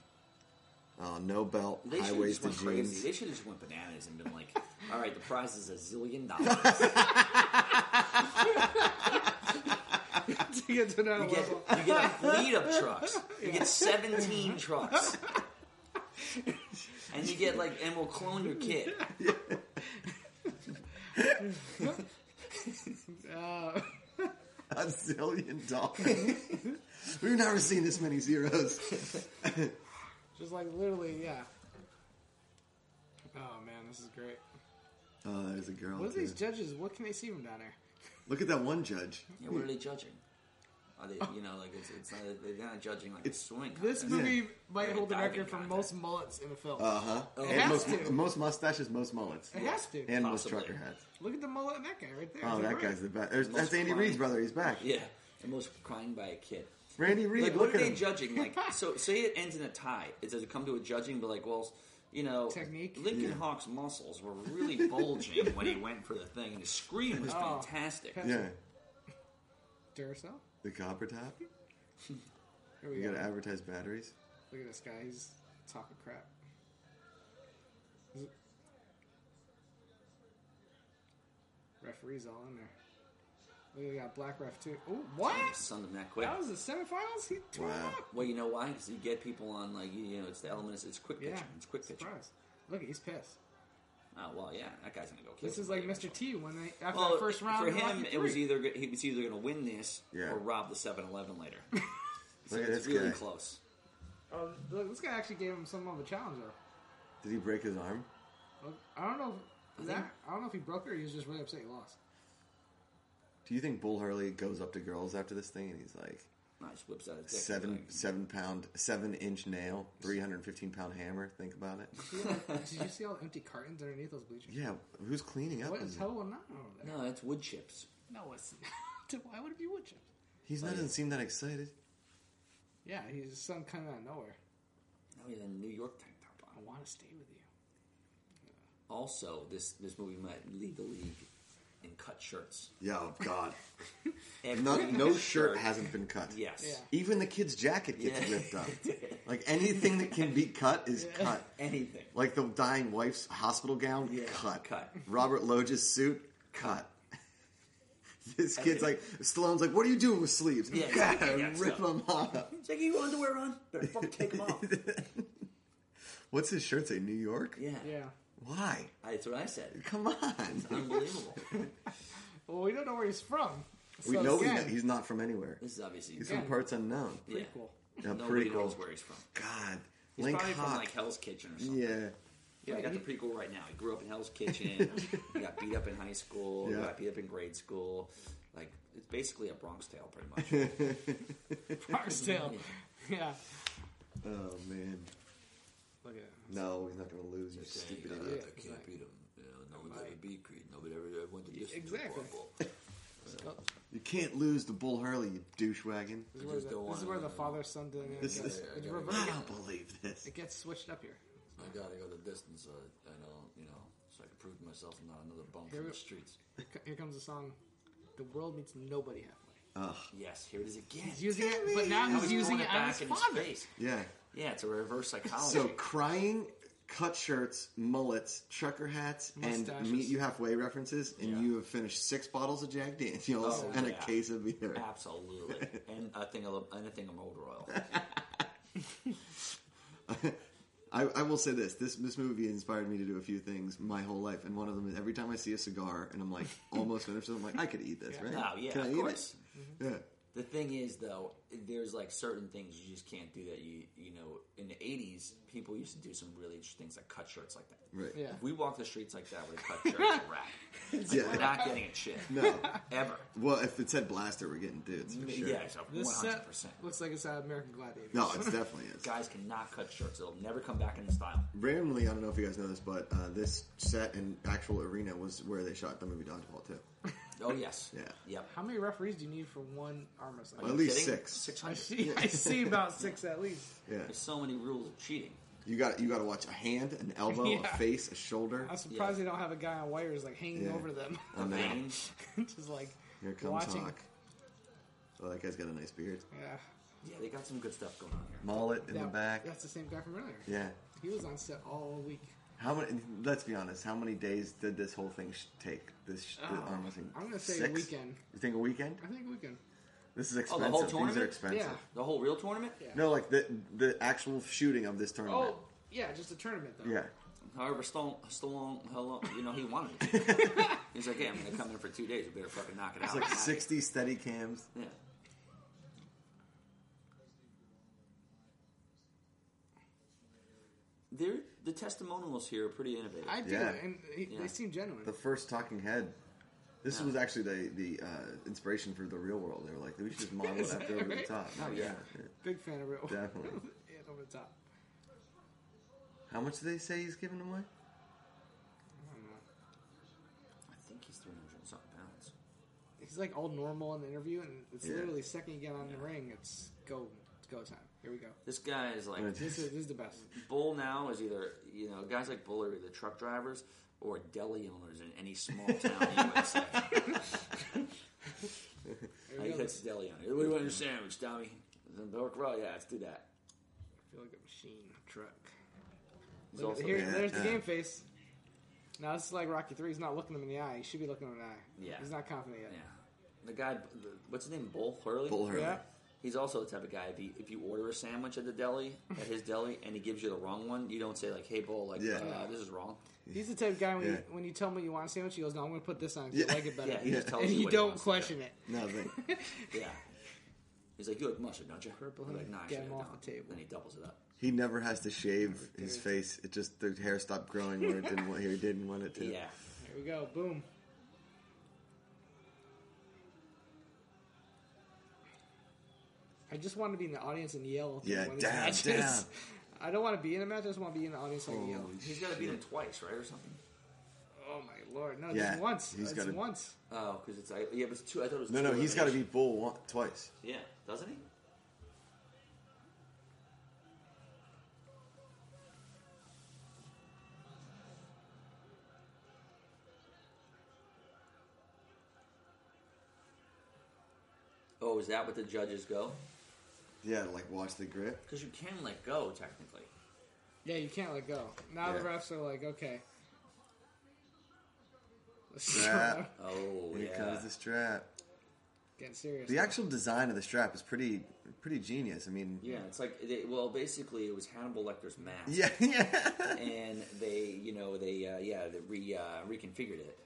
[SPEAKER 1] Uh, no belt,
[SPEAKER 2] They
[SPEAKER 1] high
[SPEAKER 2] should have just
[SPEAKER 1] waisted
[SPEAKER 2] went
[SPEAKER 1] jeans.
[SPEAKER 2] crazy. They should have just went bananas and been like, "All right, the prize is a zillion dollars.
[SPEAKER 3] to get to another
[SPEAKER 2] You get,
[SPEAKER 3] level.
[SPEAKER 2] you get a fleet of trucks. You get seventeen trucks, and you get like, and we'll clone your kid.
[SPEAKER 3] <laughs> Uh,
[SPEAKER 1] <laughs> A zillion dollars.
[SPEAKER 2] <laughs>
[SPEAKER 1] We've never seen this many zeros.
[SPEAKER 3] just like literally, yeah. Oh man, this is great.
[SPEAKER 1] Oh, there's a girl.
[SPEAKER 3] What are
[SPEAKER 1] too.
[SPEAKER 3] these judges? What can they see from down there?
[SPEAKER 1] Look at that one judge.
[SPEAKER 2] Yeah, what are they judging? Are they, you know, like it's, it's not they're not judging like a swing.
[SPEAKER 3] This
[SPEAKER 2] contest.
[SPEAKER 3] movie might
[SPEAKER 2] Like a
[SPEAKER 3] hold the
[SPEAKER 2] diving
[SPEAKER 3] record for
[SPEAKER 2] contest.
[SPEAKER 3] most mullets in a film.
[SPEAKER 1] Uh huh.
[SPEAKER 2] Oh,
[SPEAKER 3] has
[SPEAKER 1] And most,
[SPEAKER 3] to.
[SPEAKER 1] most mustaches, most mullets,
[SPEAKER 3] it has to.
[SPEAKER 1] and
[SPEAKER 2] Possibly.
[SPEAKER 1] most trucker hats.
[SPEAKER 3] Look at the mullet in that guy right there.
[SPEAKER 1] Oh,
[SPEAKER 3] Is
[SPEAKER 1] that
[SPEAKER 3] right?
[SPEAKER 1] guy's the best. There's, that's
[SPEAKER 2] Most
[SPEAKER 1] Andy
[SPEAKER 2] fun.
[SPEAKER 1] Reid's brother. He's back.
[SPEAKER 2] Yeah, the most crying by a kid.
[SPEAKER 1] Randy Reid.
[SPEAKER 2] Like,
[SPEAKER 1] look
[SPEAKER 2] what are
[SPEAKER 1] at
[SPEAKER 2] they
[SPEAKER 1] him.
[SPEAKER 2] judging? Like, so say it ends in a tie. It does it come to a judging? But like, well, you know,
[SPEAKER 3] Technique?
[SPEAKER 2] Lincoln Hawk's muscles were really bulging when he went for the thing, and his scream was
[SPEAKER 3] Oh.
[SPEAKER 2] fantastic.
[SPEAKER 1] yeah,
[SPEAKER 3] Duracell.
[SPEAKER 1] the copper top.
[SPEAKER 3] Here we
[SPEAKER 1] You
[SPEAKER 3] go.
[SPEAKER 1] gotta advertise batteries.
[SPEAKER 3] Look at this guy. He's talking crap. Is it- Referees all in there. Look, we got black ref too. Oh, what?
[SPEAKER 2] Son them that quick.
[SPEAKER 3] That was the semifinals. He tore it
[SPEAKER 1] Wow.
[SPEAKER 3] up.
[SPEAKER 2] Well, you know why? Because you get people on like you, you know, it's the elements. It's quick
[SPEAKER 3] Yeah,
[SPEAKER 2] pitching. It's quick pitching.
[SPEAKER 3] Surprise. Look, he's pissed.
[SPEAKER 2] Oh well, yeah, that guy's gonna go. Kill
[SPEAKER 3] This is like
[SPEAKER 2] somebody.
[SPEAKER 3] Mr. T when they after
[SPEAKER 2] Well,
[SPEAKER 3] the first round
[SPEAKER 2] for
[SPEAKER 3] of Rocky
[SPEAKER 2] him, it was
[SPEAKER 3] III.
[SPEAKER 2] either he was either gonna win this
[SPEAKER 1] Yeah.
[SPEAKER 2] or rob the 7-Eleven later.
[SPEAKER 3] <laughs>
[SPEAKER 2] so
[SPEAKER 1] Look at
[SPEAKER 2] it's
[SPEAKER 1] this
[SPEAKER 2] really
[SPEAKER 1] guy.
[SPEAKER 2] close.
[SPEAKER 3] Oh, look, this guy actually gave him some of a challenge though.
[SPEAKER 1] Did he break his arm?
[SPEAKER 3] Look, I don't know. If,
[SPEAKER 2] think-
[SPEAKER 3] that, I don't know if he broke it or he was just really upset he <laughs> lost.
[SPEAKER 1] Do you think Bull Hurley goes up to girls after this thing and he's like
[SPEAKER 2] Nice whips out his dick.
[SPEAKER 1] seven
[SPEAKER 2] Like,
[SPEAKER 1] seven pound seven inch nail, three hundred fifteen pound hammer? Think about it.
[SPEAKER 3] See, like, Did you see all the empty cartons underneath those bleachers?
[SPEAKER 1] Yeah, who's cleaning up?
[SPEAKER 3] What
[SPEAKER 1] in
[SPEAKER 3] is
[SPEAKER 1] there?
[SPEAKER 3] hell going on over there?
[SPEAKER 2] No, that's wood chips.
[SPEAKER 3] No, it's <laughs> not. Why would it be wood chips?
[SPEAKER 1] He's not doesn't seem that excited.
[SPEAKER 3] Yeah, he's some kind of out of nowhere.
[SPEAKER 2] Now he has a New York tank top
[SPEAKER 3] I
[SPEAKER 2] on.
[SPEAKER 3] want to stay with you.
[SPEAKER 2] Also, this this movie might lead the league in cut shirts.
[SPEAKER 1] Yeah, oh God,
[SPEAKER 2] Every
[SPEAKER 1] <laughs>
[SPEAKER 2] <laughs>
[SPEAKER 1] no, no shirt
[SPEAKER 2] shirt.
[SPEAKER 1] hasn't been cut.
[SPEAKER 2] Yes.
[SPEAKER 3] Yeah.
[SPEAKER 1] Even the kid's jacket gets
[SPEAKER 2] Yeah.
[SPEAKER 1] ripped up. Like anything that can be cut is cut.
[SPEAKER 2] Anything.
[SPEAKER 1] Like the dying wife's hospital gown,
[SPEAKER 2] Yeah,
[SPEAKER 1] cut.
[SPEAKER 2] cut.
[SPEAKER 1] Robert Loge's suit, cut. <laughs> this kid's like Stallone's like, "What are you doing with sleeves? <laughs>
[SPEAKER 2] Yeah,
[SPEAKER 1] God,
[SPEAKER 2] yeah, yeah,
[SPEAKER 1] rip
[SPEAKER 2] so-
[SPEAKER 1] them off."
[SPEAKER 2] Take your underwear on. Better fucking take them
[SPEAKER 1] <laughs>
[SPEAKER 2] off.
[SPEAKER 1] What's his shirt say? New York?
[SPEAKER 2] Yeah.
[SPEAKER 3] Yeah.
[SPEAKER 1] Why?
[SPEAKER 2] I, that's what I said.
[SPEAKER 1] Come on.
[SPEAKER 2] Unbelievable.
[SPEAKER 3] Well, we don't know where he's from.
[SPEAKER 1] We
[SPEAKER 3] So
[SPEAKER 1] know he-
[SPEAKER 3] again,
[SPEAKER 1] he's not from anywhere.
[SPEAKER 2] This is obviously
[SPEAKER 1] He's
[SPEAKER 3] Yeah.
[SPEAKER 1] from parts unknown.
[SPEAKER 2] yeah.
[SPEAKER 3] prequel. <laughs>
[SPEAKER 1] A
[SPEAKER 2] Nobody
[SPEAKER 1] prequel.
[SPEAKER 2] knows where he's from.
[SPEAKER 1] God,
[SPEAKER 2] He's
[SPEAKER 1] Link
[SPEAKER 2] probably from
[SPEAKER 1] Hawk.
[SPEAKER 2] like Hell's Kitchen or something.
[SPEAKER 1] yeah, <laughs>
[SPEAKER 2] Yeah, I got the prequel right now. He grew up
[SPEAKER 3] <laughs>
[SPEAKER 2] in Hell's Kitchen. he got beat up in high school. He
[SPEAKER 1] Yeah.
[SPEAKER 2] got beat up in grade school. Like it's basically a Bronx Tale,
[SPEAKER 3] <laughs>
[SPEAKER 2] pretty much.
[SPEAKER 3] Barksdale. yeah.
[SPEAKER 1] Oh man,
[SPEAKER 3] Look at
[SPEAKER 1] no, he's not gonna lose. You
[SPEAKER 2] Stupid
[SPEAKER 1] stupid
[SPEAKER 2] idiot.
[SPEAKER 1] idiot.
[SPEAKER 2] I can't beat him. You know, no one's ever beat Creed. Nobody ever went to distance.
[SPEAKER 3] Exactly.
[SPEAKER 1] You can't lose the Bull Hurley, you douchewagon.
[SPEAKER 3] This is where
[SPEAKER 2] just
[SPEAKER 3] the,
[SPEAKER 2] don't
[SPEAKER 3] this is
[SPEAKER 2] wanna-
[SPEAKER 3] where the father son dynamic
[SPEAKER 1] This
[SPEAKER 3] gets-
[SPEAKER 1] is-
[SPEAKER 3] it's
[SPEAKER 4] I
[SPEAKER 1] I
[SPEAKER 3] reversed.
[SPEAKER 1] don't believe
[SPEAKER 2] <laughs>
[SPEAKER 1] this.
[SPEAKER 3] It gets switched up here.
[SPEAKER 4] I gotta go the distance. I,
[SPEAKER 2] uh,
[SPEAKER 4] I don't, you know, so I can prove to myself I'm not another bum
[SPEAKER 3] Here
[SPEAKER 4] from
[SPEAKER 3] we-
[SPEAKER 4] the streets.
[SPEAKER 3] Here comes the song. The world meets nobody halfway.
[SPEAKER 1] Ugh.
[SPEAKER 2] Yes, here it is again.
[SPEAKER 3] He's using it, but now
[SPEAKER 2] Now
[SPEAKER 3] he's using
[SPEAKER 2] throwing
[SPEAKER 3] it on his
[SPEAKER 2] back in his
[SPEAKER 3] father.
[SPEAKER 2] face.
[SPEAKER 1] Yeah.
[SPEAKER 2] Yeah, it's
[SPEAKER 3] <laughs>
[SPEAKER 2] a reverse psychology.
[SPEAKER 1] So crying, cut shirts, mullets, trucker hats, and
[SPEAKER 3] Mustaches.
[SPEAKER 1] meet you halfway references, and
[SPEAKER 2] Yeah.
[SPEAKER 1] you have finished six bottles of Jack Daniels
[SPEAKER 2] Oh,
[SPEAKER 1] and
[SPEAKER 2] yeah.
[SPEAKER 1] a case of beer.
[SPEAKER 2] Absolutely, and I think of and I think of motor
[SPEAKER 1] <laughs>
[SPEAKER 2] oil.
[SPEAKER 1] I, I will say this. this: this movie inspired me to do a few things my whole life, and one of them is every time I see a cigar and
[SPEAKER 2] <laughs>
[SPEAKER 1] I'm like almost finished, with it, I'm like, I could eat this,
[SPEAKER 3] Yeah.
[SPEAKER 1] right?
[SPEAKER 2] Oh yeah,
[SPEAKER 1] Can I
[SPEAKER 2] of
[SPEAKER 1] eat it?
[SPEAKER 2] course.
[SPEAKER 1] Yeah,
[SPEAKER 2] The thing is, though, there's like certain things you just can't do that. You you know, in the '80s, people used to do some really interesting things like cut shirts like that.
[SPEAKER 1] right.
[SPEAKER 3] Yeah.
[SPEAKER 2] If we walk the streets like that with a cut shirt, it's
[SPEAKER 1] <laughs>
[SPEAKER 2] a wrap. Like,
[SPEAKER 1] Yeah.
[SPEAKER 2] We're not getting a shit
[SPEAKER 1] No.
[SPEAKER 2] ever.
[SPEAKER 1] Well, if it said blaster, we're getting dudes
[SPEAKER 2] <laughs>
[SPEAKER 1] for sure.
[SPEAKER 2] Yeah, it's a
[SPEAKER 3] This
[SPEAKER 2] 100. percent
[SPEAKER 3] set looks like it's out of American Gladiator.
[SPEAKER 1] No, it definitely is.
[SPEAKER 2] Guys cannot cut shirts. It'll never come back in style.
[SPEAKER 1] Randomly, I don't know if you guys know this, but uh, this set and actual arena was where they shot the movie Dodgeball too.
[SPEAKER 2] Oh yes.
[SPEAKER 1] Yeah.
[SPEAKER 2] Yep.
[SPEAKER 3] How many referees do you need for one arm wrestling?
[SPEAKER 1] At least
[SPEAKER 2] Kidding?
[SPEAKER 1] six.
[SPEAKER 3] I
[SPEAKER 2] 600.
[SPEAKER 3] <laughs> see. I see about six at least.
[SPEAKER 1] Yeah,
[SPEAKER 2] There's so many rules of cheating.
[SPEAKER 1] you got you got to watch a hand, an elbow,
[SPEAKER 2] <laughs>
[SPEAKER 3] Yeah.
[SPEAKER 1] a face, a shoulder.
[SPEAKER 3] I'm surprised they don't have a guy on wires like hanging
[SPEAKER 1] Yeah.
[SPEAKER 3] over them, <laughs>
[SPEAKER 1] I know.
[SPEAKER 2] Veins.
[SPEAKER 3] just like
[SPEAKER 1] Here comes
[SPEAKER 3] watching.
[SPEAKER 1] Hawk. Oh, that guy's got a nice beard.
[SPEAKER 3] Yeah,
[SPEAKER 2] Yeah, they got some good stuff going on here.
[SPEAKER 1] Mullet in the
[SPEAKER 3] That-
[SPEAKER 1] back.
[SPEAKER 3] That's the same guy from earlier.
[SPEAKER 1] Yeah.
[SPEAKER 3] He was on set all week.
[SPEAKER 1] How many? Let's be honest. How many days did this whole thing sh- take? This sh- the
[SPEAKER 3] Oh,
[SPEAKER 1] arm wrestling.
[SPEAKER 3] I'm gonna say a
[SPEAKER 1] Six?
[SPEAKER 3] weekend. Oh,
[SPEAKER 1] You think a weekend?
[SPEAKER 3] I think weekend.
[SPEAKER 1] This is
[SPEAKER 2] whole
[SPEAKER 1] expensive. These
[SPEAKER 2] tournament?
[SPEAKER 1] are expensive.
[SPEAKER 3] Yeah.
[SPEAKER 2] The whole real tournament?
[SPEAKER 3] Yeah.
[SPEAKER 1] No, like the the actual shooting of this tournament.
[SPEAKER 3] Oh yeah, just a tournament though.
[SPEAKER 1] Yeah.
[SPEAKER 2] However, Stallone, Stallone, how long, you know, he wanted it. He's like, yeah, I'm going to come in for two days. We better fucking knock it
[SPEAKER 1] It's
[SPEAKER 2] out.
[SPEAKER 1] like
[SPEAKER 2] I'm not-
[SPEAKER 1] 60 steady cams.
[SPEAKER 2] Yeah. They're, the testimonials here are pretty innovative.
[SPEAKER 3] I do,
[SPEAKER 1] Yeah.
[SPEAKER 3] and he,
[SPEAKER 2] Yeah.
[SPEAKER 3] they seem genuine.
[SPEAKER 1] The first talking head. This
[SPEAKER 2] Yeah.
[SPEAKER 1] was actually the, the uh, inspiration for the real world. They were like, we should just model it
[SPEAKER 3] <laughs> Is
[SPEAKER 1] after
[SPEAKER 3] that
[SPEAKER 1] over the
[SPEAKER 3] right?
[SPEAKER 1] top.
[SPEAKER 2] Oh, yeah.
[SPEAKER 3] Big fan of it. <laughs>
[SPEAKER 1] Definitely.
[SPEAKER 3] and over the top.
[SPEAKER 1] How much do they say he's giving away?
[SPEAKER 2] I think he's 300 and something pounds.
[SPEAKER 3] He's like all normal in the interview, and it's
[SPEAKER 1] Yeah.
[SPEAKER 3] literally second you get on the ring, it's go, it's go time. Here we go.
[SPEAKER 2] This guy is like,
[SPEAKER 3] This is, this is the best.
[SPEAKER 2] Bull now is either, you know, guys like Bull are either truck drivers or deli owners in any small town in the USA.
[SPEAKER 3] Here
[SPEAKER 2] I
[SPEAKER 3] we go.
[SPEAKER 2] think that's
[SPEAKER 3] This-
[SPEAKER 2] the deli owner. What do you want in your sandwich, Tommy? Some pork roll? Yeah, let's do that.
[SPEAKER 3] I feel like a machine a truck.
[SPEAKER 2] He's
[SPEAKER 3] Look at-
[SPEAKER 2] also-
[SPEAKER 3] here,
[SPEAKER 1] yeah,
[SPEAKER 3] there's
[SPEAKER 1] yeah.
[SPEAKER 3] the game face. Now this is like Rocky Three. He's not looking them in the eye. He should be looking them in the eye.
[SPEAKER 2] Yeah.
[SPEAKER 3] He's not confident yet.
[SPEAKER 2] Yeah. The guy, the- what's his name? Bull Hurley?
[SPEAKER 1] Bull Hurley.
[SPEAKER 3] Yeah.
[SPEAKER 2] He's also the type of guy, if you, if you order a sandwich at the deli, at his deli, and he gives you the wrong one, you don't say, like, hey, Bull, like,
[SPEAKER 1] Yeah.
[SPEAKER 2] uh, this is wrong.
[SPEAKER 3] He's the type of guy when,
[SPEAKER 1] Yeah.
[SPEAKER 3] you, when you tell him what you want a sandwich, he goes, "No, I'm going to put this on. 'cause
[SPEAKER 1] Yeah.
[SPEAKER 3] I like it better."
[SPEAKER 2] Yeah, he just
[SPEAKER 3] <laughs>
[SPEAKER 2] tells
[SPEAKER 3] and
[SPEAKER 2] you
[SPEAKER 3] you
[SPEAKER 2] what he
[SPEAKER 3] don't
[SPEAKER 2] wants to
[SPEAKER 3] question it.
[SPEAKER 1] No,
[SPEAKER 3] <laughs>
[SPEAKER 1] they,
[SPEAKER 2] do. Yeah. He's like, you like mustard, don't you?
[SPEAKER 3] Purple
[SPEAKER 2] You're like,
[SPEAKER 3] honey.
[SPEAKER 2] nah, I
[SPEAKER 3] Get
[SPEAKER 2] should
[SPEAKER 3] him
[SPEAKER 2] have
[SPEAKER 3] off
[SPEAKER 2] done."
[SPEAKER 3] the table.
[SPEAKER 2] Then he doubles it up.
[SPEAKER 1] he never has to shave his face. It just the hair stopped growing where it didn't want, he didn't want it to.
[SPEAKER 2] Yeah.
[SPEAKER 3] Here we go. Boom. I just want to be in the audience and yell. at
[SPEAKER 1] Yeah,
[SPEAKER 3] one of these
[SPEAKER 1] down,
[SPEAKER 3] <laughs> matches.
[SPEAKER 1] down.
[SPEAKER 3] I don't want to be in a match. I just want to be in the audience and yell.
[SPEAKER 1] Holy
[SPEAKER 2] He's got to beat him twice, right, or something?
[SPEAKER 3] Oh my lord! No,
[SPEAKER 1] Yeah,
[SPEAKER 3] just once.
[SPEAKER 1] he's
[SPEAKER 3] Just
[SPEAKER 1] gotta-
[SPEAKER 3] once.
[SPEAKER 2] Oh, because it's, I, yeah, but it's two, I thought it was
[SPEAKER 1] No,
[SPEAKER 2] two
[SPEAKER 1] no, he's got to
[SPEAKER 2] elimination.
[SPEAKER 1] be bull one, twice.
[SPEAKER 2] Yeah, doesn't he? Oh, is that what the judges go?
[SPEAKER 1] Yeah, like watch the grip.
[SPEAKER 2] Because you can let go technically.
[SPEAKER 3] Yeah, you can't let go. Now the <laughs>
[SPEAKER 1] Yeah.
[SPEAKER 3] refs are like, okay,
[SPEAKER 1] Strap.
[SPEAKER 2] <laughs> Oh,
[SPEAKER 1] Here
[SPEAKER 2] yeah.
[SPEAKER 1] comes the strap.
[SPEAKER 3] Getting serious.
[SPEAKER 1] The actual design of the strap is pretty pretty genius. I mean,
[SPEAKER 2] Yeah, it's like they, well, basically it was Hannibal Lecter's mask.
[SPEAKER 1] <laughs> yeah, yeah.
[SPEAKER 2] <laughs> and they, you know, they uh, yeah, they re uh, reconfigured it.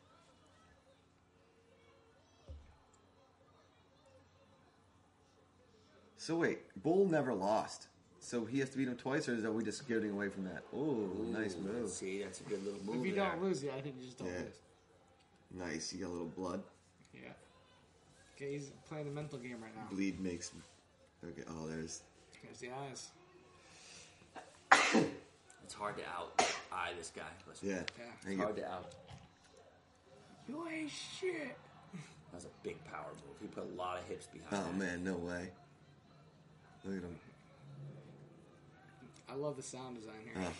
[SPEAKER 1] So wait, Bull never lost. So he has to beat him twice, or is that we just getting away from that? Oh, nice
[SPEAKER 2] Ooh,
[SPEAKER 1] move.
[SPEAKER 2] See, that's a good little move.
[SPEAKER 3] if you
[SPEAKER 2] there.
[SPEAKER 3] don't lose, yeah, I think you just don't
[SPEAKER 1] Yeah.
[SPEAKER 3] lose.
[SPEAKER 1] Nice. You got a little blood.
[SPEAKER 3] Yeah. Okay, he's playing the mental game right now.
[SPEAKER 1] Bleed makes. Okay. Oh, there's.
[SPEAKER 3] There's the eyes.
[SPEAKER 2] it's hard to out eye this guy. Listen,
[SPEAKER 1] Yeah.
[SPEAKER 3] Yeah.
[SPEAKER 1] I
[SPEAKER 2] it's
[SPEAKER 1] think
[SPEAKER 2] hard
[SPEAKER 1] it-
[SPEAKER 2] to out.
[SPEAKER 3] You ain't shit.
[SPEAKER 2] That was a big power move. He put a lot of hips behind.
[SPEAKER 1] Oh
[SPEAKER 2] that.
[SPEAKER 1] man, no way. Look at him.
[SPEAKER 3] I love the sound design here.
[SPEAKER 1] Oh.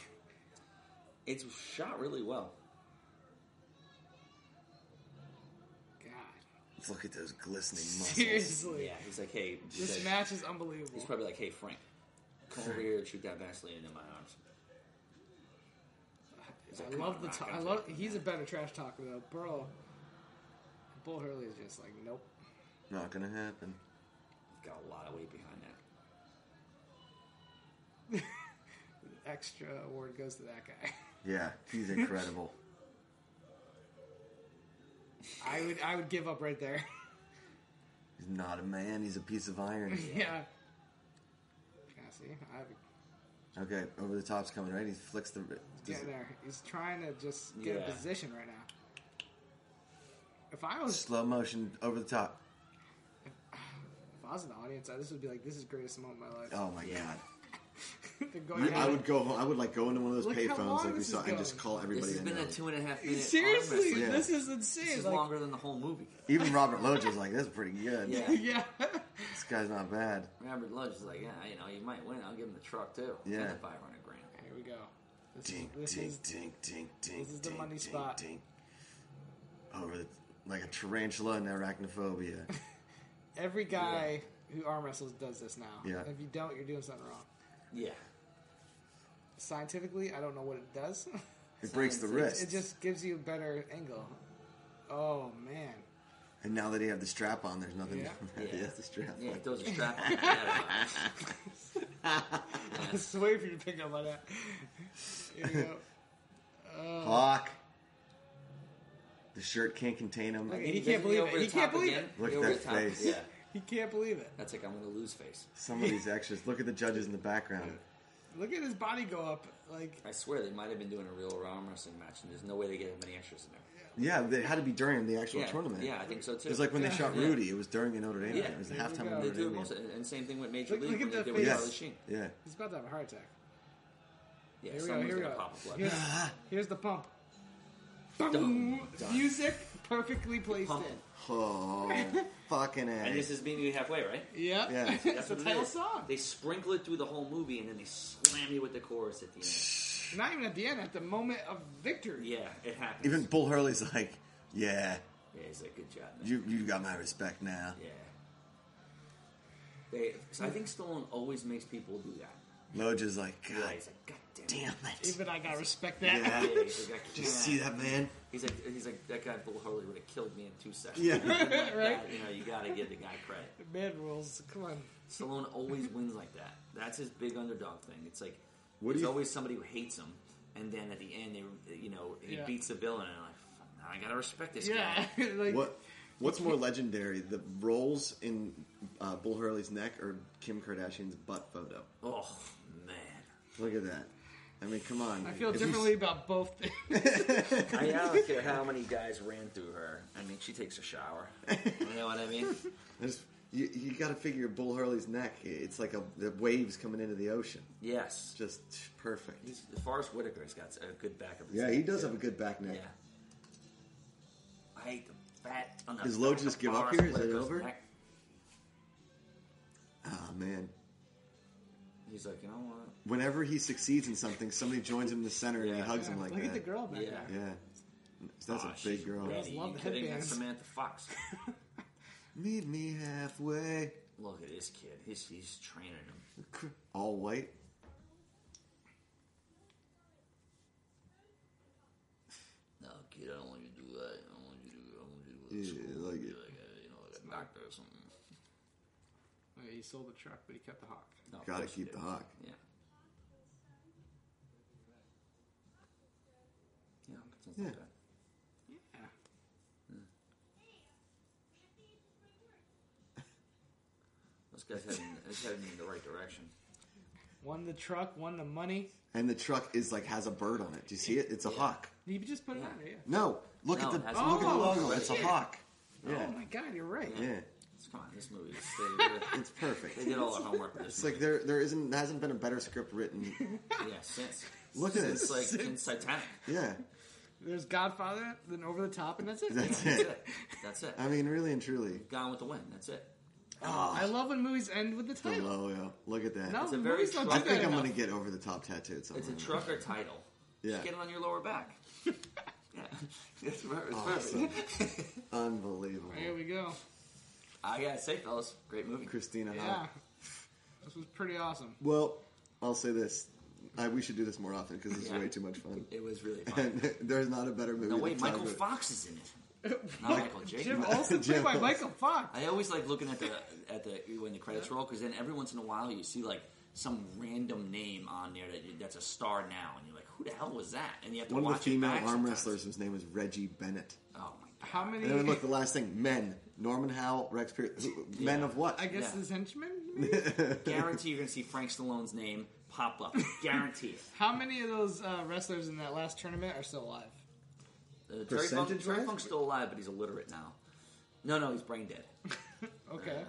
[SPEAKER 2] it's shot really well.
[SPEAKER 3] God.
[SPEAKER 1] Look at those glistening
[SPEAKER 2] <laughs>
[SPEAKER 1] muscles.
[SPEAKER 3] Seriously.
[SPEAKER 2] Yeah, he's like, hey, he's,
[SPEAKER 3] This
[SPEAKER 2] like-
[SPEAKER 3] match is
[SPEAKER 2] he's
[SPEAKER 3] unbelievable.
[SPEAKER 2] probably like, hey, Frank, come over here and shoot that Vaseline into my arms. He's like,
[SPEAKER 3] I
[SPEAKER 2] "Come
[SPEAKER 3] love
[SPEAKER 2] on,
[SPEAKER 3] the
[SPEAKER 2] Rock,
[SPEAKER 3] talk.
[SPEAKER 2] I'm
[SPEAKER 3] I love.
[SPEAKER 2] taking
[SPEAKER 3] He's a
[SPEAKER 2] that."
[SPEAKER 3] better trash talker though. Burl, Bull Hurley is just like nope.
[SPEAKER 1] Not gonna happen.
[SPEAKER 2] He's got a lot of weight behind that.
[SPEAKER 3] Extra award goes to that guy. <laughs>
[SPEAKER 1] Yeah, he's incredible.
[SPEAKER 3] I would. I would give up right there. <laughs>
[SPEAKER 1] he's not a man. He's a piece of iron.
[SPEAKER 3] yeah. Yeah. See, I have
[SPEAKER 1] Okay, over the top's coming right. He flicks the. does
[SPEAKER 3] getting
[SPEAKER 1] it-
[SPEAKER 3] there. He's trying to just get
[SPEAKER 2] Yeah.
[SPEAKER 3] a position right now. If I was,
[SPEAKER 1] Slow motion over the top.
[SPEAKER 3] if I was in the audience, I, this would be like this is the greatest moment of my <laughs> life.
[SPEAKER 1] Oh my
[SPEAKER 2] Yeah.
[SPEAKER 1] god.
[SPEAKER 3] They're going
[SPEAKER 1] I
[SPEAKER 3] at
[SPEAKER 1] would
[SPEAKER 3] it.
[SPEAKER 1] go home. I would like go into one of those
[SPEAKER 3] Look how
[SPEAKER 1] payphones
[SPEAKER 3] long
[SPEAKER 1] like we
[SPEAKER 3] this
[SPEAKER 1] saw
[SPEAKER 3] is
[SPEAKER 1] and just
[SPEAKER 3] going.
[SPEAKER 1] call everybody.
[SPEAKER 2] This has
[SPEAKER 1] I
[SPEAKER 2] been
[SPEAKER 1] know.
[SPEAKER 2] a two and a half minute. arm
[SPEAKER 3] Seriously,
[SPEAKER 2] wrestling.
[SPEAKER 1] Yeah.
[SPEAKER 3] this is
[SPEAKER 2] This
[SPEAKER 3] insane.
[SPEAKER 2] is
[SPEAKER 3] Like,
[SPEAKER 2] longer than the whole movie.
[SPEAKER 1] Even
[SPEAKER 3] <laughs>
[SPEAKER 1] Robert Lodge was like, "That's pretty good. <laughs>
[SPEAKER 2] Yeah.
[SPEAKER 3] yeah.
[SPEAKER 1] This guy's not bad."
[SPEAKER 2] Robert Ludge is like, yeah, you know, you might win. I'll give him the truck too.
[SPEAKER 1] Yeah.
[SPEAKER 2] and the five hundred grand.
[SPEAKER 3] Here we go. This, is,
[SPEAKER 1] Dink,
[SPEAKER 3] this
[SPEAKER 1] dink,
[SPEAKER 3] is
[SPEAKER 1] dink, dink, dink.
[SPEAKER 3] this is the
[SPEAKER 1] dink,
[SPEAKER 3] money
[SPEAKER 1] dink,
[SPEAKER 3] spot.
[SPEAKER 1] Dink. Over the, like a tarantula and arachnophobia.
[SPEAKER 3] <laughs> every guy who arm wrestles does this now.
[SPEAKER 1] Yeah.
[SPEAKER 3] If you don't, you're doing something wrong.
[SPEAKER 2] Yeah,
[SPEAKER 3] Scientifically, I don't know what it does. <laughs>
[SPEAKER 1] It breaks the
[SPEAKER 2] It-
[SPEAKER 1] wrist.
[SPEAKER 3] it just gives you a better angle. Oh man, <laughs>
[SPEAKER 1] and now that he have the strap on, there's nothing. <laughs>
[SPEAKER 3] Yeah.
[SPEAKER 1] he
[SPEAKER 2] Yeah.
[SPEAKER 1] has the strap.
[SPEAKER 2] yeah.
[SPEAKER 1] on.
[SPEAKER 2] It
[SPEAKER 3] <laughs>
[SPEAKER 2] throws a strap on. Yeah.
[SPEAKER 3] I was waiting for you to pick up on that. Here we go.
[SPEAKER 2] Mm-hmm.
[SPEAKER 1] Hawk. The shirt can't contain him.
[SPEAKER 3] Look at-
[SPEAKER 2] Doesn't
[SPEAKER 3] He can't believe it.
[SPEAKER 2] over the
[SPEAKER 3] He can't
[SPEAKER 2] top
[SPEAKER 3] believe
[SPEAKER 2] again?
[SPEAKER 3] it.
[SPEAKER 1] Look
[SPEAKER 2] He
[SPEAKER 1] at
[SPEAKER 2] over
[SPEAKER 1] that
[SPEAKER 2] the top.
[SPEAKER 1] face.
[SPEAKER 2] Yeah,
[SPEAKER 3] He can't believe it.
[SPEAKER 2] that's like I'm gonna lose face.
[SPEAKER 1] Some of these extras. Look at the judges in the background.
[SPEAKER 3] Look at his body go up. Like
[SPEAKER 2] I swear they might have been doing a real arm wrestling match, and there's no way they get any extras in there.
[SPEAKER 1] Yeah, they had to be during the actual
[SPEAKER 2] Yeah,
[SPEAKER 1] tournament.
[SPEAKER 2] yeah, I think so too.
[SPEAKER 1] It was like when they shot
[SPEAKER 2] Yeah.
[SPEAKER 1] Rudy. It was during the Notre Dame.
[SPEAKER 2] Yeah.
[SPEAKER 1] game. It was the
[SPEAKER 3] There we
[SPEAKER 1] halftime.
[SPEAKER 3] go.
[SPEAKER 1] of
[SPEAKER 2] They
[SPEAKER 1] Notre
[SPEAKER 2] do
[SPEAKER 1] Dame.
[SPEAKER 2] it
[SPEAKER 1] game.
[SPEAKER 2] most, and and same thing with Major
[SPEAKER 3] Look- look at
[SPEAKER 2] League when they
[SPEAKER 3] that
[SPEAKER 2] did with
[SPEAKER 3] face.
[SPEAKER 2] Charlie
[SPEAKER 1] Yes.
[SPEAKER 2] Sheen. <laughs>
[SPEAKER 1] Yeah.
[SPEAKER 3] he's about to have a heart attack.
[SPEAKER 2] Yeah,
[SPEAKER 3] Here we go.
[SPEAKER 2] someone's
[SPEAKER 3] Here we
[SPEAKER 2] gonna
[SPEAKER 3] go.
[SPEAKER 2] pop a
[SPEAKER 1] <laughs>
[SPEAKER 2] blood.
[SPEAKER 3] Here's, here's the pump.
[SPEAKER 2] Done.
[SPEAKER 3] Boom. Music perfectly placed
[SPEAKER 2] Pump
[SPEAKER 3] in.
[SPEAKER 1] Oh, fucking
[SPEAKER 2] And this
[SPEAKER 1] it.
[SPEAKER 2] is meeting you halfway, right?
[SPEAKER 3] Yep.
[SPEAKER 1] Yeah.
[SPEAKER 3] That's
[SPEAKER 2] That's
[SPEAKER 3] the
[SPEAKER 2] what it
[SPEAKER 3] title
[SPEAKER 2] is.
[SPEAKER 3] song.
[SPEAKER 2] They sprinkle it through the whole movie, and then they slam you with the chorus at the end.
[SPEAKER 3] Not even at the end, at the moment of victory.
[SPEAKER 2] Yeah, it happens.
[SPEAKER 1] Even Bull Hurley's like, yeah,
[SPEAKER 2] yeah, he's like, good job. Man.
[SPEAKER 1] you you got my respect now.
[SPEAKER 2] yeah. They, so I think Stallone always makes people do that.
[SPEAKER 1] Loj is like, God
[SPEAKER 2] Yeah, he's like, God damn. it."
[SPEAKER 1] damn it.
[SPEAKER 3] Even I gotta respect that.
[SPEAKER 1] Yeah.
[SPEAKER 2] Yeah, he's like, "I
[SPEAKER 1] Did you
[SPEAKER 2] can't."
[SPEAKER 1] see that man?
[SPEAKER 2] He's like, he's like, that guy Bull Hurley would have killed me in two seconds.
[SPEAKER 1] Yeah.
[SPEAKER 3] <laughs> right?
[SPEAKER 2] you know, you got to give the guy credit.
[SPEAKER 3] Man rules. Come on.
[SPEAKER 2] Stallone always wins like that. That's his big underdog thing. It's like
[SPEAKER 1] What do
[SPEAKER 2] it's
[SPEAKER 1] you-
[SPEAKER 2] always somebody who hates him, and then at the end, they you know he
[SPEAKER 3] Yeah.
[SPEAKER 2] beats the villain, and I'm like, Fuck, now I gotta respect this
[SPEAKER 3] Yeah. <laughs>
[SPEAKER 2] guy.
[SPEAKER 3] like,
[SPEAKER 1] What? What's more legendary, the rolls in uh, Bull Hurley's neck or Kim Kardashian's butt photo?
[SPEAKER 2] Oh man,
[SPEAKER 1] Look at that. I mean, come on.
[SPEAKER 3] I feel
[SPEAKER 1] If you-
[SPEAKER 3] differently about both things.
[SPEAKER 2] I don't care how many guys ran through her. I mean, she takes a shower. You know what I mean?
[SPEAKER 1] There's, you you got to figure Bull Hurley's neck. It's like a the waves coming into the ocean.
[SPEAKER 2] Yes. <laughs>
[SPEAKER 1] Just perfect.
[SPEAKER 2] He's, Forrest Whitaker's got a good back of his
[SPEAKER 1] Yeah,
[SPEAKER 2] head,
[SPEAKER 1] he does
[SPEAKER 2] too.
[SPEAKER 1] have a good back neck.
[SPEAKER 2] Yeah. I hate the fat. On the
[SPEAKER 1] Does Lowe
[SPEAKER 2] back
[SPEAKER 1] just
[SPEAKER 2] of
[SPEAKER 1] give up
[SPEAKER 2] Forrest
[SPEAKER 1] here? Is it
[SPEAKER 2] Whitaker's
[SPEAKER 1] over?
[SPEAKER 2] neck.
[SPEAKER 1] Ah man.
[SPEAKER 2] He's like, you know what?
[SPEAKER 1] Whenever he succeeds in something, somebody joins him in the center and he
[SPEAKER 2] Yeah.
[SPEAKER 1] hugs him like
[SPEAKER 3] Look
[SPEAKER 1] that.
[SPEAKER 3] at the girl back
[SPEAKER 2] Yeah.
[SPEAKER 1] Yeah. So that's
[SPEAKER 2] Aw,
[SPEAKER 1] a
[SPEAKER 2] she's
[SPEAKER 1] big girl.
[SPEAKER 2] ready.
[SPEAKER 3] Girls love
[SPEAKER 2] Ah, You
[SPEAKER 3] the
[SPEAKER 2] kidding? That's
[SPEAKER 3] headbands.
[SPEAKER 2] Samantha Fox.
[SPEAKER 1] Meet me halfway.
[SPEAKER 2] Look at this kid. He's he's training him.
[SPEAKER 1] Cr- All white.
[SPEAKER 2] No, kid, I don't want you to do that. I don't want
[SPEAKER 4] like,
[SPEAKER 1] Yeah,
[SPEAKER 4] school,
[SPEAKER 1] like
[SPEAKER 4] be
[SPEAKER 1] it.
[SPEAKER 4] like a, you know, like a doctor or something.
[SPEAKER 3] Okay, he sold the truck, but he kept the hawk.
[SPEAKER 2] No, of
[SPEAKER 1] Gotta
[SPEAKER 2] course you
[SPEAKER 1] keep the
[SPEAKER 2] did.
[SPEAKER 1] hawk.
[SPEAKER 2] Yeah. Yeah, sounds
[SPEAKER 1] Yeah.
[SPEAKER 2] like that.
[SPEAKER 3] Yeah.
[SPEAKER 2] This guy's heading, it's heading in the right direction.
[SPEAKER 3] Won the truck, won the money.
[SPEAKER 1] And the truck is like has a bird on it. Do you see it? It's a hawk.
[SPEAKER 3] You just put it
[SPEAKER 2] Yeah.
[SPEAKER 3] on there, yeah.
[SPEAKER 1] No, look
[SPEAKER 2] No,
[SPEAKER 1] at the
[SPEAKER 2] it Oh, has
[SPEAKER 1] look
[SPEAKER 2] a
[SPEAKER 1] at the
[SPEAKER 3] bird.
[SPEAKER 1] logo. It's a
[SPEAKER 3] Yeah.
[SPEAKER 1] hawk. Yeah,
[SPEAKER 3] Oh my god, you're right.
[SPEAKER 1] yeah.
[SPEAKER 2] It's- Come on, this movie. is- They,
[SPEAKER 1] It's perfect.
[SPEAKER 2] they did all their homework for this.
[SPEAKER 1] It's like there there isn't hasn't been a better script
[SPEAKER 2] <laughs>
[SPEAKER 1] written.
[SPEAKER 2] movie. yeah, since
[SPEAKER 1] Look at
[SPEAKER 2] it's
[SPEAKER 1] this.
[SPEAKER 2] like
[SPEAKER 1] <laughs>
[SPEAKER 2] in Titanic.
[SPEAKER 1] Yeah,
[SPEAKER 3] There's Godfather, then Over the Top, and that's
[SPEAKER 1] <laughs>
[SPEAKER 3] it.
[SPEAKER 1] that's
[SPEAKER 2] That's
[SPEAKER 1] it.
[SPEAKER 2] it. That's it.
[SPEAKER 1] I mean, really and truly. Oh,
[SPEAKER 2] Gone with the wind. That's it. Oh,
[SPEAKER 3] I love when movies end with the
[SPEAKER 1] The
[SPEAKER 3] title.
[SPEAKER 1] logo. Look at that.
[SPEAKER 3] No,
[SPEAKER 2] It's a very
[SPEAKER 3] movies don't do
[SPEAKER 1] I
[SPEAKER 2] truck-
[SPEAKER 3] that
[SPEAKER 1] think I'm
[SPEAKER 3] enough.
[SPEAKER 1] gonna get over the top tattooed somewhere.
[SPEAKER 2] It's a trucker title.
[SPEAKER 1] Yeah.
[SPEAKER 2] Just get it on your lower back. yeah. <laughs> It's perfect.
[SPEAKER 1] <laughs>
[SPEAKER 2] It's <laughs>
[SPEAKER 1] Awesome.
[SPEAKER 2] perfect.
[SPEAKER 1] Unbelievable.
[SPEAKER 3] Here we go.
[SPEAKER 2] I gotta say, fellas, great movie.
[SPEAKER 1] Christina. Hock.
[SPEAKER 3] Yeah. This was pretty awesome.
[SPEAKER 1] Well, I'll say this. I, we should do this more often because it's
[SPEAKER 2] Yeah.
[SPEAKER 1] way too much fun. <laughs>
[SPEAKER 2] It was really fun.
[SPEAKER 1] And there's not a better movie.
[SPEAKER 2] No,
[SPEAKER 1] to
[SPEAKER 2] wait,
[SPEAKER 1] talk
[SPEAKER 2] Michael
[SPEAKER 1] about.
[SPEAKER 2] Fox is in it. Not Michael J.
[SPEAKER 3] Jim
[SPEAKER 2] Fox.
[SPEAKER 3] Olsen played
[SPEAKER 1] Jim
[SPEAKER 3] by
[SPEAKER 1] Olsen.
[SPEAKER 3] Michael Fox.
[SPEAKER 2] I always like looking at the at the when the credits roll because then every once in a while you see like some random name on there that you, that's a star now and you're like, who the hell was that? And you have to
[SPEAKER 1] One of the
[SPEAKER 2] watch
[SPEAKER 1] female
[SPEAKER 2] it back
[SPEAKER 1] arm
[SPEAKER 2] sometimes.
[SPEAKER 1] wrestlers whose name was Reggie Bennett.
[SPEAKER 2] Oh my god!
[SPEAKER 3] How many?
[SPEAKER 1] And then look, the last thing, men. Norman Howell, Rex Pierce. Men of what?
[SPEAKER 3] I guess
[SPEAKER 2] Yeah.
[SPEAKER 3] his henchmen. <laughs>
[SPEAKER 2] Guarantee you're gonna see Frank Stallone's name pop up.
[SPEAKER 1] <laughs>
[SPEAKER 2] Guarantee it.
[SPEAKER 3] How many of those uh, wrestlers in that last tournament are still alive?
[SPEAKER 2] Uh, Terry, Funk,
[SPEAKER 1] Percentage
[SPEAKER 2] Terry
[SPEAKER 1] wise?
[SPEAKER 2] Funk's still alive, but he's illiterate now. No, no, he's brain dead.
[SPEAKER 3] Okay,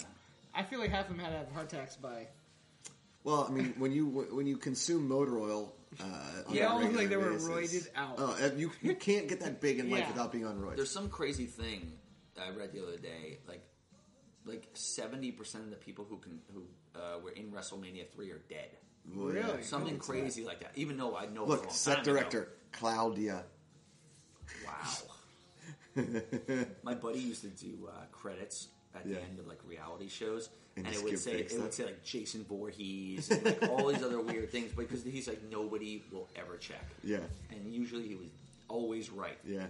[SPEAKER 3] I feel like half of them had to have heart attacks by.
[SPEAKER 1] Well, I mean, when you when you consume motor oil, uh, on
[SPEAKER 3] They
[SPEAKER 1] a
[SPEAKER 3] all look like they
[SPEAKER 1] regular
[SPEAKER 3] were
[SPEAKER 1] basis-
[SPEAKER 3] roided out.
[SPEAKER 1] Oh, and you, you can't get that big in life
[SPEAKER 3] <laughs> Yeah.
[SPEAKER 1] without being on roids.
[SPEAKER 2] There's some crazy thing I read the other day. Like, like 70 percent of the people who can who uh, were in WrestleMania three are dead.
[SPEAKER 1] Well, yeah.
[SPEAKER 3] Really?
[SPEAKER 2] Something crazy like that. Even though I know it's a
[SPEAKER 1] Look,
[SPEAKER 2] long
[SPEAKER 1] set
[SPEAKER 2] time ago.
[SPEAKER 1] director Claudia.
[SPEAKER 2] Wow.
[SPEAKER 1] <laughs>
[SPEAKER 2] My buddy used to do uh, credits at
[SPEAKER 1] Yeah.
[SPEAKER 2] the end of like reality shows,
[SPEAKER 1] And
[SPEAKER 2] and,
[SPEAKER 1] just
[SPEAKER 2] it
[SPEAKER 1] give
[SPEAKER 2] would say
[SPEAKER 1] big
[SPEAKER 2] it
[SPEAKER 1] stuff?
[SPEAKER 2] would say like Jason Voorhees and like all these other weird things because he's like nobody will ever check.
[SPEAKER 1] Yeah,
[SPEAKER 2] And usually he was always right.
[SPEAKER 1] yeah.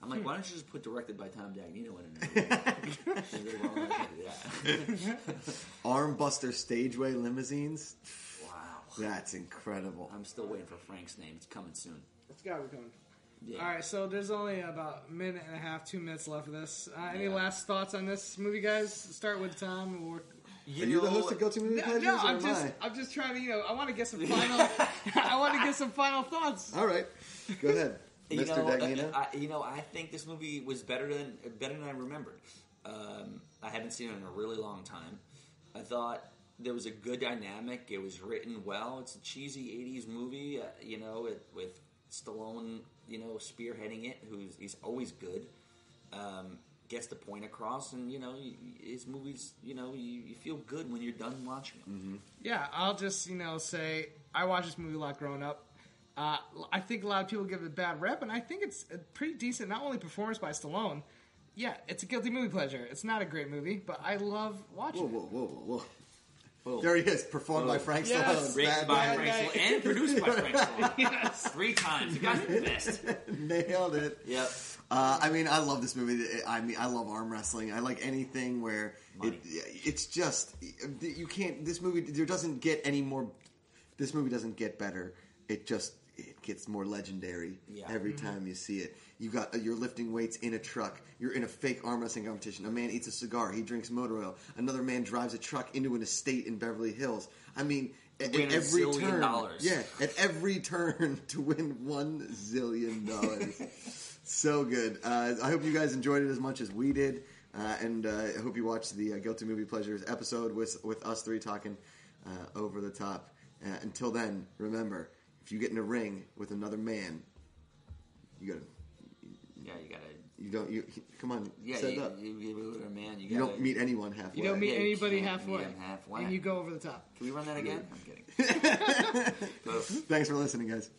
[SPEAKER 2] I'm like, why don't you just put directed by Tom Dagnino in
[SPEAKER 1] <laughs>
[SPEAKER 2] <laughs> it? And they were all like, yeah.
[SPEAKER 1] Armbuster Stageway limousines.
[SPEAKER 2] Wow.
[SPEAKER 1] That's incredible.
[SPEAKER 2] I'm still waiting for Frank's name. It's coming soon.
[SPEAKER 3] It's gotta be coming.
[SPEAKER 2] Yeah.
[SPEAKER 3] All right, so there's only about a minute and a half, two minutes left of this. Uh, any
[SPEAKER 2] Yeah.
[SPEAKER 3] last thoughts on this movie, guys? Start with Tom. and we'll-
[SPEAKER 1] Are you the host of Guilty Movie
[SPEAKER 3] No,
[SPEAKER 1] Pleasures?
[SPEAKER 3] no,
[SPEAKER 1] or
[SPEAKER 3] I'm
[SPEAKER 1] am
[SPEAKER 3] just,
[SPEAKER 1] I?
[SPEAKER 3] I'm just trying to, you know, I want to <laughs> get some final, I want to get some final thoughts.
[SPEAKER 1] All right,
[SPEAKER 3] <laughs>
[SPEAKER 1] go ahead,
[SPEAKER 2] You
[SPEAKER 1] Mr.
[SPEAKER 2] know,
[SPEAKER 1] Dagnino.
[SPEAKER 2] I, you know, I think this movie was better than better than I remembered. Um, I haven't seen it in a really long time. I thought there was a good dynamic. It was written well. It's a cheesy '80s movie, uh, you know, it, with Stallone, you know, spearheading it. Who's he's always good. Um, gets the point across, and you know, y- y- his movies, you know, you, you feel good when you're done watching them.
[SPEAKER 3] Yeah, I'll just, you know, say I watched this movie a lot growing up. Uh, I think a lot of people give it a bad rep, and I think it's a pretty decent, not only performance by Stallone. Yeah, it's a guilty movie pleasure. It's not a great movie, but I love watching
[SPEAKER 1] Whoa,
[SPEAKER 3] it.
[SPEAKER 1] whoa, whoa, whoa, whoa.
[SPEAKER 2] Boom.
[SPEAKER 1] There he is, performed by
[SPEAKER 2] Whoa.
[SPEAKER 1] Frank
[SPEAKER 3] Yes.
[SPEAKER 1] Stallone.
[SPEAKER 2] Written
[SPEAKER 1] Bad
[SPEAKER 2] by
[SPEAKER 1] man.
[SPEAKER 2] Frank
[SPEAKER 3] guy.
[SPEAKER 2] Stallone and produced by Frank Stallone
[SPEAKER 3] Yes.
[SPEAKER 2] three times. The guy's the best.
[SPEAKER 1] <laughs> Nailed it.
[SPEAKER 2] Yep.
[SPEAKER 1] Uh, I mean, I love this movie. It- I mean, I love arm wrestling. I like anything where it,
[SPEAKER 2] Money.
[SPEAKER 1] it's just you can't. This movie there doesn't get any more. This movie doesn't get better. It just it gets more legendary
[SPEAKER 2] Yeah.
[SPEAKER 1] every time you see it. You got uh, you're lifting weights in a truck. You're in a fake arm wrestling competition. A man eats a cigar. He drinks motor oil. Another man drives a truck into an estate in Beverly Hills. I mean, at,
[SPEAKER 2] Win
[SPEAKER 1] at
[SPEAKER 2] a
[SPEAKER 1] every
[SPEAKER 2] zillion
[SPEAKER 1] turn,
[SPEAKER 2] dollars.
[SPEAKER 1] yeah, at every turn <laughs> to win one zillion dollars. so good. Uh, I hope you guys enjoyed it as much as we did, uh, and uh, I hope you watched the uh, Guilty Movie Pleasures episode with with us three talking uh, over the top. Uh, until then, remember if you get in a ring with another man, you gotta
[SPEAKER 2] Yeah, you gotta.
[SPEAKER 1] you don't you come on
[SPEAKER 2] Yeah,
[SPEAKER 1] set it
[SPEAKER 2] you,
[SPEAKER 1] up. You,
[SPEAKER 2] you, you, you, man, you,
[SPEAKER 1] don't
[SPEAKER 2] gotta-
[SPEAKER 1] meet anyone halfway.
[SPEAKER 3] You don't meet
[SPEAKER 2] Yeah, you
[SPEAKER 3] anybody
[SPEAKER 2] can't meet
[SPEAKER 3] halfway,
[SPEAKER 2] them halfway.
[SPEAKER 3] and you go over the top.
[SPEAKER 1] <laughs>
[SPEAKER 2] Can we run that again? I'm kidding. Go.
[SPEAKER 1] Thanks for listening, guys.